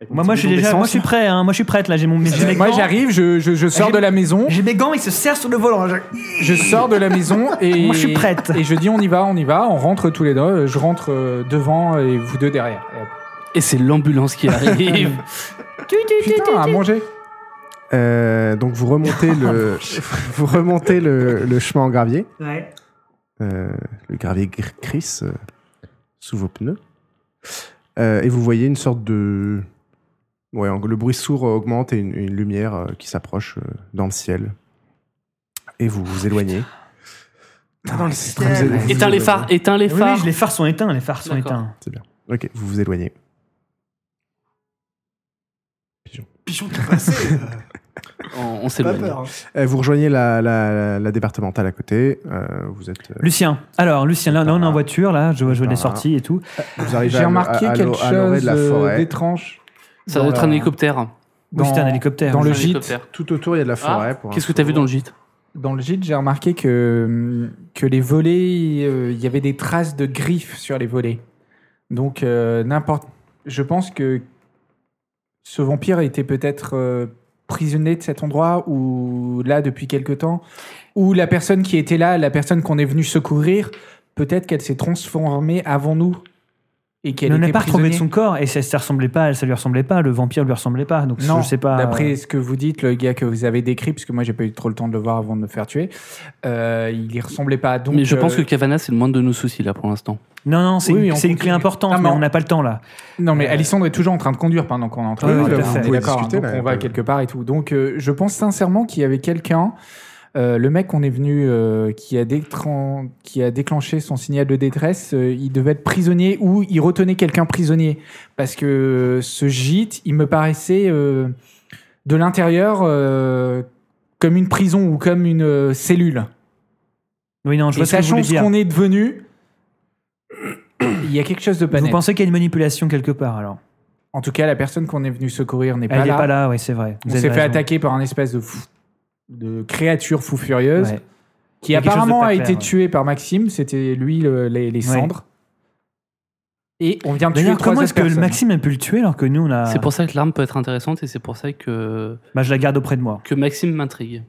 S5: Avec mon
S2: Moi, moi, je
S5: petit
S2: suis
S5: bidon
S2: déjà, moi, je
S5: d'essence,
S2: suis prêt. hein, Moi, je suis prête, là. J'ai mon.
S3: Euh,
S2: mes
S3: Moi
S2: gants.
S3: j'arrive, je, je- je sors
S6: j'ai-
S3: de la maison,
S6: J'ai mes gants, ils se serrent sur le volant. je-
S3: je sors de la maison et
S2: Moi, je suis prête.
S3: Et je dis on y va, on y va, on rentre tous les deux, je rentre euh, devant et vous deux derrière. Et hop.
S4: Et c'est l'ambulance qui arrive.
S3: Putain, à manger.
S1: Euh, donc, vous remontez le, vous remontez le, le chemin en gravier.
S6: Ouais.
S1: euh, le gravier gr- gris euh, sous vos pneus. Euh, et vous voyez une sorte de. Ouais, en- le bruit sourd euh, augmente et une, une lumière euh, qui s'approche euh, dans le ciel. Et vous vous éloignez.
S6: Dans le
S1: très
S6: ciel.
S1: éloigné.
S4: éteins les phares, éteins les
S2: Oui, oui,
S4: phares.
S2: les phares sont éteints, les phares sont
S4: D'accord.
S2: éteints.
S1: Ok, vous vous éloignez.
S5: Pichon qui est passé. euh,
S4: On, on
S5: Pas
S4: s'éloigne.
S5: peur. hein.
S1: Euh, vous rejoignez la, la- la départementale à côté. euh, vous êtes. euh,
S2: Lucien, alors, Lucien, là, là, on est en voiture, là. Je vois je vois les
S1: Voilà.
S2: sorties et tout.
S1: vous arrivez
S3: J'ai
S1: à-
S3: remarqué
S1: à- à
S3: quelque
S1: l'o- à l'orée
S3: chose
S1: de la
S3: euh,
S1: forêt.
S3: d'étrange.
S4: Ça doit
S3: Dans
S4: être un
S3: la-
S4: hélicoptère.
S2: Oui, c'était un hélicoptère.
S3: Dans
S2: oui.
S3: le
S4: Un
S3: gîte.
S4: hélicoptère.
S1: Tout autour, il y a de la
S4: Ah,
S1: forêt. pour
S4: Qu'est-ce que
S1: info.
S4: t'as vu dans le gîte
S3: Dans le gîte, j'ai remarqué que, que les volets, euh, il y avait des traces de griffes sur les volets. Donc, euh, n'importe. Je pense que ce vampire était peut-être euh, prisonnier de cet endroit ou là depuis quelque temps. Ou la personne qui était là, la personne qu'on est venu secourir, peut-être qu'elle s'est transformée avant nous. Et qu'elle
S2: Mais on
S3: était
S2: n'a pas retrouvé de
S3: prisonnier.
S2: son corps et ça, ça ressemblait pas, ça lui ressemblait pas, le vampire lui ressemblait pas. Donc
S3: Non,
S2: je sais pas. euh,
S3: D'après ce que vous dites, le gars que vous avez décrit, puisque moi j'ai pas eu trop le temps de le voir avant de me faire tuer, euh, il y ressemblait pas. Donc,
S4: Mais je pense
S3: euh,
S4: que Cavana, c'est le moindre de nos soucis là pour l'instant.
S2: Non, non, c'est
S3: Oui, oui,
S2: une,
S3: on
S2: c'est une clé
S3: continue.
S2: importante,
S3: Ah,
S2: mais
S3: non.
S2: on n'a pas le temps là.
S3: Non, mais Alissandre est toujours en train de conduire pendant qu'on est en train
S2: Euh, Oui,
S3: de
S2: tout à
S3: parler.
S2: fait.
S3: On est
S2: Vous
S1: pouvez
S3: d'accord, hein,
S1: discuter,
S3: donc
S1: là,
S3: on va
S1: euh.
S3: quelque part et tout. Donc, euh, je pense sincèrement qu'il y avait quelqu'un, euh, le mec qu'on est venu, euh, qui, a détran- qui a déclenché son signal de détresse, euh, il devait être prisonnier ou il retenait quelqu'un prisonnier. Parce que euh, ce gîte, il me paraissait euh, de l'intérieur. euh, comme une prison ou comme une euh, cellule.
S2: Oui, non, je
S3: Et
S2: vois ce que vous voulez
S3: sachant ce
S2: dire.
S3: qu'on est devenu, il y a quelque chose de pas
S2: Vous
S3: net.
S2: pensez qu'il y a une manipulation quelque part alors
S3: En tout cas, la personne qu'on est venu secourir n'est
S2: Elle
S3: pas
S2: n'est
S3: là.
S2: pas là, oui, c'est vrai.
S3: On
S2: Vous avez
S3: s'est fait
S2: raison.
S3: attaquer par un espèce de, fou- de créature fou furieuse
S2: Ouais. Il
S3: qui
S2: y a quelque chose de
S3: apparemment
S2: pas
S3: a
S2: clair,
S3: été
S2: ouais.
S3: tué par Maxime. C'était lui le- les, les
S2: Ouais.
S3: cendres. Et on vient de tuer
S2: D'ailleurs,
S3: trois
S2: comment
S3: autres
S2: est-ce que
S3: personnes.
S2: Maxime a pu le tuer alors que nous, on a.
S4: C'est pour ça que l'arme peut être intéressante et c'est pour ça que,
S2: Bah, je la garde auprès de moi.
S4: que Maxime m'intrigue.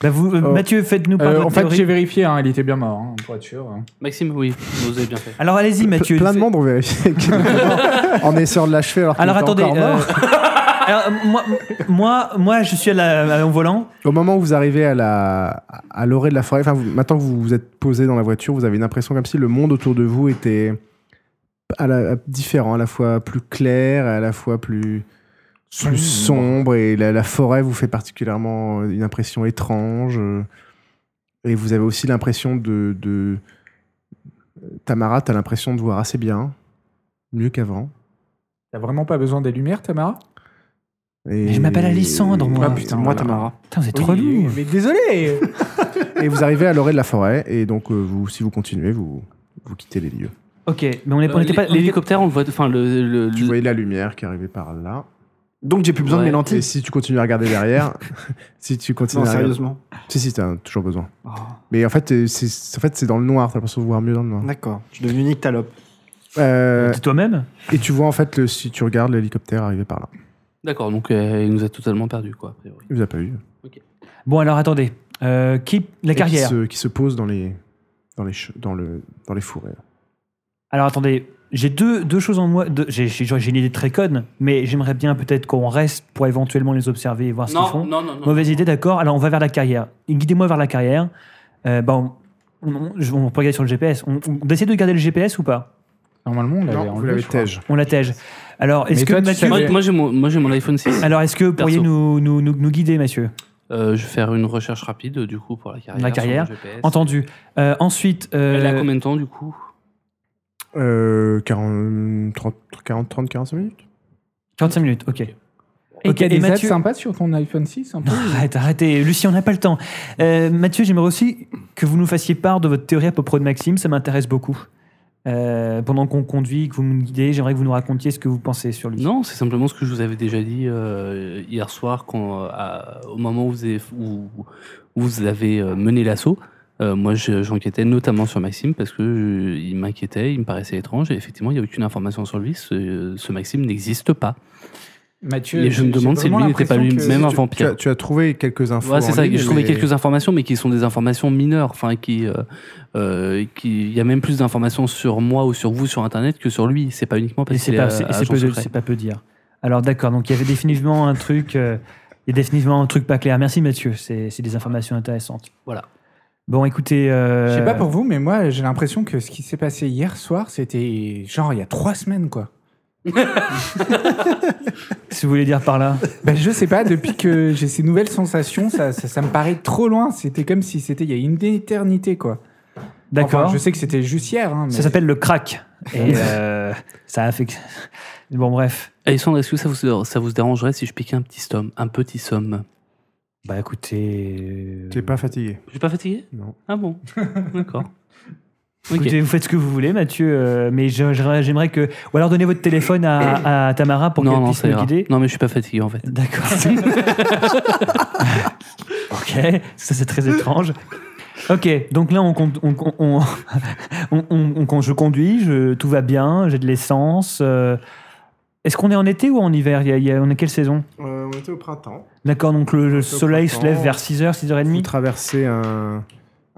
S2: Bah, vous, euh,
S3: Oh.
S2: Mathieu, faites-nous part de
S3: Euh, en
S2: votre
S3: fait,
S2: théorie.
S3: j'ai vérifié, hein, il était bien mort, hein, pour être sûr. hein.
S4: Maxime, oui, vous avez bien fait.
S2: Alors allez-y, Mathieu.
S1: Plein de
S2: Fais-
S1: monde ont vérifié qu'il était mort en essayant de l'achever alors qu'il
S2: Alors
S1: était
S2: attendez.
S1: encore mort.
S2: euh, alors, euh, moi, moi, moi, je suis à la, en volant.
S1: Au moment où vous arrivez à la à l'orée de la forêt, enfin vous- maintenant que vous vous êtes posé dans la voiture, vous avez une impression comme si le monde autour de vous était à la- différent, à la fois plus clair, à la fois plus plus sombre et la, la forêt vous fait particulièrement une impression étrange euh, et vous avez aussi l'impression de, de Tamara, t'as l'impression de voir assez bien, mieux qu'avant.
S3: T'as vraiment pas besoin des lumières, Tamara
S1: Et-
S2: Mais je m'appelle Alissandre, moi.
S5: Ah, putain, moi, Tamara.
S2: Putain, vous êtes relou.
S3: Mais désolé
S1: Et vous arrivez à l'orée de la forêt, et donc euh, vous, si vous continuez, vous, vous quittez les lieux.
S2: Ok, mais on est- on
S4: Euh,
S2: n'était pas.
S4: L'hélicoptère, on le voit. Enfin, le. le-
S1: Tu
S4: le-
S1: voyais la lumière qui arrivait par là.
S5: Donc j'ai plus besoin de
S4: Ouais.
S5: mes
S1: Et
S5: lentilles.
S1: si tu continues à regarder derrière, si tu continues
S5: Non,
S1: à regarder...
S5: sérieusement.
S1: Si, si, t'as toujours besoin.
S5: Oh,
S1: Mais en fait, euh, c'est en fait, c'est dans le noir, t'as l'impression de voir mieux dans le noir.
S5: D'accord. Je suis devenu nyctalope.
S1: Euh,
S2: T'es toi-même
S1: et tu vois, en fait, le, si tu regardes l'hélicoptère arriver par là.
S4: D'accord, donc euh, il nous a totalement perdu, quoi, a priori.
S1: Il vous a pas eu.
S2: Bon, alors attendez. Euh, qui la
S1: Et qui
S2: carrière
S1: se- Qui se, pose dans les, dans les, che- dans le, dans les fourrés.
S2: Alors attendez, j'ai deux, deux choses en moi. deux- J'ai j'ai- j'ai une idée très conne, mais j'aimerais bien peut-être qu'on reste pour éventuellement les observer et voir ce qu'ils font.
S4: non, non, non.
S2: Mauvaise idée, d'accord. Alors on va vers la carrière. Guidez-moi vers la carrière. Euh, bah, on, on- je- on peut regarder sur le GPS. On, on essaie de garder le GPS ou pas
S3: Normalement, on l'avait
S1: Non, vous
S3: enlevé,
S1: l'avez
S3: je crois.
S1: tège.
S2: On l'attège. Alors est-ce
S3: Mais
S2: que
S3: toi, tu
S2: Mathieu-
S3: savais-
S4: Moi, moi, j'ai mon, moi, j'ai mon iPhone 6.
S2: alors est-ce que vous pourriez
S4: Perso.
S2: nous, nous, nous, nous guider, Mathieu
S4: Euh, je vais faire une recherche rapide, du coup, pour la carrière.
S2: La carrière.
S4: sur mon GPS.
S2: Entendu. Euh, ensuite, euh,
S4: Elle a combien de temps, du coup
S1: Euh, 40, 30, 40, 30, 45 minutes
S2: 45 minutes. Ok.
S3: Et
S2: Ok,
S3: t'as
S2: et
S3: des apps
S2: Mathieu- Ah.
S3: sympas sur ton iPhone 6 un peu
S2: Arrête, arrêtez. Lucie, on n'a pas le temps. Euh, Mathieu, j'aimerais aussi que vous nous fassiez part de votre théorie à peu près de Maxime. Ça m'intéresse beaucoup. Euh, pendant qu'on conduit, que vous nous guidez, j'aimerais que vous nous racontiez ce que vous pensez sur lui.
S4: Non, c'est simplement ce que je vous avais déjà dit euh, hier soir, quand, euh, à- au moment où vous avez, où- où vous avez euh, mené l'assaut. euh, moi, je- j'enquêtais notamment sur Maxime parce que euh, il m'inquiétait, il me paraissait étrange. Et effectivement, il n'y a aucune information sur lui. Ce, ce Maxime n'existe pas.
S3: Mathieu,
S4: Et je me
S3: j'ai
S4: demande si
S3: vraiment
S4: lui n'était pas
S3: l'impression
S4: lui-même
S3: que-
S4: un
S1: Tu- Tu, as,
S4: vampire.
S1: tu as trouvé quelques infos.
S4: Ouais, c'est
S1: en
S4: ça.
S1: ligne,
S4: Je trouvais
S1: mais-
S4: quelques informations, mais qui sont des informations mineures. Enfin, qui, euh, euh, qui, il y a même plus d'informations sur moi ou sur vous sur Internet que sur lui. C'est pas uniquement
S2: Et
S4: parce
S2: c'est
S4: qu'il est
S2: pas,
S4: euh,
S2: c'est- c'est
S4: agent
S2: peu,
S4: secret.
S2: c'est pas peu dire. Alors d'accord, donc il y avait définitivement un truc, euh, il y a définitivement un truc pas clair. Merci Mathieu, c'est c'est des informations intéressantes.
S4: Voilà.
S2: Bon, écoutez, euh,
S3: Je sais pas pour vous, mais moi, j'ai l'impression que ce qui s'est passé hier soir, c'était genre il y a trois semaines, quoi.
S2: si vous voulez dire par là,
S3: Ben, je sais pas, depuis que j'ai ces nouvelles sensations, ça, ça, ça me paraît trop loin. C'était comme si c'était il y a une éternité, quoi.
S2: d'accord.
S3: Enfin, je sais que c'était juste hier. hein, mais-
S2: Ça s'affecte. s'appelle le crack et euh, ça affecte. Bon bref,
S4: Alexandre, est-ce que ça vous, ça vous dérangerait si je piquais un petit somme Un petit somme
S2: bah écoutez, euh,
S1: T'es pas fatigué
S4: Je suis pas fatigué
S1: Non.
S4: Ah bon D'accord. Ok.
S2: écoutez, vous faites ce que vous voulez, Mathieu, euh, mais je- je- j'aimerais que ou alors donnez votre téléphone à, à Tamara pour
S4: non,
S2: qu'elle
S4: non,
S2: puisse
S4: ça
S2: nous
S4: ira.
S2: guider.
S4: non, mais je suis pas fatigué en fait.
S2: D'accord. ok, ça c'est très étrange. Ok, donc là on, con- on, con- on, on- on- on- con- je conduis, je, tout va bien, j'ai de l'essence. euh, Est-ce qu'on est en été ou en hiver Il y a- il y a- On est quelle saison
S1: Euh, on était au printemps.
S2: D'accord, donc le, le
S1: Plutôt
S2: soleil se
S1: printemps.
S2: lève vers 6h,
S1: Vous
S2: 6h30
S1: traversez un.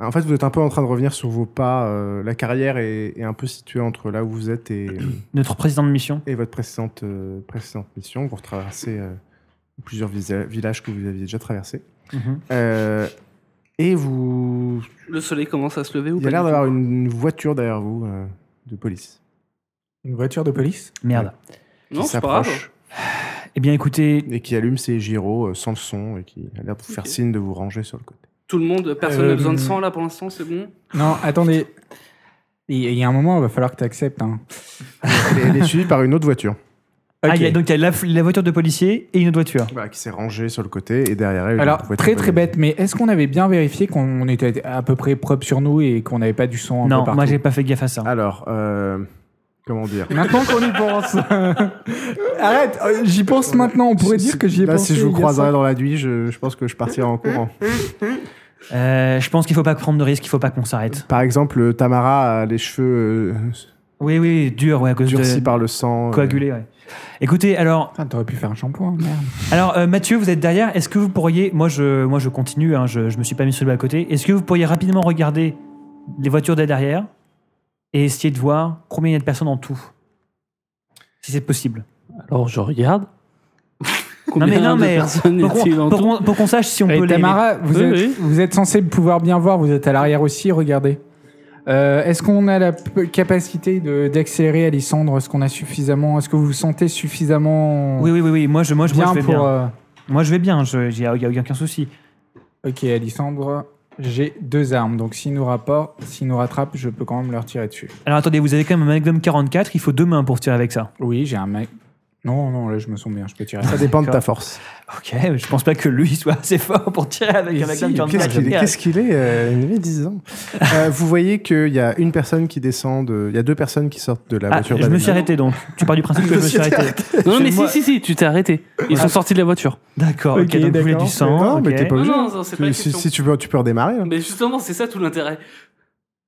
S1: En fait, vous êtes un peu en train de revenir sur vos pas. euh, la carrière est, est un peu située entre là où vous êtes et,
S2: Notre président de mission.
S1: et votre précédente, euh, précédente mission. Vous retraversez euh, plusieurs visa- villages que vous aviez déjà traversés. Euh, et vous.
S4: Le soleil commence à se lever ou
S1: Il y a l'air d'avoir une voiture derrière vous euh, de police.
S3: Une voiture de police
S2: Merde.
S1: qui s'approche
S2: Eh bien écoutez,
S1: et qui allume ses gyros euh, sans le son et qui a l'air de vous faire
S4: Ok.
S1: signe de vous ranger sur le côté.
S4: Tout le monde, personne n'a
S3: Euh,
S4: besoin de sang là pour l'instant, c'est bon
S3: Non, attendez. Il il y a un moment, il va falloir que hein. tu acceptes.
S1: Elle est, elle est suivie par une autre voiture.
S2: Ah, il y a-
S3: Ok.
S2: donc il y a la, la voiture de policier et une autre voiture.
S1: Voilà, qui s'est rangée sur le côté et derrière elle.
S3: Alors,
S1: une voiture
S3: très très
S1: volée.
S3: bête, mais est-ce qu'on avait bien vérifié qu'on était à peu près propre sur nous et qu'on n'avait pas du sang un peu
S2: non,
S3: partout
S2: moi j'ai pas fait gaffe à ça.
S1: Alors, euh, comment dire
S3: Maintenant qu'on y pense. Arrête, euh, j'y pense maintenant, on pourrait
S1: Si-
S3: dire
S1: si-
S3: que j'y ai
S1: Là, si
S3: pensé.
S1: je
S3: il
S1: vous
S3: y a
S1: croiserais
S3: cinq-
S1: dans la nuit, je, je pense que je partirais en courant.
S2: Euh, je pense qu'il faut pas prendre de risques, il faut pas qu'on s'arrête.
S1: Par exemple, euh, Tamara a les cheveux euh,
S2: Oui, oui, dur, ouais, à cause
S1: durcis
S2: de
S1: par le sang. euh,
S2: coagulé, ouais. Écoutez, alors,
S3: Putain, t'aurais pu faire un shampoing, merde.
S2: alors euh, Mathieu, vous êtes derrière. Est-ce que vous pourriez, moi je, moi je continue, hein, je, je me suis pas mis sur le bas côté. Est-ce que vous pourriez rapidement regarder les voitures de derrière et essayer de voir combien il y a de personnes en tout, si c'est possible.
S4: Alors, je regarde. Combien
S2: mais non,
S4: de
S2: mais
S4: personnes
S2: Pour qu'on-
S4: est-il en
S2: pour
S4: tout
S2: qu'on pour qu'on sache si on
S3: Et
S2: peut les.
S3: Tamara, vous,
S4: Oui,
S3: êtes,
S4: oui.
S3: vous êtes censé pouvoir bien voir, vous êtes à l'arrière aussi, regardez. Euh, est-ce qu'on a la p- capacité de- d'accélérer, Alessandre Est-ce qu'on a suffisamment Est-ce que vous vous sentez suffisamment
S2: Oui, oui, oui, oui. Moi, je, moi, je, moi,
S3: bien
S2: je vais
S3: pour.
S2: bien.
S3: euh,
S2: Moi, je vais bien. Il n'y a, y a aucun souci.
S3: euh, Ok, Alessandre, j'ai deux armes, donc s'ils nous, rapportent, s'ils nous rattrapent, je peux quand même leur tirer dessus.
S2: Alors, attendez, vous avez quand même un Magnum 44. Il faut deux mains pour tirer avec ça.
S3: Oui, j'ai un mec. Non, non, là je me sens bien, je peux tirer.
S1: Ça dépend de ta force.
S2: Ok, mais je pense pas que lui soit assez fort pour tirer avec
S1: Et
S2: un
S1: si,
S2: Magnum 44.
S1: Qu'est-ce qu'il est, qu'est-ce qu'il est, euh, il avait 10 ans. Euh, vous voyez qu'il y a une personne qui descend, de- il y a deux personnes qui sortent de la
S2: Ah,
S1: voiture.
S2: je me suis
S1: d'Alena.
S2: arrêté donc. Tu pars du principe que je me suis arrêté.
S4: Non, mais
S2: Moi-
S4: si, si, si, tu t'es arrêté. Ils sont sortis de la voiture.
S2: D'accord, ok,
S1: Ok,
S2: donc vous voulez
S1: d'accord.
S2: du sang.
S1: Non, mais
S2: ok.
S1: t'es pas obligé.
S4: Non, non, c'est pas une
S1: si,
S4: question.
S1: si tu veux, tu peux redémarrer. hein.
S4: Mais justement, c'est ça tout l'intérêt.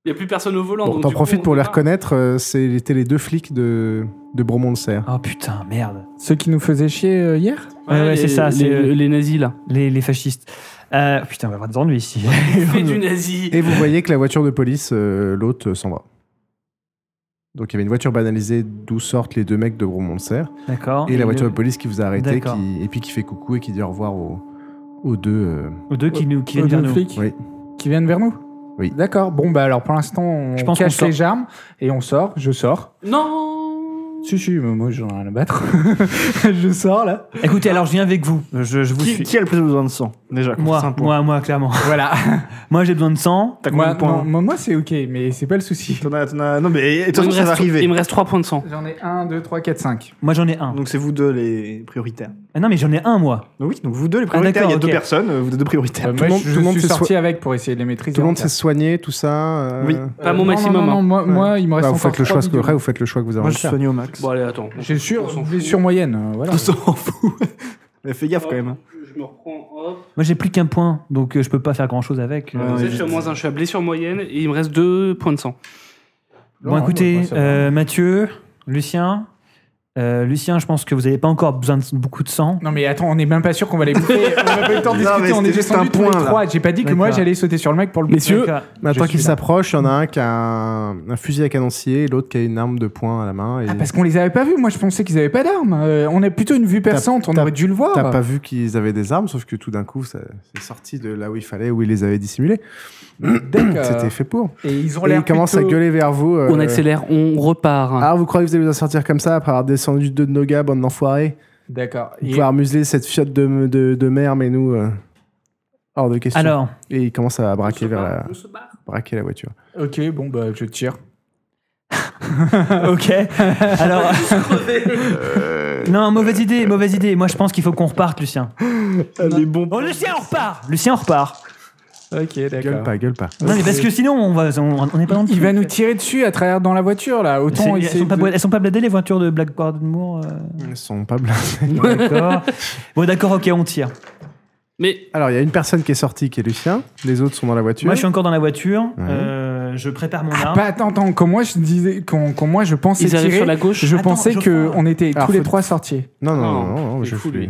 S4: Il n'y a plus personne au volant.
S1: Bon, t'en profites pour les reconnaître. euh, C'était les deux flics de, de Bromont-le-Serre.
S2: Oh putain, merde.
S3: Ceux qui nous faisaient chier euh, hier
S2: Ouais, ouais, c'est ça, c'est, euh,
S4: Les, les nazis, là.
S2: Les, les fascistes. Euh, putain, on va avoir des ennuis ici.
S4: Fais du nazi.
S1: Et vous voyez que la voiture de police, euh, l'autre, euh, s'en va. Donc il y avait une voiture banalisée d'où sortent les deux mecs de Bromont-le-Serre
S2: D'accord.
S1: et la
S2: le-
S1: voiture de police qui vous a arrêté
S2: D'accord.
S1: qui, et puis qui fait coucou et qui dit au revoir aux, aux deux. euh,
S2: Ou deux qui, nous, qui viennent
S3: Deux
S2: vers nous.
S3: flics
S1: Oui.
S3: Qui viennent vers nous
S1: Oui.
S3: D'accord. Bon, bah alors pour l'instant, on
S2: Je pense
S3: cache
S2: qu'on
S3: les armes et on sort. Je sors.
S4: Non
S3: Si, si, mais moi j'en ai rien à battre. je sors là.
S2: Écoutez, alors je viens avec vous. Je, je vous
S5: Qui,
S2: suis.
S5: qui a le plus besoin de sang Déjà, comme ça,
S2: Moi,
S5: un point.
S2: moi, moi, clairement.
S3: Voilà.
S2: Moi, j'ai besoin de sang.
S5: T'as combien
S3: moi,
S5: de points hein
S3: non, moi, moi, c'est ok, mais c'est pas le souci.
S5: T'en as- t'en as- Non, mais et de
S4: il,
S5: toute façon,
S4: me
S5: ça
S4: reste,
S5: va
S4: il me
S5: arriver.
S4: reste 3 points de sang.
S3: J'en ai 1, 2, 3, 4, 5.
S2: Moi, j'en ai un.
S5: Donc, c'est vous deux les prioritaires.
S2: Ah non, mais j'en ai un, moi.
S5: Donc oui, donc vous deux les prioritaires.
S2: d'accord,
S5: Il y a deux
S2: ok.
S5: personnes, euh, vous êtes deux prioritaires.
S3: moi,
S1: monde-
S3: je,
S1: tout le monde
S3: suis
S1: s'est
S3: sorti
S1: soi-
S3: avec pour essayer de les maîtriser.
S1: Tout le monde
S3: en
S1: s'est soigné, tout ça. euh,
S5: Oui.
S3: fait.
S4: Pas
S3: Euh,
S4: mon
S3: non,
S4: maximum,
S3: non, non,
S4: hein.
S3: moi, moi, il me reste
S1: Bah, vous
S3: encore
S1: faites le
S3: trois
S1: choix ce que,
S3: minutes.
S1: après, vous faites le choix que vous avez
S5: Moi,
S1: envie
S5: je
S1: de faire.
S5: soigne au max.
S4: Bon, allez, attends.
S3: J'ai
S4: On
S3: sur,
S4: s'en
S3: j'ai
S4: fout.
S3: sur moyenne, euh, voilà.
S5: On s'en fout. Mais fais gaffe quand même. hein.
S4: Je me reprends, hop.
S2: Moi, j'ai plus qu'un point, donc euh, je peux pas faire grand chose avec.
S5: Ouais,
S4: Vous
S5: ouais,
S4: êtes sur
S5: je-
S4: moins 1, je suis à blessure moyenne et il me reste 2 points de sang.
S2: Bon, écoutez, euh, Mathieu, Lucien. euh, Lucien, je pense que vous n'avez pas encore besoin de beaucoup de sang.
S3: Non mais attends, on n'est même pas sûr qu'on va les bouffer. on n'a pas eu le temps de
S5: Non, mais
S3: discuter, on est
S5: c'était juste
S3: descendu
S5: un
S3: tous les
S5: point, là.
S3: trois. J'ai pas dit que moi
S2: D'accord.
S3: j'allais sauter sur le mec pour le bouffer.
S4: Messieurs,
S2: D'accord.
S1: Mais attends
S3: Je
S1: qu'ils
S3: suis là.
S1: s'approchent, il y en a un qui a un, un fusil à canoncier, l'autre qui a une arme de poing à la main. Et
S3: Ah, parce qu'on les avait pas vus, moi je pensais qu'ils avaient pas d'armes. Euh, on a plutôt une vue perçante, on
S1: t'as-
S3: aurait dû le voir.
S1: T'as pas vu qu'ils avaient des armes, sauf que tout d'un coup, ça- c'est sorti de là où il fallait, où ils les avaient dissimulés.
S3: D'accord.
S1: C'était fait pour.
S3: Et ils ont
S1: Et
S3: l'air
S1: ils commencent à
S3: plutôt-
S1: gueuler vers vous. euh,
S4: On accélère, on repart.
S1: Ah, vous croyez que vous allez vous en sortir comme ça après avoir descendu deux de nos gars, bande d'enfoirés
S3: D'accord.
S1: Vous
S3: Et-
S1: pouvez avoir muselé cette fiotte de, de, de mer, mais nous, euh, hors de question.
S2: Alors,
S1: Et ils commencent à
S4: On
S1: braquer,
S4: se
S1: vers
S4: barre,
S1: la,
S4: on se barre.
S1: braquer la voiture.
S3: Ok, bon bah je tire.
S2: ok. Alors, non, mauvaise idée, mauvaise idée. Moi, je pense qu'il faut qu'on reparte, Lucien.
S5: Les bons.
S2: Bon, Lucien, on repart. Lucien, on repart.
S3: Ok,
S1: Gueule
S3: d'accord.
S1: pas, gueule pas.
S2: Non, mais parce que sinon, on va, on on n'est pas dans. le
S3: Il
S2: truc.
S3: va nous tirer dessus à travers dans la voiture là.
S2: C'est-
S3: Autant
S2: elles,
S3: essayer
S2: sont pas,
S3: de-
S2: bla- elles sont pas bladées les voitures de Black Moore.
S1: Ils sont pas blasés.
S2: D'accord. bon, d'accord, ok, on tire.
S4: Mais
S1: Alors, il y a une personne qui est sortie qui est Lucien. Les autres sont dans la voiture.
S2: Moi, je suis encore dans la voiture.
S1: Ouais. Ah,
S2: euh, je prépare mon arme.
S3: Bah attends, attends, comme moi je disais, quand, quand moi je pensais
S4: ils arrivent
S3: tirer,
S4: sur la gauche.
S3: je
S2: Attends,
S3: pensais
S2: je
S3: que
S2: prends.
S3: on était
S1: Alors,
S3: tous les
S1: faut-
S3: trois sortis.
S1: Non, non, non, non,
S4: Non,
S1: non,
S4: Ah, il est
S1: je
S4: fou,
S1: suis.
S4: lui.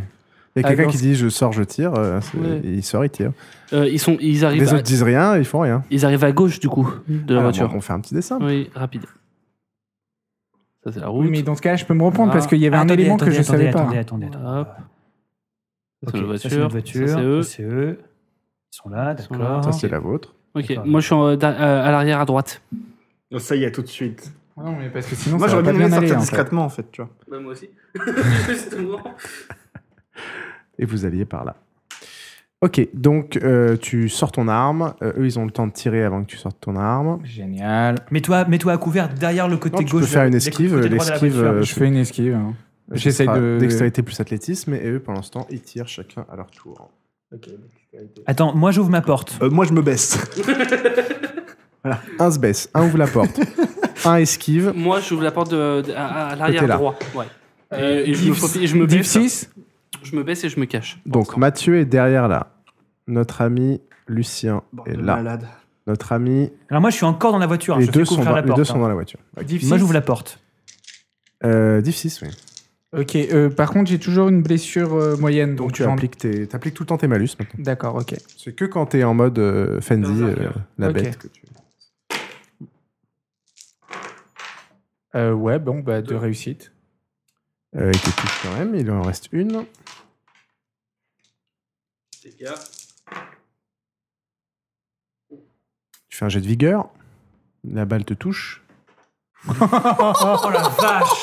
S1: Il y a
S4: Ah,
S1: quelqu'un
S4: dans
S1: qui
S4: ce-
S1: dit je sors, je tire. euh, c'est-
S4: Ouais.
S1: Il sort, il tire.
S4: Euh, ils, sont, ils,
S1: Les
S4: arrivent à,
S1: autres disent rien, ils font rien.
S4: ils arrivent à gauche du coup de la
S1: Alors,
S4: voiture.
S1: bon, on fait un petit dessin.
S4: Oui, rapide. Ça c'est la route.
S3: Oui, mais dans ce cas, je peux me reprendre
S4: Ah.
S3: parce qu'il y avait un
S2: Attendez,
S3: élément que
S2: attendez,
S3: je savais
S2: attendez,
S3: pas.
S2: Attendez, attendez, attendez.
S4: Hop. Ça,
S2: Ok,
S4: c'est
S2: ça,
S4: notre voiture.
S2: notre voiture,
S4: Ça, c'est eux.
S2: ça, c'est eux. Ils sont là,
S4: sont là.
S2: d'accord.
S1: Ça, c'est la vôtre.
S4: Ok,
S2: D'accord.
S4: moi je suis en- euh, da- euh, à l'arrière à droite.
S5: Ça y est, tout de suite.
S3: Non, mais parce que sinon
S5: Moi,
S3: ça
S5: j'aurais
S3: va
S5: bien
S3: pas
S5: aimé
S3: bien hein. aller.
S5: sortir
S3: en fait.
S5: discrètement en fait, tu vois.
S4: Bah, moi aussi. Justement.
S1: Et vous alliez par là. Ok, donc euh, tu sors ton arme. Euh, eux, ils ont le temps de tirer avant que tu sortes ton arme.
S3: Génial.
S2: Mets-toi, mets-toi à couvert derrière le côté
S1: Non, tu
S2: gauche.
S1: peux faire une
S2: le côté
S1: esquive.
S2: droit de la
S1: L'esquive,
S2: voiture.
S1: euh,
S3: Je fais une esquive. hein. J'essaye
S1: Ce sera
S3: de-
S1: Dextérité plus athlétisme, et eux, pour l'instant, ils tirent chacun à leur tour.
S2: Attends, moi j'ouvre ma porte.
S5: Euh, moi, je me baisse.
S1: Un se baisse, un ouvre la porte, un esquive.
S4: Moi, j'ouvre la porte de, de- à, à l'arrière
S1: Côté là.
S4: droit. Ouais. Euh, Et, et je, me, faufile- et je me
S3: Div
S4: baisse.
S3: 6
S4: Je me baisse et je me cache.
S1: Donc Mathieu est derrière là. Notre ami Lucien
S5: Bande
S1: est
S5: de
S1: là.
S5: malades.
S1: Notre ami.
S2: Alors moi je suis encore dans la voiture. hein,
S1: les
S2: je
S1: deux,
S2: fais
S1: sont
S2: qu'ouvrir
S1: dans,
S2: la
S1: les
S2: porte.
S1: deux sont
S2: hein.
S1: dans la voiture.
S3: Div
S2: Moi
S3: 6.
S2: j'ouvre la porte.
S1: Euh, Div 6, oui.
S3: Ok, euh, par contre, j'ai toujours une blessure euh, moyenne.
S1: Donc,
S3: Donc,
S1: tu
S3: j'en-
S1: appliques, tes- t'appliques tout le temps tes malus maintenant.
S3: D'accord, ok.
S1: C'est que quand t'es en mode euh, Fenzi, euh, la
S3: Ok.
S1: bête. Que tu...
S3: Euh, ouais, bon, bah, deux réussites.
S1: Euh, et tu touches quand même, il en reste une. Tu fais un jet de vigueur. La balle te touche.
S2: Oh la vache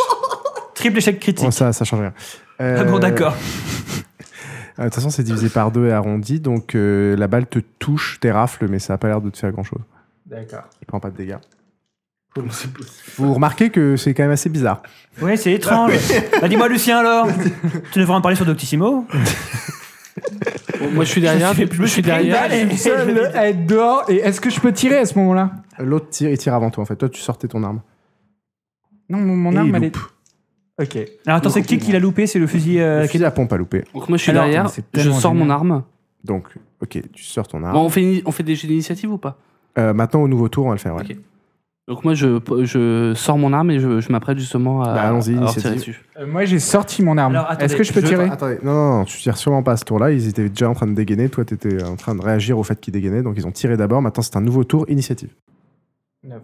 S2: Triple échec critique.
S1: Oh, ça, ça change rien. Euh,
S2: Ah bon d'accord.
S1: euh, De toute façon, c'est divisé par deux et arrondi, donc euh, la balle te touche, t'es rafle, mais ça a pas l'air de te faire grand chose.
S3: D'accord.
S1: Il prend pas de dégâts. Vous remarquez que c'est quand même assez bizarre.
S2: Ouais c'est étrange. Bah dis-moi Lucien alors. tu devrais en parler sur Doctissimo.
S4: Bon, moi, je suis derrière.
S2: Je me suis- je me suis pris une balle et-
S3: Je suis seul à être dehors. Et est-ce que je peux tirer à ce moment-là
S1: L'autre tire, il tire avant toi en fait. Toi, tu sortais ton arme.
S3: Non, mon, mon
S1: Et
S3: arme,
S1: il
S3: elle est. Ok.
S2: Alors attends c'est qui qui l'a loupé C'est le fusil. euh,
S1: Le
S2: qui-
S1: fusil à pompe à louper.
S4: Donc, moi, je suis
S2: Alors,
S4: derrière.
S3: mais c'est
S4: Je
S3: tellement
S4: sors mon
S3: génial.
S4: arme.
S1: Donc, ok, tu sors ton arme.
S4: Bon, on, fait une- on fait des jeux d'initiative ou pas
S1: Euh, maintenant, au nouveau tour, on va le faire. Ouais.
S4: Ok. Donc, moi, je, je sors mon arme et je, je m'apprête justement à,
S1: Bah, allons-y,
S4: à leur
S1: initiative.
S4: tirer dessus.
S3: Euh, moi, j'ai sorti mon arme.
S2: Alors, attendez,
S3: Est-ce que je peux
S2: je-
S3: tirer
S1: Attendez, non, non, non, tu tires sûrement pas à ce tour-là. Ils étaient déjà en train de dégainer. Toi, t'étais en train de réagir au fait qu'ils dégainaient. Donc, ils ont tiré d'abord. Maintenant, c'est un nouveau tour initiative.
S3: 9.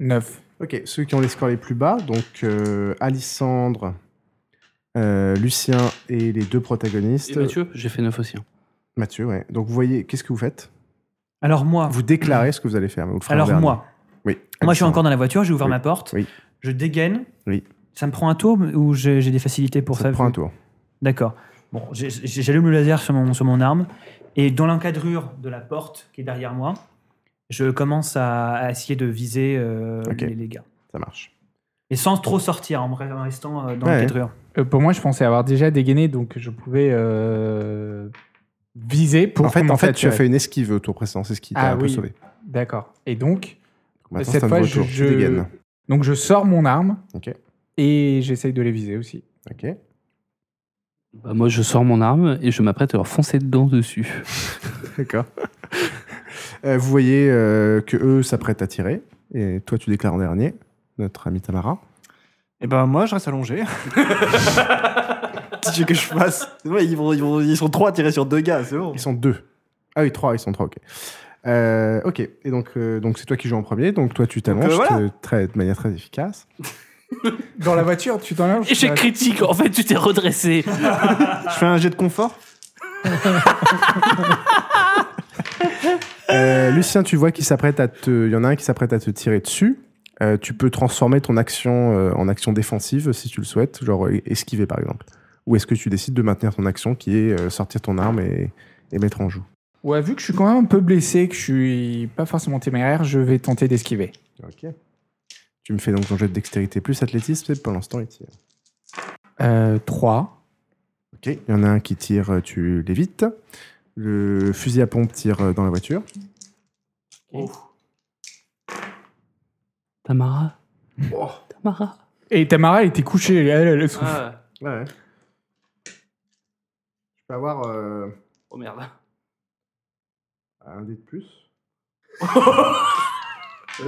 S3: 9.
S1: Ok, ceux qui ont les scores les plus bas, donc euh, Alissandre, euh, Lucien et les deux protagonistes.
S4: Et Mathieu, j'ai fait 9 aussi. hein.
S1: Mathieu, ouais. Donc, vous voyez, qu'est-ce que vous faites
S2: Alors moi.
S1: Vous déclarez ce que vous allez faire. mais vous le ferez en
S2: Alors
S1: dernier.
S2: moi.
S1: Oui.
S2: Moi je suis
S1: Alissandre.
S2: encore dans la voiture. J'ai ouvert
S1: Oui.
S2: ma porte.
S1: Oui.
S2: Je dégaine.
S1: Oui.
S2: Ça me prend un tour ou j'ai j'ai des facilités pour
S1: Ça
S2: ça,
S1: te prend un
S2: vu-
S1: tour.
S2: D'accord. Bon, j'ai- j'ai- j'allume le laser sur mon, sur mon arme et dans l'encadrure de la porte qui est derrière moi, je commence à, à essayer de viser euh,
S1: Ok.
S2: les, les gars.
S1: Ça marche.
S2: Et sans trop sortir, en re- en restant euh, dans
S1: Ouais.
S2: l'encadrure.
S3: Euh, pour moi, je pensais avoir déjà dégainé, donc je pouvais euh, viser pour.
S1: en fait, en
S3: commencer à
S1: fait, tu as
S3: tirer.
S1: fait une esquive au tour précédent. C'est ce qui t'a
S3: Ah
S1: un peu
S3: oui.
S1: sauvé.
S3: D'accord. Et donc,
S1: Donc, Maintenant,
S3: cette
S1: c'est un
S3: fois,
S1: nouveau
S3: je-
S1: tour.
S3: je-
S1: Tu dégaines.
S3: donc je sors mon arme.
S1: Ok.
S3: Et j'essaye de les viser aussi.
S1: Ok.
S4: Bah, moi, je sors mon arme et je m'apprête à leur foncer dedans dessus.
S1: D'accord. Euh, vous voyez euh, que eux s'apprêtent à tirer. Et toi, tu déclares en dernier, notre ami Tamara.
S5: Et ben moi, je reste allongé. Qu'est-ce que tu veux que je fasse Ouais, ils, vont, ils, vont- ils sont trois à tirer sur deux gars, c'est bon.
S1: Ils sont deux. Ah oui, trois, ils sont trois, ok. Euh, ok, et donc euh, donc c'est toi qui joues en premier, donc toi tu t'allonges
S5: Donc, euh, voilà.
S1: te- très- de manière très efficace.
S3: Dans la voiture, tu t'en
S4: Échec critique, en fait, tu t'es redressé.
S5: Je fais un jet de confort.
S1: Euh, Lucien, tu vois qu'il s'apprête à te. Il y en a un qui s'apprête à te tirer dessus. Euh, tu peux transformer ton action euh, en action défensive si tu le souhaites, genre euh, esquiver par exemple. Ou est-ce que tu décides de maintenir ton action qui est euh, sortir ton arme et, et mettre en joue
S3: Ouais, vu que je suis quand même un peu blessé, que je suis pas forcément téméraire, je vais tenter d'esquiver.
S1: Ok. Tu me fais donc ton jet de dextérité plus athlétisme et pour l'instant il tire.
S3: Euh, 3.
S1: Ok. Il y en a un qui tire, euh, tu l'évites. Le fusil à pompe tire euh, dans la voiture.
S4: Tamara. Tamara.
S3: Et Tamara, elle était couchée. Elle, elle, elle s'en
S1: Ah.
S3: fout.
S4: Ah,
S1: Ouais, ouais. Je peux avoir
S5: euh,
S4: Oh merde.
S1: un dé de plus
S5: Euh,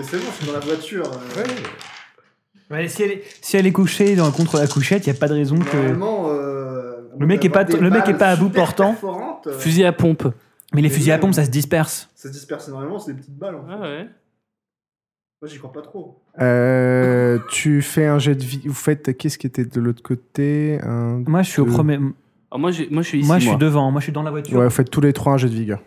S5: c'est bon, je suis dans la voiture. euh.
S2: Mais si, elle est, si elle est couchée dans, contre la couchette, il n'y a pas de raison que.
S5: le
S2: Le mec est pas- le mec est pas à bout portant.
S5: Euh.
S4: Fusil à pompe.
S2: Mais les fusils à pompe, ça se disperse.
S5: Ça se disperse énormément, c'est des petites balles. en fait. Moi, j'y crois pas trop.
S1: Euh, tu fais un jet de vie. Vous faites qu'est-ce qui était de l'autre côté un...
S2: Moi, je suis au
S1: Euh,
S2: premier.
S4: Alors Ah, moi, j'ai- moi, je suis ici.
S2: moi, je suis devant. Moi, je suis dans la voiture.
S1: Ouais, vous faites tous les trois un jet de vigueur.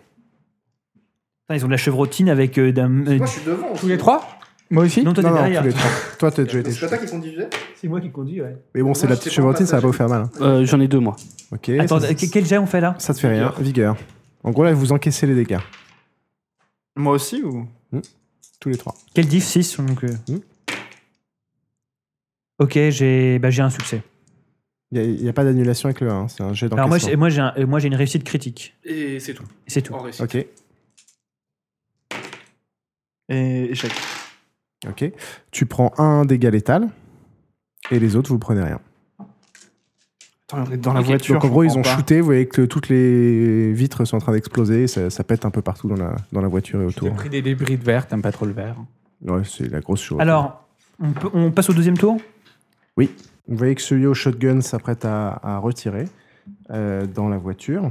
S2: Putain, ils ont de la chevrotine avec. euh, d'un- euh,
S5: Moi, je suis devant.
S3: Tous les trois Moi aussi
S2: non, toi, t'es
S1: non, non,
S2: derrière.
S1: tous les trois. Toi, t'as déjà été.
S5: C'est pas toi qui conduisais
S2: C'est moi qui conduis, ouais.
S1: Mais bon, c'est de la
S5: Moi,
S1: petite
S5: j'étais pas en
S1: chevrotine, ça va pas vous
S5: passage.
S1: faire mal. hein.
S4: Euh, J'en ai deux, moi.
S1: Ok.
S2: Attends,
S1: ça,
S2: quel quel jet on fait là
S1: ça te fait rien. Vigueur. En gros, là, vous encaissez les dégâts.
S5: Moi aussi ou
S1: Tous les trois.
S2: Quel diff 6 donc, euh.
S1: Hmm.
S2: Ok, j'ai bah, j'ai un succès.
S1: Il n'y a, pas d'annulation avec le 1, c'est un jet
S2: Alors moi,
S1: d'encaissement.
S2: j'ai- moi, j'ai un- euh, moi, j'ai une réussite critique.
S4: Et c'est tout.
S2: C'est tout.
S1: Oh.
S4: En réussite.
S1: Ok,
S5: Et échec.
S1: ok. Tu prends un dégât létal et les autres, vous prenez rien.
S5: Attends, on est dans la
S4: Ok,
S5: voiture.
S1: Donc en gros,
S5: je
S1: ils ont
S5: comprends pas.
S1: shooté, vous voyez que toutes les vitres sont en train d'exploser, ça, ça pète un peu partout dans la, dans la voiture et
S3: J'ai
S1: autour.
S3: pris des débris de verre, t'aimes pas trop le verre.
S1: Ouais, c'est la grosse chose.
S2: Alors, on, peut- on passe au deuxième tour
S1: Vous voyez que celui au shotgun s'apprête à, à retirer euh, dans la voiture.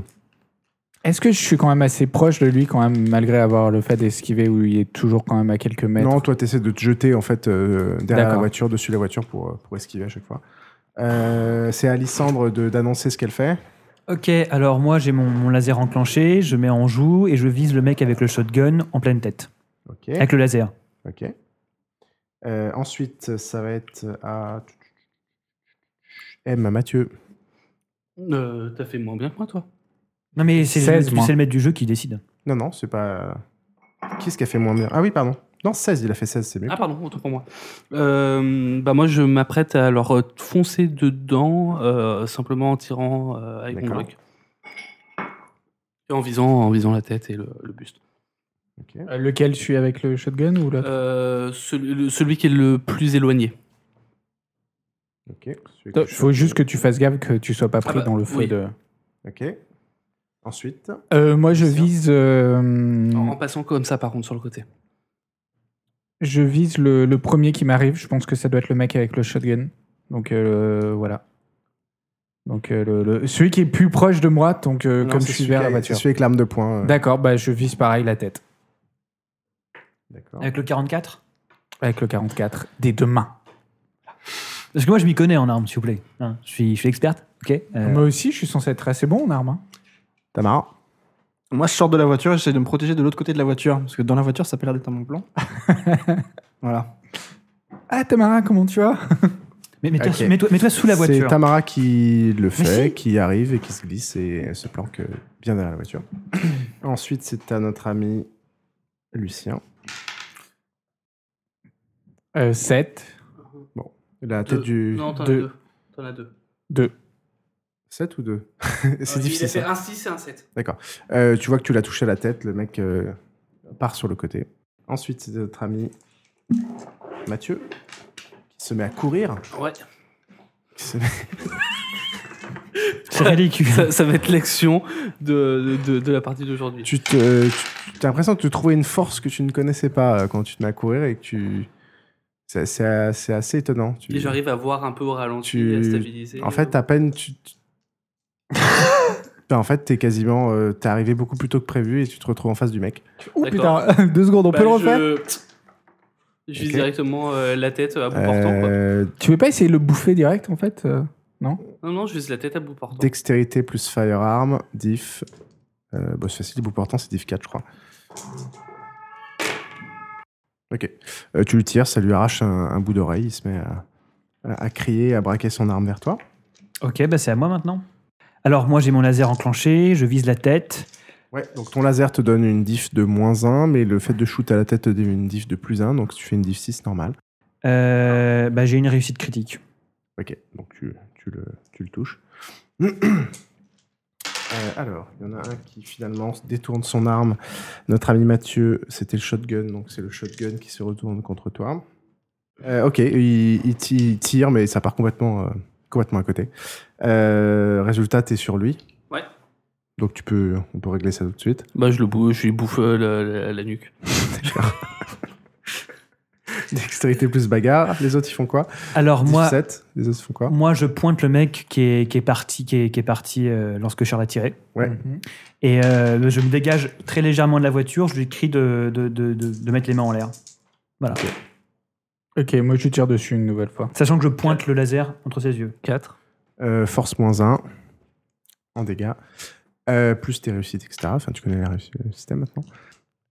S3: Est-ce que je suis quand même assez proche de lui, quand même, malgré avoir le fait d'esquiver où il est toujours quand même à quelques mètres
S1: Non, toi, tu essaies de te jeter en fait euh, derrière la
S3: D'accord.
S1: voiture, dessus la voiture pour, euh, pour esquiver à chaque fois. Euh, c'est à Lysandre de- d'annoncer ce qu'elle fait.
S2: Ok, alors moi, j'ai mon, mon laser enclenché, je mets en joue et je vise le mec avec le shotgun en pleine tête.
S1: Ok.
S2: Avec le laser.
S1: Ok. Euh, ensuite, ça va être à M à Mathieu.
S4: Euh, T'as fait moins bien que moi, toi.
S2: Non, mais c'est
S3: 16,
S2: c'est
S3: moi.
S2: le maître du jeu qui décide.
S1: Non, non, c'est pas. Qu'est-ce qui a fait moins bien Ah oui, pardon. Non, 16, il a fait 16, c'est mieux.
S4: Ah pardon, autant pour moi. Euh, bah moi je m'apprête à leur euh, foncer dedans euh, simplement en tirant euh, avec mon
S1: D'accord.
S4: bloc. Et en visant, en visant la tête et le, le buste.
S3: Euh, Lequel je suis avec le shotgun ou l'autre
S4: Euh, celui, le- celui qui est le plus éloigné.
S1: Ok. Celui
S3: Il
S1: que je
S3: faut
S1: chope.
S3: juste que tu fasses gaffe que tu sois pas pris
S4: Ah bah,
S3: dans le feu
S4: oui.
S3: de.
S1: Ok. Ensuite.
S3: Euh, moi, je
S4: C'est ça.
S3: vise. euh,
S4: En,
S2: Mm.
S4: en passant comme ça par contre sur le côté.
S3: Je vise le, le premier qui m'arrive. Je pense que ça doit être le mec avec le shotgun. Donc euh, voilà. Donc euh, le, le- celui qui est plus proche de moi, donc euh,
S1: Non,
S3: comme
S1: c'est
S3: je suis
S1: celui
S3: vers
S1: qui
S3: la
S1: a-
S3: voiture.
S1: c'est Celui avec l'arme de poing. euh,
S3: D'accord, bah je vise pareil la tête
S1: D'accord.
S2: Avec le 44
S3: avec le 44 des deux mains.
S2: Parce que moi, je m'y connais en armes, s'il vous plaît. Hein, je, suis, je suis experte. Ok euh,
S3: Moi aussi, je suis censé être assez bon en arme. hein.
S1: T'as marre
S5: Moi, je sors de la voiture, j'essaie de me protéger de l'autre côté de la voiture. Parce que dans la voiture, ça a pas l'air d'être un bon plan. voilà.
S3: Ah Tamara, comment tu vas
S2: mais- Mets-toi
S1: Ok.
S2: mets-toi- mets-toi sous la
S1: C'est
S2: voiture.
S1: Tamara qui le fait,
S2: si.
S1: qui arrive et qui se glisse et elle se planque euh, bien derrière la voiture. Ensuite, c'est à notre ami Lucien.
S3: euh, 7,
S1: La tête du.
S4: t'en
S3: as deux. deux.
S4: T'en as deux. Ah,
S3: 2.
S1: 7 ou 2 C'est difficile. ça.
S4: un 6 et un 7.
S1: Euh, tu vois que tu l'as touché à la tête, le mec euh, part sur le côté. Ensuite, c'est notre ami Mathieu qui se met à courir.
S4: Ouais.
S1: Qui se met-
S2: C'est ridicule.
S4: Ça, ça va être l'action de, de, de- de la partie d'aujourd'hui.
S1: tu te, tu- t'as l'impression de te trouver une force que tu ne connaissais pas euh, quand tu te mets à courir et que tu. C'est, c'est- c'est assez étonnant. Tu-
S4: Et j'arrive à voir un peu au ralenti
S1: Tu-
S4: et à stabiliser.
S1: En fait, à peine tu. tu- Ben, en fait, t'es quasiment. euh, t'es arrivé beaucoup plus tôt que prévu et tu te retrouves en face du mec.
S3: Oh
S4: D'accord.
S3: putain, deux secondes, on peut le
S4: Bah,
S3: refaire
S4: Je, je vise
S1: Ok.
S4: directement euh, la tête à bout portant. quoi.
S1: Euh,
S3: Tu veux pas essayer de le bouffer direct en fait euh
S4: Non, non, je vise la tête à bout portant.
S1: dextérité plus firearm, diff. Euh, bah, c'est facile, bout portant, c'est diff 4, je crois. Ok. Euh, tu le tires, ça lui arrache un, un bout d'oreille, il se met à, à- à crier, à braquer son arme vers toi.
S2: Ok, bah c'est à moi maintenant. Alors moi j'ai mon laser enclenché, je vise la tête.
S1: Ouais, donc ton laser te donne une diff de moins 1, mais le fait de shoot à la tête te donne une diff de plus 1, donc tu fais une diff 6 normale.
S2: Euh, bah j'ai une réussite critique.
S1: Ok, donc tu, tu le, tu le touches. Euh, alors, il y en a un qui finalement se détourne son arme. Notre ami Mathieu, c'était le shotgun, donc c'est le shotgun qui se retourne contre toi. Euh, ok, il, il ti- il tire, mais ça part complètement, euh, complètement à côté. Euh, résultat, t'es sur lui.
S4: Ouais.
S1: Donc tu peux, on peut régler ça tout de suite.
S4: Bah, je le bouffe, je lui bouffe euh, la, la- la nuque.
S1: Dextérité plus bagarre. Les autres, ils font quoi
S2: Alors moi,
S1: 17. Les autres, ils font quoi
S2: moi je pointe le mec qui est, qui est parti, qui est, qui est parti euh, lorsque Charles a tiré.
S1: Ouais.
S3: Mhm.
S2: Et euh, je me dégage très légèrement de la voiture, je lui crie de, de, de, de- de mettre les mains en l'air. Voilà.
S3: Ok, moi je tire dessus une nouvelle fois.
S2: Sachant que je pointe le laser entre ses yeux.
S4: 4.
S1: Euh, force moins 1 en dégâts, Euh, plus tes réussites, etc. Enfin, tu connais les réussites- le système maintenant.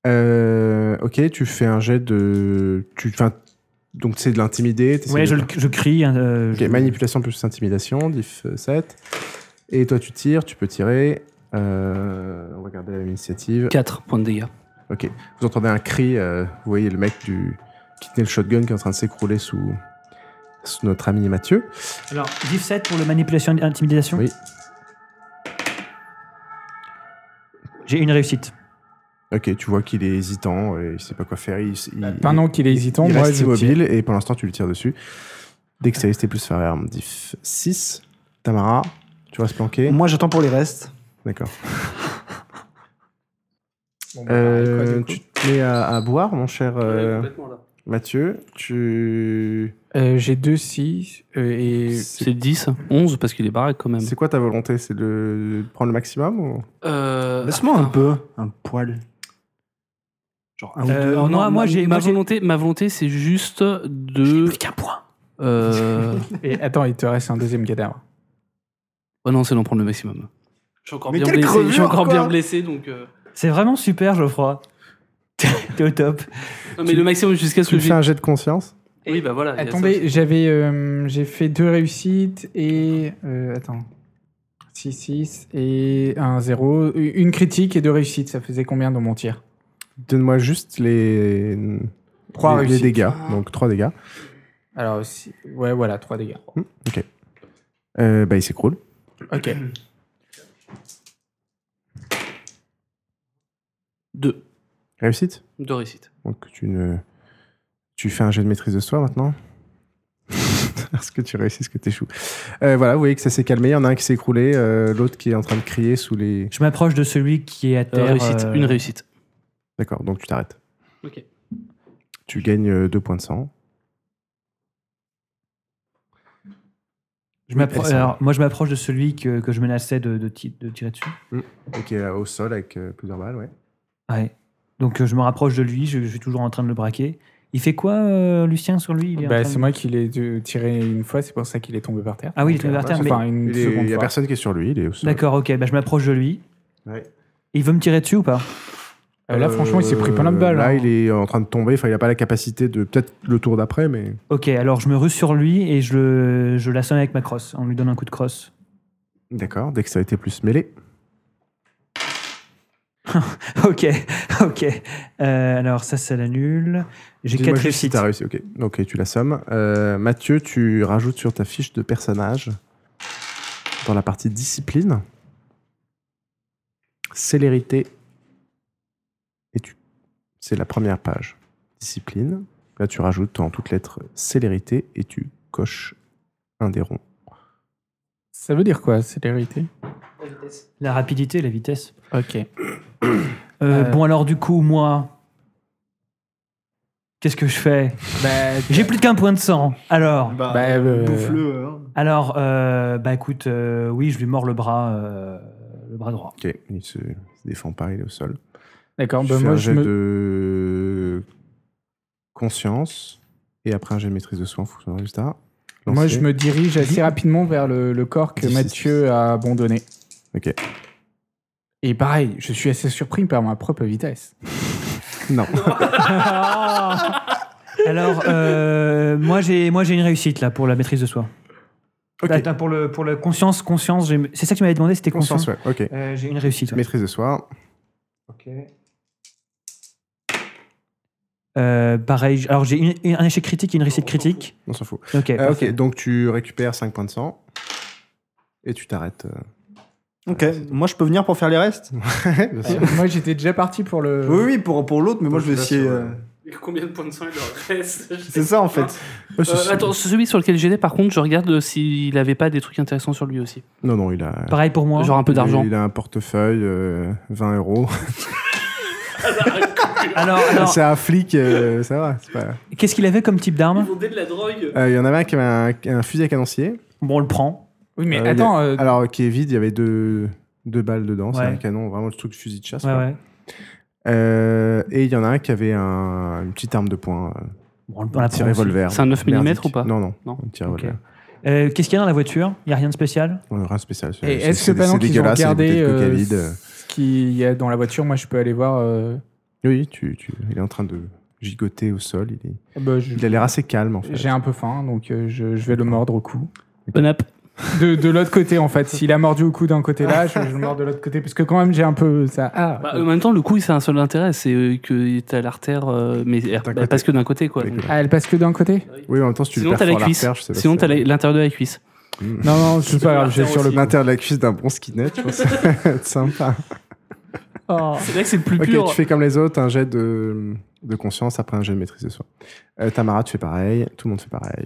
S1: Euh, ok, tu fais un jet de. Tu, enfin, donc c'est de l'intimider. t'essaies
S2: Ouais,
S1: de-
S2: je, le- je crie. hein, euh,
S1: Ok,
S2: je-
S1: manipulation plus intimidation, diff 7. Et toi, tu tires, tu peux tirer. Euh, on va garder la même initiative.
S4: 4 points de dégâts.
S1: Vous entendez un cri, euh, vous voyez le mec du... qui tenait le shotgun qui est en train de s'écrouler sous, notre ami Mathieu.
S2: Alors, div 7 pour le manipulation et intimidation.
S1: Oui.
S2: J'ai une réussite.
S1: Ok, tu vois qu'il est hésitant, et il sait pas quoi faire. Il, il,
S3: Pendant qu'il est hésitant,
S1: il
S3: moi,
S1: reste
S3: je tire.
S1: immobile et pour l'instant tu lui tires dessus. Dextérité plus faire arme diff 6. Tamara, tu vas se planquer.
S5: Moi, j'attends pour les restes.
S1: D'accord.
S3: Bon, bah,
S1: Euh,
S3: quoi, du coup
S1: tu te mets à, à boire, mon cher euh, Mathieu. Tu.
S3: Euh, J'ai deux six euh, et
S4: C'est 10, 11 parce qu'il est baraque quand même.
S1: C'est quoi ta volonté C'est de prendre le maximum ou...
S4: Euh,
S5: Laisse-moi un peu, un poil. Genre
S4: Ah
S5: un
S2: Euh,
S5: ou deux.
S4: Oh Non,
S2: moi,
S4: ma-
S2: moi, j'ai-
S4: ma
S2: moi, j'ai-
S4: volonté, ma volonté, c'est juste de.
S2: qu'un point.
S4: euh,
S3: Et attends, il te reste un deuxième cadavre.
S4: Oh non, c'est d'en prendre le maximum. Je suis encore
S5: Mais
S4: bien
S5: quelle
S4: blessé. je suis
S5: crevure,
S4: encore
S5: quoi
S4: bien blessé, donc. euh,
S2: C'est vraiment super, Geoffroy. T'es au top.
S4: non, mais le maximum jusqu'à ce
S1: Tu
S4: que
S1: me fais
S4: j'ai.
S1: un jet de conscience
S4: Oui, bah voilà. il y a ça aussi.
S3: Attendez, j'avais, euh, j'ai fait deux réussites et euh, attends, 6 6 et un 0, une critique et deux réussites, ça faisait combien dans mon tir
S1: Donne-moi juste les.
S3: Trois
S1: les, les
S3: réussites. Ah.
S1: dégâts. Donc 3 dégâts.
S3: Alors si- ouais, voilà, 3 dégâts.
S1: Euh, bah, il s'écroule.
S3: Ok.
S4: Deux.
S1: Réussite
S4: Deux réussites.
S1: Donc tu ne. Tu fais un jet de maîtrise de soi maintenant Est-ce que tu réussis, est-ce que tu échoues Voilà, vous voyez que ça s'est calmé. Il y en a un qui s'est écroulé, euh, l'autre qui est en train de crier sous les.
S2: Je m'approche de celui qui est à
S4: Euh,
S2: terre.
S4: réussite.
S2: euh,
S4: Une réussite.
S1: D'accord, donc tu t'arrêtes.
S4: Ok.
S1: Tu gagnes 2 points de sang.
S2: je m'appro-
S1: Elle
S2: alors, moi, je m'approche de celui que, que je menaçais de, de ti- de tirer dessus.
S1: Et qui est euh, au sol avec euh, plusieurs balles, ouais.
S2: Ouais. Donc, euh, je me rapproche de lui. Je, je suis toujours en train de le braquer. Il fait quoi, euh, Lucien, sur lui Il est en
S3: Bah,
S2: train de-
S3: c'est moi qui l'ai euh, tiré une fois, c'est pour ça qu'il est tombé par terre.
S2: Ah oui, il est tombé par
S1: bah,
S2: terre.
S1: ça
S2: mais-
S3: Enfin, une
S1: Il est- il
S3: seconde
S1: y a
S3: fois.
S1: personne qui est sur lui, il est au sol.
S2: D'accord, ok. Bah, je m'approche de lui.
S1: Ouais.
S2: Il veut me tirer dessus ou pas
S3: Euh, là, franchement, il s'est pris plein de balles.
S1: Euh, Là,
S3: hein.
S1: il est en train de tomber. Enfin, il n'a pas la capacité de. Peut-être le tour d'après, mais.
S2: Ok, alors je me rue sur lui et je, le- je l'assonne avec ma crosse. On lui donne un coup de crosse.
S1: D'accord, dès que ça a été plus mêlé.
S2: Ok, ok. Euh, alors ça, ça l'annule. J'ai
S1: Dis-moi
S2: quatre
S1: juste si
S2: réussites.
S1: t'as réussi, ok. Ok, tu la sommes. Euh, Mathieu, tu rajoutes sur ta fiche de personnage, dans la partie discipline, célérité et tu. C'est la première page. Discipline. Là, tu rajoutes en toutes lettres célérité et tu coches un des ronds.
S3: Ça veut dire quoi, célérité
S2: La rapidité, la vitesse.
S3: Ok.
S2: Euh,
S3: Euh.
S2: Bon alors du coup, moi, qu'est-ce que je fais
S3: Bah,
S2: J'ai plus qu'un point de sang. Alors,
S5: Bah,
S3: Bah, euh,
S5: bouffe-le. hein.
S2: alors, euh, bah écoute, euh, oui, je lui mords le bras, euh, le bras droit.
S1: Ok, il se, il se défend pas, il est au sol.
S3: D'accord,
S1: Tu
S3: bah,
S1: fais
S3: moi,
S1: un
S3: je
S1: jet
S3: me...
S1: de conscience et après un jet de maîtrise de soin en fonction du résultat.
S3: moi,
S1: Lancé.
S3: je me dirige assez rapidement vers le, le corps que
S1: Dix, six,
S3: Mathieu a abandonné.
S1: Ok.
S3: Et pareil, je suis assez surpris par ma propre vitesse.
S1: Non.
S2: Alors, euh, moi j'ai moi j'ai une réussite là pour la maîtrise de soi.
S1: Ok.
S2: Attends, pour le pour la conscience conscience. j'ai- C'est ça que tu m'avais demandé, c'était conscience.
S1: Conscience, ouais. Ok.
S2: Euh, j'ai une réussite. ouais.
S1: Maîtrise de soi.
S2: Euh, pareil. j- Alors j'ai une- une- un échec critique et une réussite critique.
S1: On s'en fout.
S2: Ok.
S1: Euh,
S2: parfait.
S1: ok, donc tu récupères 5 points de sang et tu t'arrêtes. euh.
S5: Ok, moi je peux venir pour faire les restes
S1: Bien
S3: Euh,
S1: sûr.
S3: moi, j'étais déjà parti pour le.
S5: Oui, oui, pour, pour l'autre, mais moi
S1: Donc,
S5: je vais
S1: là,
S5: essayer.
S1: sur,
S5: euh,
S4: Combien de points de sang il leur reste
S5: C'est ça en fait.
S1: Euh, ceci-
S4: Attends, celui sur lequel j'étais, par contre, je regarde euh, s'il avait pas des trucs intéressants sur lui aussi.
S1: Non, non, il a.
S2: Pareil pour moi.
S4: Genre un peu d'argent.
S1: Il a un portefeuille, euh, 20 euros.
S2: Alors, alors,
S1: C'est un flic, euh, ça va. c'est pas- Euh,
S2: qu'est-ce qu'il avait comme type d'arme
S4: vendait de la drogue.
S1: Il y en avait un qui avait un, un fusil à canoncier.
S2: Bon, on le prend.
S3: Oui, mais
S1: Euh, il y a-
S3: attends, euh,
S1: Alors, qui est vide, il y avait deux, deux balles dedans. C'est
S2: Ouais.
S1: un canon, vraiment le truc fusil de chasse.
S2: Ouais,
S1: quoi.
S2: ouais.
S1: Euh, et il y en a un qui avait un, une petite arme de poing, euh,
S2: Bon, on le- on la
S1: un petit
S2: prend aussi.
S1: revolver.
S4: C'est un 9 mm
S1: Merdique.
S4: ou pas
S1: Non, non,
S4: Non.
S1: un petit revolver.
S2: Euh, qu'est-ce qu'il y a dans la voiture Il y a rien de spécial.
S1: Euh, Rien de spécial. c'est-
S3: et
S1: c'est-
S3: est-ce
S1: c'est-
S3: que pendant
S1: c'est
S3: qu'ils ont
S1: dégueulasse, c'est des
S3: regardé
S1: bouteilles de coca
S3: euh,
S1: vide, euh.
S3: ce qu'il y a dans la voiture, moi, je peux aller voir. euh,
S1: Oui, tu, tu- il est en train de gigoter au sol. Il, est-
S3: bah, je-
S1: il a l'air assez calme, en fait.
S3: J'ai un peu faim, donc euh, je, je vais le mordre au cou.
S4: Bon app.
S3: de, de l'autre côté en fait. S'il a mordu au cou d'un côté là, je, je le mords de l'autre côté parce que quand même j'ai un peu ça. Ah,
S4: Bah, en même temps, le coup, c'est un seul intérêt, c'est euh, que t'as l'artère, euh, mais elle-
S1: D'un
S4: bah,
S1: côté.
S4: parce que d'un côté, quoi.
S1: Oui,
S4: Donc,
S3: Ah, elle passe que d'un côté
S1: Oui, mais en même temps, si tu
S4: Sinon,
S1: le
S4: t'as
S1: perfores
S4: la
S1: la
S4: cuisse.
S1: recherche, c'est
S4: Sinon,
S1: parce
S4: t'as
S1: que-
S4: la- l'intérieur de la cuisse.
S3: Non, non, c'est pas grave, j'ai
S4: l'artère
S3: sur le.
S4: aussi.
S1: L'intérieur de la cuisse d'un bon skinhead, je pense. Ça va être sympa.
S3: Oh.
S4: C'est là que c'est le plus
S1: Ah. Ok,
S4: pur.
S1: tu fais comme les autres, un jet de, de conscience, après un jet de maîtrise de soi. Euh, Tamara, tu fais pareil, tout le monde fait pareil.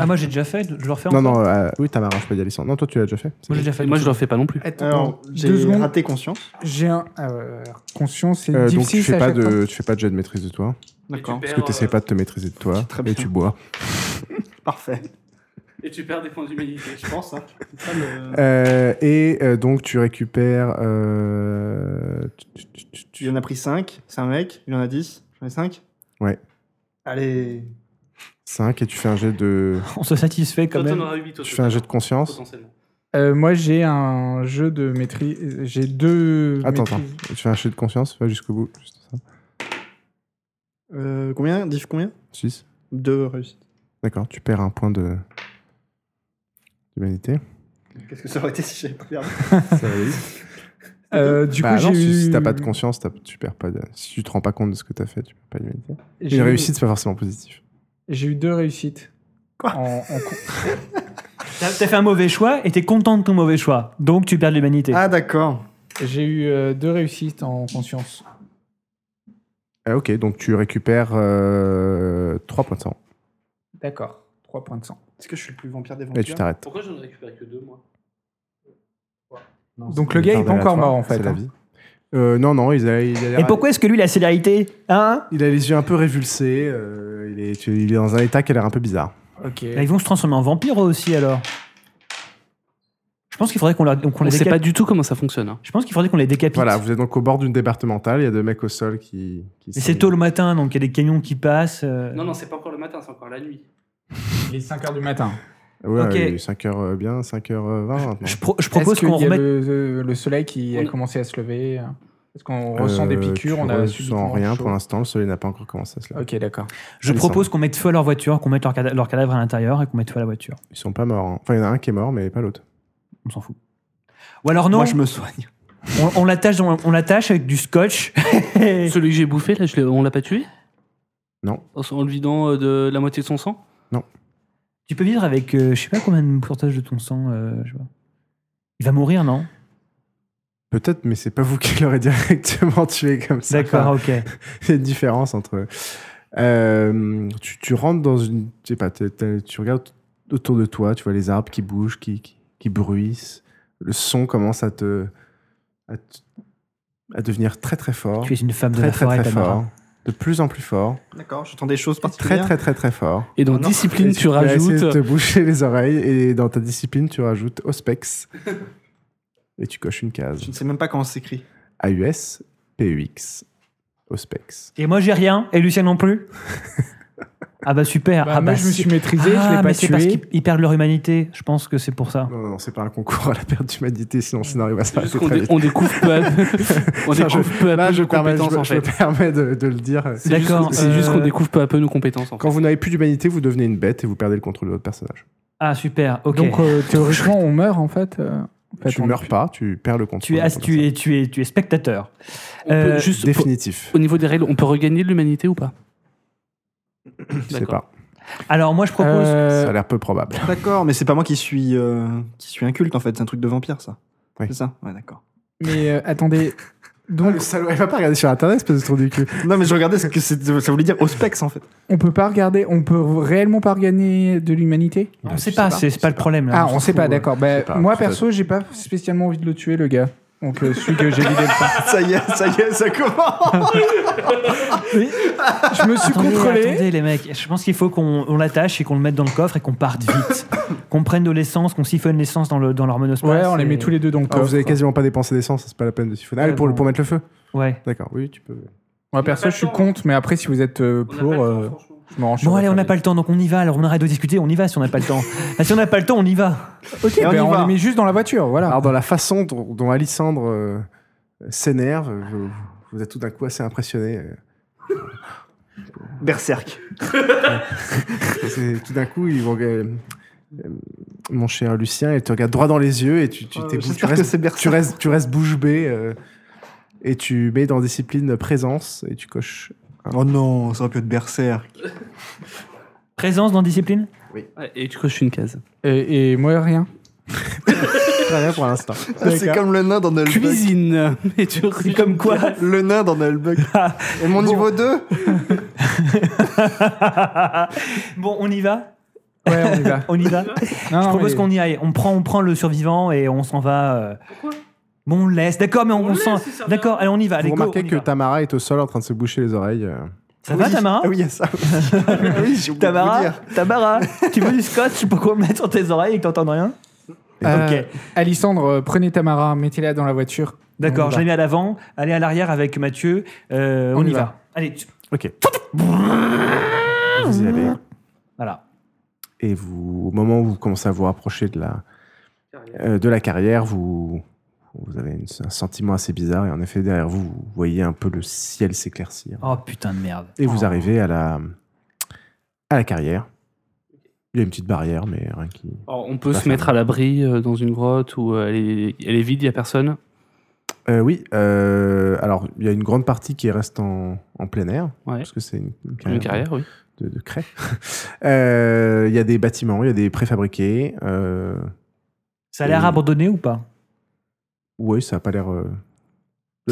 S2: Ah, moi j'ai déjà fait, je le refais
S1: Non,
S2: encore
S1: non, euh, oui, Tamara, je peux y aller sans. Non, toi, tu l'as déjà fait. Euh,
S2: Moi j'ai déjà fait.
S4: Moi, je le refais pas non plus.
S3: Attends,
S5: Alors,
S3: deux
S5: j'ai
S3: secondes.
S5: raté conscience.
S3: J'ai un. ah, euh, conscience, c'est
S1: Euh, donc,
S3: difficile.
S1: tu fais,
S3: ça, à
S1: pas
S3: chaque fois.
S1: de, tu fais pas de jet de maîtrise de toi,
S5: D'accord.
S1: parce que tu
S4: euh,
S1: pas de te maîtriser de toi,
S5: très
S1: et
S5: bien.
S1: tu bois.
S5: Parfait.
S4: Et tu perds des points d'humilité.
S5: Je pense, hein. C'est ça, le-
S1: Euh, et euh, donc, tu récupères. euh, tu- tu- tu- tu-
S5: Il en a pris 5, c'est un mec, il en a 10, j'en ai 5
S1: Ouais.
S5: Allez.
S1: 5 et tu fais un jet de.
S2: On se satisfait quand même.
S4: auras 8
S1: Tu fais un jet de conscience.
S3: Euh, moi, j'ai un jeu de maîtrise. J'ai deux.
S1: Attends, attends.
S3: maîtrises.
S1: Tu fais un jet de conscience, va jusqu'au bout. Juste ça.
S5: Euh, combien Diff combien
S1: 6.
S5: 2 réussites.
S1: D'accord, tu perds un point de. d'humanité.
S5: Qu'est-ce que ça aurait été si j'avais pas perdu
S3: Euh, du
S1: Bah
S3: coup,
S1: non,
S3: j'ai
S1: si,
S3: eu.
S1: si t'as pas de conscience, t'as- tu perds pas. de- Si tu te rends pas compte de ce que t'as fait, tu perds pas d'humanité.
S3: j'ai
S1: Une
S3: eu-
S1: réussite, c'est pas forcément positif.
S3: J'ai eu deux réussites.
S5: Quoi
S3: En- en co-
S2: T'as t'as fait un mauvais choix et t'es content de ton mauvais choix. Donc tu perds de l'humanité.
S5: Ah, d'accord.
S3: J'ai eu euh, deux réussites en conscience.
S1: Ah, ok, donc tu récupères 3 points de sang
S3: D'accord. 3 points de sang.
S5: Est-ce que je suis le plus vampire des
S1: et tu
S5: vampires
S1: t'arrêtes.
S4: Pourquoi j'en récupère que 2 moi
S3: Donc le gars est pas encore mort en fait.
S1: C'est la
S3: hein.
S1: vie. Euh, non, non, il a, il, a
S2: et
S1: l'air-
S2: pourquoi est-ce que lui la célérité Hein
S1: il a les yeux un peu révulsés. euh, il, est, tu- il est dans un état qui a l'air un peu bizarre.
S3: Ok.
S2: Bah, Ils vont se transformer en vampires eux aussi alors. Je pense qu'il faudrait qu'on leur- qu'on
S4: On
S2: les
S4: sait
S2: décapite.
S4: pas du tout comment ça fonctionne. hein.
S2: Je pense qu'il faudrait qu'on les décapite.
S1: Voilà, vous êtes donc au bord d'une départementale. Il y a deux mecs au sol qui. qui
S2: Mais
S1: sont-
S2: c'est tôt le matin, donc il y a des camions qui passent. euh.
S4: c'est pas encore le matin, Ah, c'est encore la nuit.
S3: Il est 5h du matin.
S1: Ouais,
S2: Ok.
S1: 5h bien, 5h20 maintenant.
S2: Je, pro- je propose
S3: Est-ce qu'il
S2: qu'on
S3: y a
S2: remette.
S3: euh, le, le soleil qui a
S4: On-
S3: commencé à se lever. euh, Est-ce qu'on ressent des
S1: Euh,
S3: piqûres
S1: tu
S3: On a
S1: ressens
S3: subitement
S1: rien
S3: chaud
S1: pour l'instant. Le soleil n'a pas encore commencé à se lever.
S3: Ok, d'accord.
S2: Je
S1: Alexandre.
S2: propose qu'on mette feu à leur voiture, qu'on mette leur, cada- leur cadavre à l'intérieur et qu'on mette feu à la voiture.
S1: Ils sont pas morts. hein. Enfin, il y en a un qui est mort, mais pas l'autre.
S2: On s'en fout. Ou alors non,
S5: Moi, je me soigne.
S2: on, on l'attache, dans- on l'attache avec du scotch.
S4: Celui que j'ai bouffé, là, je l'ai- on l'a pas tué
S1: Non.
S4: En, en le vidant euh, de la moitié de son sang
S2: tu peux vivre avec, euh, je sais pas combien de pourcentage de ton sang. euh, je sais pas. Il va mourir, non
S1: Peut-être, mais c'est pas vous qui l'aurez directement tué comme ça.
S2: D'accord, ok.
S1: Il y a une différence entre. Euh, tu, tu rentres dans une. Je sais pas, t'es- t'es- tu regardes autour de toi, tu vois les arbres qui bougent, qui, qui, qui bruissent. Le son commence à te. à, te- à devenir très très fort.
S2: Tu es une femme de
S1: très
S2: la
S1: très
S2: forêt,
S1: très
S2: Tamara.
S1: fort. De plus en plus fort.
S5: D'accord, j'entends des choses
S1: Très
S5: particulières.
S1: très très très fort.
S4: Et dans
S5: Ah non.
S4: discipline,
S1: Et
S4: tu
S1: vas essayer
S4: rajoutes. euh,
S1: de te boucher les oreilles et dans ta discipline, tu rajoutes OSPEX. et tu coches une case.
S5: Je ne sais même pas comment ça s'écrit.
S1: AUS, PEX, OSPEX.
S2: Et moi j'ai rien, et Lucien non plus. ah bah super.
S3: Bah,
S2: ah
S3: moi,
S2: bah
S3: je me
S2: si-
S3: suis maîtrisé,
S2: Ah,
S3: je l'ai
S2: mais
S3: pas
S2: c'est parce
S3: tué.
S2: qu'ils ils perdent leur humanité. Je pense que c'est pour ça.
S1: Non, non, c'est pas un concours à la perte d'humanité, sinon le scénario va
S4: C'est
S1: s'arrêter
S4: juste qu'on
S1: très
S4: dé-
S1: vite.
S4: on découvre peu à peu. on
S1: Ça,
S4: découvre peu à
S1: Là,
S4: peu
S1: je,
S4: nos
S1: permets, je,
S4: compétences,
S1: me-
S4: en
S1: je me
S4: fait.
S1: permets de, de le dire.
S4: C'est juste qu'on-
S2: D'accord,
S4: C'est juste qu'on
S2: euh,
S4: découvre peu à peu nos compétences, en fait.
S1: Quand vous n'avez plus d'humanité, vous devenez une bête et vous perdez le contrôle de votre personnage.
S2: Ah super. Ok.
S3: Donc euh, théoriquement, on meurt en fait. euh, en fait,
S1: tu
S3: on-
S1: meurs pas, tu perds le contrôle.
S2: tu es,
S1: de
S2: as-
S1: ton
S2: tu es, tu es, tu es spectateur. Euh,
S4: On peut juste, pour-
S1: Définitif.
S4: au niveau des règles, on peut regagner de l'humanité ou pas
S1: Je sais
S4: D'accord.
S1: pas.
S2: Alors moi je propose.
S3: Euh,
S1: Ça a l'air peu probable.
S5: D'accord, mais c'est pas moi qui suis, euh, qui suis inculte en fait, c'est un truc de vampire ça.
S1: Oui.
S5: C'est ça Ouais, d'accord.
S3: mais euh, attendez.
S1: Ah,
S3: Donc,
S1: le salaud, elle va pas regarder sur internet, espèce de trou du cul.
S4: Ah,
S5: Non, mais je regardais ce que c'est- ça voulait dire Ospex en fait.
S3: on peut pas regarder, on peut réellement pas regagner de l'humanité
S2: on sait pas, c'est c'est pas le problème. là.
S3: Ah, on
S2: s'en
S3: sait
S2: fout,
S3: pas,
S2: euh.
S3: d'accord.
S1: sais
S3: Bah,
S1: pas,
S3: moi
S1: c'est pas-
S3: perso, j'ai pas spécialement envie de le tuer, le gars. Donc euh, celui que j'ai vidé le sang.
S5: Ah, ça y est, ça y est, ça commence
S3: Je me suis
S2: Attendez,
S3: contrôlé.
S2: attendez, les mecs, je pense qu'il faut qu'on on l'attache et qu'on le mette dans le coffre et qu'on parte vite. qu'on prenne de l'essence, qu'on siphonne l'essence dans, le, dans leur monospace.
S3: Ouais, on les met tous les deux dans le
S1: Ah,
S3: coffre.
S1: vous avez quasiment pas dépensé d'essence, c'est pas la peine de siphonner. Ah,
S2: Ouais,
S1: pour,
S2: bon.
S1: pour mettre le feu
S2: Ouais.
S1: D'accord, oui, tu peux.
S3: Moi perso, je suis contre, mais après, si vous êtes euh, pour, euh, je me range.
S2: Bon
S3: sur
S2: allez, on
S3: votre
S2: n'a pas
S3: avis.
S2: le temps, donc on y va. Alors on arrête de discuter, on y va si on n'a pas le temps. Ah, si on n'a pas le temps, on y va.
S3: Ok,
S5: Et on
S3: ben,
S5: y
S3: on, Ah,
S5: va.
S3: les met juste dans la voiture,
S4: Ah.
S3: voilà.
S1: Alors, dans la façon dont, dont Alissandre euh, s'énerve, vous, vous êtes tout d'un coup assez impressionné. euh,
S5: Berserk.
S1: C'est- Tout d'un coup, ils vont. euh, euh, mon cher Lucien, et te regarde droit dans les yeux et tu, tu,
S2: Ah,
S5: Euh,
S1: t'es bou- tu
S5: j'espère que
S1: restes,
S5: c'est Bercy.
S1: tu, restes, tu restes bouche bée euh, et tu mets dans discipline présence et tu coches.
S5: Oh non, ça aurait pu être Berserk.
S2: Présence dans discipline
S4: Ouais, Et tu coches une case.
S3: Et, et moi, rien.
S1: Très bien pour l'instant.
S5: Ah, C'est comme le nain dans Nullbuck.
S4: Cuisine Et tu
S2: C'est comme quoi
S5: Le nain dans Nullbuck. Et mon niveau 2
S2: Bon, on y va
S3: Ouais, on y va.
S2: On y va
S3: Non,
S2: Je
S3: non,
S2: propose
S3: mais-
S2: qu'on y aille. On prend, on prend le survivant et on s'en va. euh. Bon, on le laisse. D'accord, mais on, on s'en- D'accord, allez, on y va. Allez,
S1: Vous
S2: go,
S1: remarquez
S2: on y
S1: que
S2: va.
S1: Tamara est au sol en train de se boucher les oreilles. euh.
S2: Ça va, Tamara
S5: Ah oui, il y a ça. Ah oui, j'ai oublié de vous
S2: Tamara
S5: dire.
S2: Tamara Tu veux du scotch pour qu'on le mette sur tes oreilles et que t'entendes rien
S3: Euh,
S2: Ok.
S3: Alissandre, euh, prenez Tamara, mettez-la dans la voiture.
S2: D'accord,
S3: On y
S2: je l'ai mis à l'avant. Allez à l'arrière avec Mathieu. Euh, on, y va. Allez, tu-
S1: Ok. Vous y allez.
S2: voilà.
S1: Et vous, au moment où vous commencez à vous rapprocher de la, euh, de la carrière, vous, vous avez une- un sentiment assez bizarre. Et en effet, derrière vous, vous voyez un peu le ciel s'éclaircir.
S2: Oh putain de merde.
S1: Et vous
S2: Oh.
S1: arrivez à la, à la carrière. Il y a une petite barrière, mais rien qui.
S4: Alors, on peut
S1: Pas
S4: se mettre à l'abri euh, dans une grotte où euh, elle, est, elle est vide, il n'y a personne.
S1: Euh, oui, euh, alors il y a une grande partie qui reste en, en plein air,
S4: Ouais.
S1: parce que c'est une, une
S4: Une carrière, oui.
S1: de, de craie. Euh, Il y a des bâtiments, il y a des préfabriqués. Euh,
S2: Ça a l'air
S1: Et-
S2: abandonné ou pas
S1: oui, ça n'a pas l'air. euh, de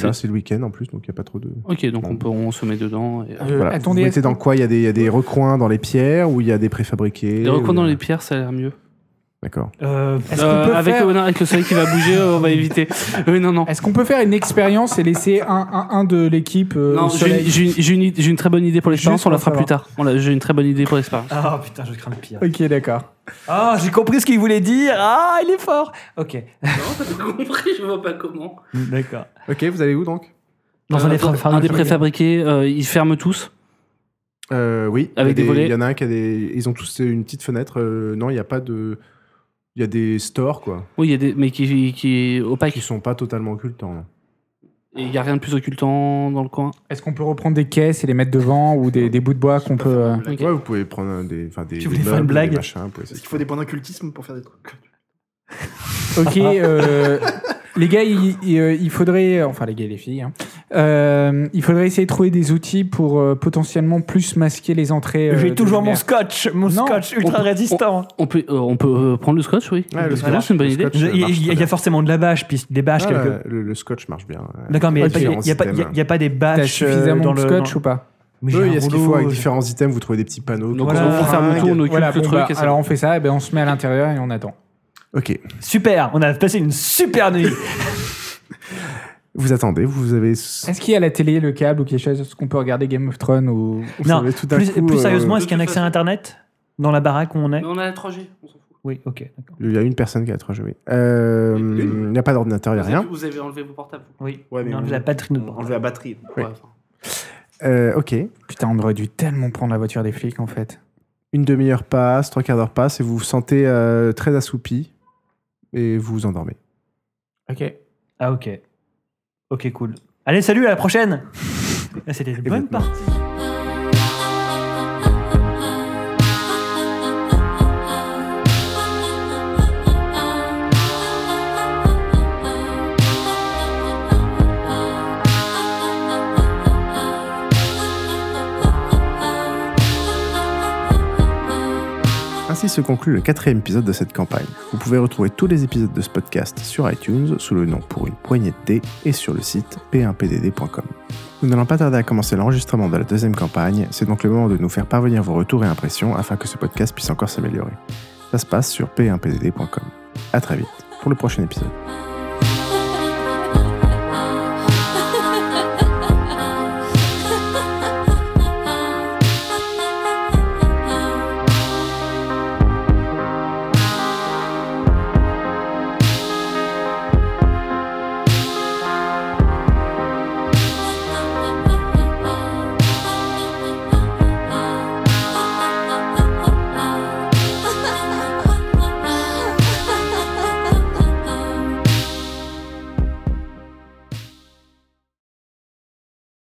S4: C'est- Euh,
S1: Là, c'est le week-end en plus, donc il n'y a pas trop de.
S4: Ok, donc
S1: Bon.
S4: on, peut, on se met dedans. et-
S3: Euh,
S1: Voilà.
S3: attendez,
S1: vous
S3: est-ce
S1: mettez dans quoi Il y, a des- il y a des recoins dans les pierres ou il y a des préfabriqués
S4: Les recoins
S1: ou-
S4: dans les pierres, ça a l'air mieux.
S1: D'accord.
S2: euh,
S3: Est-ce qu'on
S4: Euh,
S3: peut
S4: avec,
S3: faire-
S4: euh, non, avec le soleil qui va bouger, euh, on va éviter. Oui, non, non.
S3: Est-ce qu'on peut faire une expérience et laisser un, un, un de l'équipe euh,
S4: Non,
S3: au
S4: j'ai
S3: soleil
S4: une- j'ai une- j'ai une, j'ai une très bonne idée pour l'expérience,
S3: Juste
S4: on la
S3: pour
S4: fera plus tard. On l'a- J'ai une très bonne idée pour l'expérience.
S2: Oh putain, je crains le pire.
S3: Ok, d'accord.
S2: Ah, j'ai compris ce qu'il voulait dire. Ah, il est fort. Ok.
S4: Non, t'as pas compris, je vois pas comment.
S2: D'accord.
S1: Ok, vous allez où donc
S2: Dans un des fra-
S4: un des
S2: fra-
S4: préfabriqués, euh, ils ferment tous.
S1: Euh, Oui.
S4: Avec
S1: il y a
S4: des volets.
S1: Il y en a un qui a des. Ils ont tous une petite fenêtre. euh, non, il n'y a pas de. Il y a des stores quoi,
S4: Oui, il y a des, mais qui, qui
S1: qui
S4: opaque.
S1: sont pas totalement occultants. hein. non.
S4: Et il y a rien de plus occultant dans le coin.
S3: Est-ce qu'on peut reprendre des caisses et les mettre devant ou des, des bouts de bois qu'on peut. euh,
S4: Ok.
S1: Ouais, vous pouvez prendre un des. Enfin, des.
S2: Tu
S1: des
S2: voulais faire une
S1: meubles, des
S2: blague
S1: machins, vous pouvez essayer.
S5: Est-ce qu'il faut des points d'occultisme pour faire des trucs
S3: Ok, euh, les gars, il, il- euh, il faudrait, enfin les gars et les filles, hein, euh, il faudrait essayer de trouver des outils pour euh, potentiellement plus masquer les entrées. euh,
S2: J'ai
S3: de
S2: toujours mon
S3: lumière.
S2: scotch, mon
S3: Non,
S2: scotch
S4: on
S2: ultra
S4: peut-
S2: résistant.
S4: On peut, euh, on peut euh, prendre le scotch, oui.
S1: Ouais, le
S4: Voilà,
S1: scotch,
S4: c'est une bonne
S1: le
S4: idée.
S1: scotch.
S2: Je-
S1: ça
S2: Il
S1: marche
S2: il-
S1: très
S2: il y
S1: bien.
S2: a forcément de la bâche, puis des bâches.
S1: Ah,
S2: quelque-
S1: là, le, le scotch marche bien. ouais.
S2: D'accord, mais
S1: Ouais,
S2: il n'y a,
S1: différents
S2: il y a pas- il y a-
S1: items.
S2: il y a pas des
S3: T'as
S2: bâches. euh,
S3: suffisamment
S2: dans
S3: de
S2: le-
S3: scotch
S2: dans-
S3: ou pas
S2: Mais j'ai
S1: Eux,
S2: un
S1: il y a ce qu'il
S2: rouleau, euh,
S1: faut avec
S2: je-
S1: différents items. Vous trouvez des petits panneaux.
S4: Donc
S2: Voilà.
S4: on ferme
S1: Fringues.
S4: tout, on occupe
S3: Voilà,
S4: le
S3: bon,
S4: truc.
S3: bah,
S4: et ça-
S3: alors on fait ça, et ben on se met à l'intérieur et on attend.
S1: Ok.
S2: Super, on a passé une super nuit.
S1: Vous attendez. Vous avez. Vous
S3: Est-ce qu'il y a à la télé le câble ou quelque chose Est-ce qu'on peut regarder Game of Thrones ou
S2: non,
S1: avez tout d'un
S2: plus,
S1: coup,
S2: plus
S1: euh,
S2: sérieusement, est-ce
S4: De
S2: qu'il y a un
S4: toute
S2: accès à
S4: façon-
S2: Internet dans la baraque où on est
S4: Mais on a la 3G, on s'en fout.
S2: Oui, ok, d'accord.
S1: Il y a une personne qui a trop joué. Euh,
S4: Oui.
S1: il n'y a pas d'ordinateur, il n'y a
S4: Vous
S1: rien.
S4: avez- Vous avez enlevé vos portables.
S2: Oui,
S5: Ouais, mais
S1: Euh,
S2: on a
S5: on-
S2: enlevé la batterie de notre
S5: Enlever la batterie.
S1: Oui.
S4: Ouais, enfin.
S1: Euh, ok.
S3: Putain, on aurait dû tellement prendre la voiture des flics en fait.
S1: Une demi-heure passe, trois quarts d'heure passe, et vous vous sentez euh, très assoupi, et vous vous endormez.
S3: Ok.
S2: Ah, ok. Ok, cool. Allez, salut, à la prochaine Ah, C'était une bonne
S1: maintenant-
S2: partie.
S1: Ainsi se conclut le quatrième épisode de cette campagne. Vous pouvez retrouver tous les épisodes de ce podcast sur iTunes sous le nom Pour une poignée de dés et sur le site p1pdd.com. Nous n'allons pas tarder à commencer l'enregistrement de la deuxième campagne, c'est donc le moment de nous faire parvenir vos retours et impressions afin que ce podcast puisse encore s'améliorer. Ça se passe sur p1pdd.com. À très vite pour le prochain épisode.
S7: Thank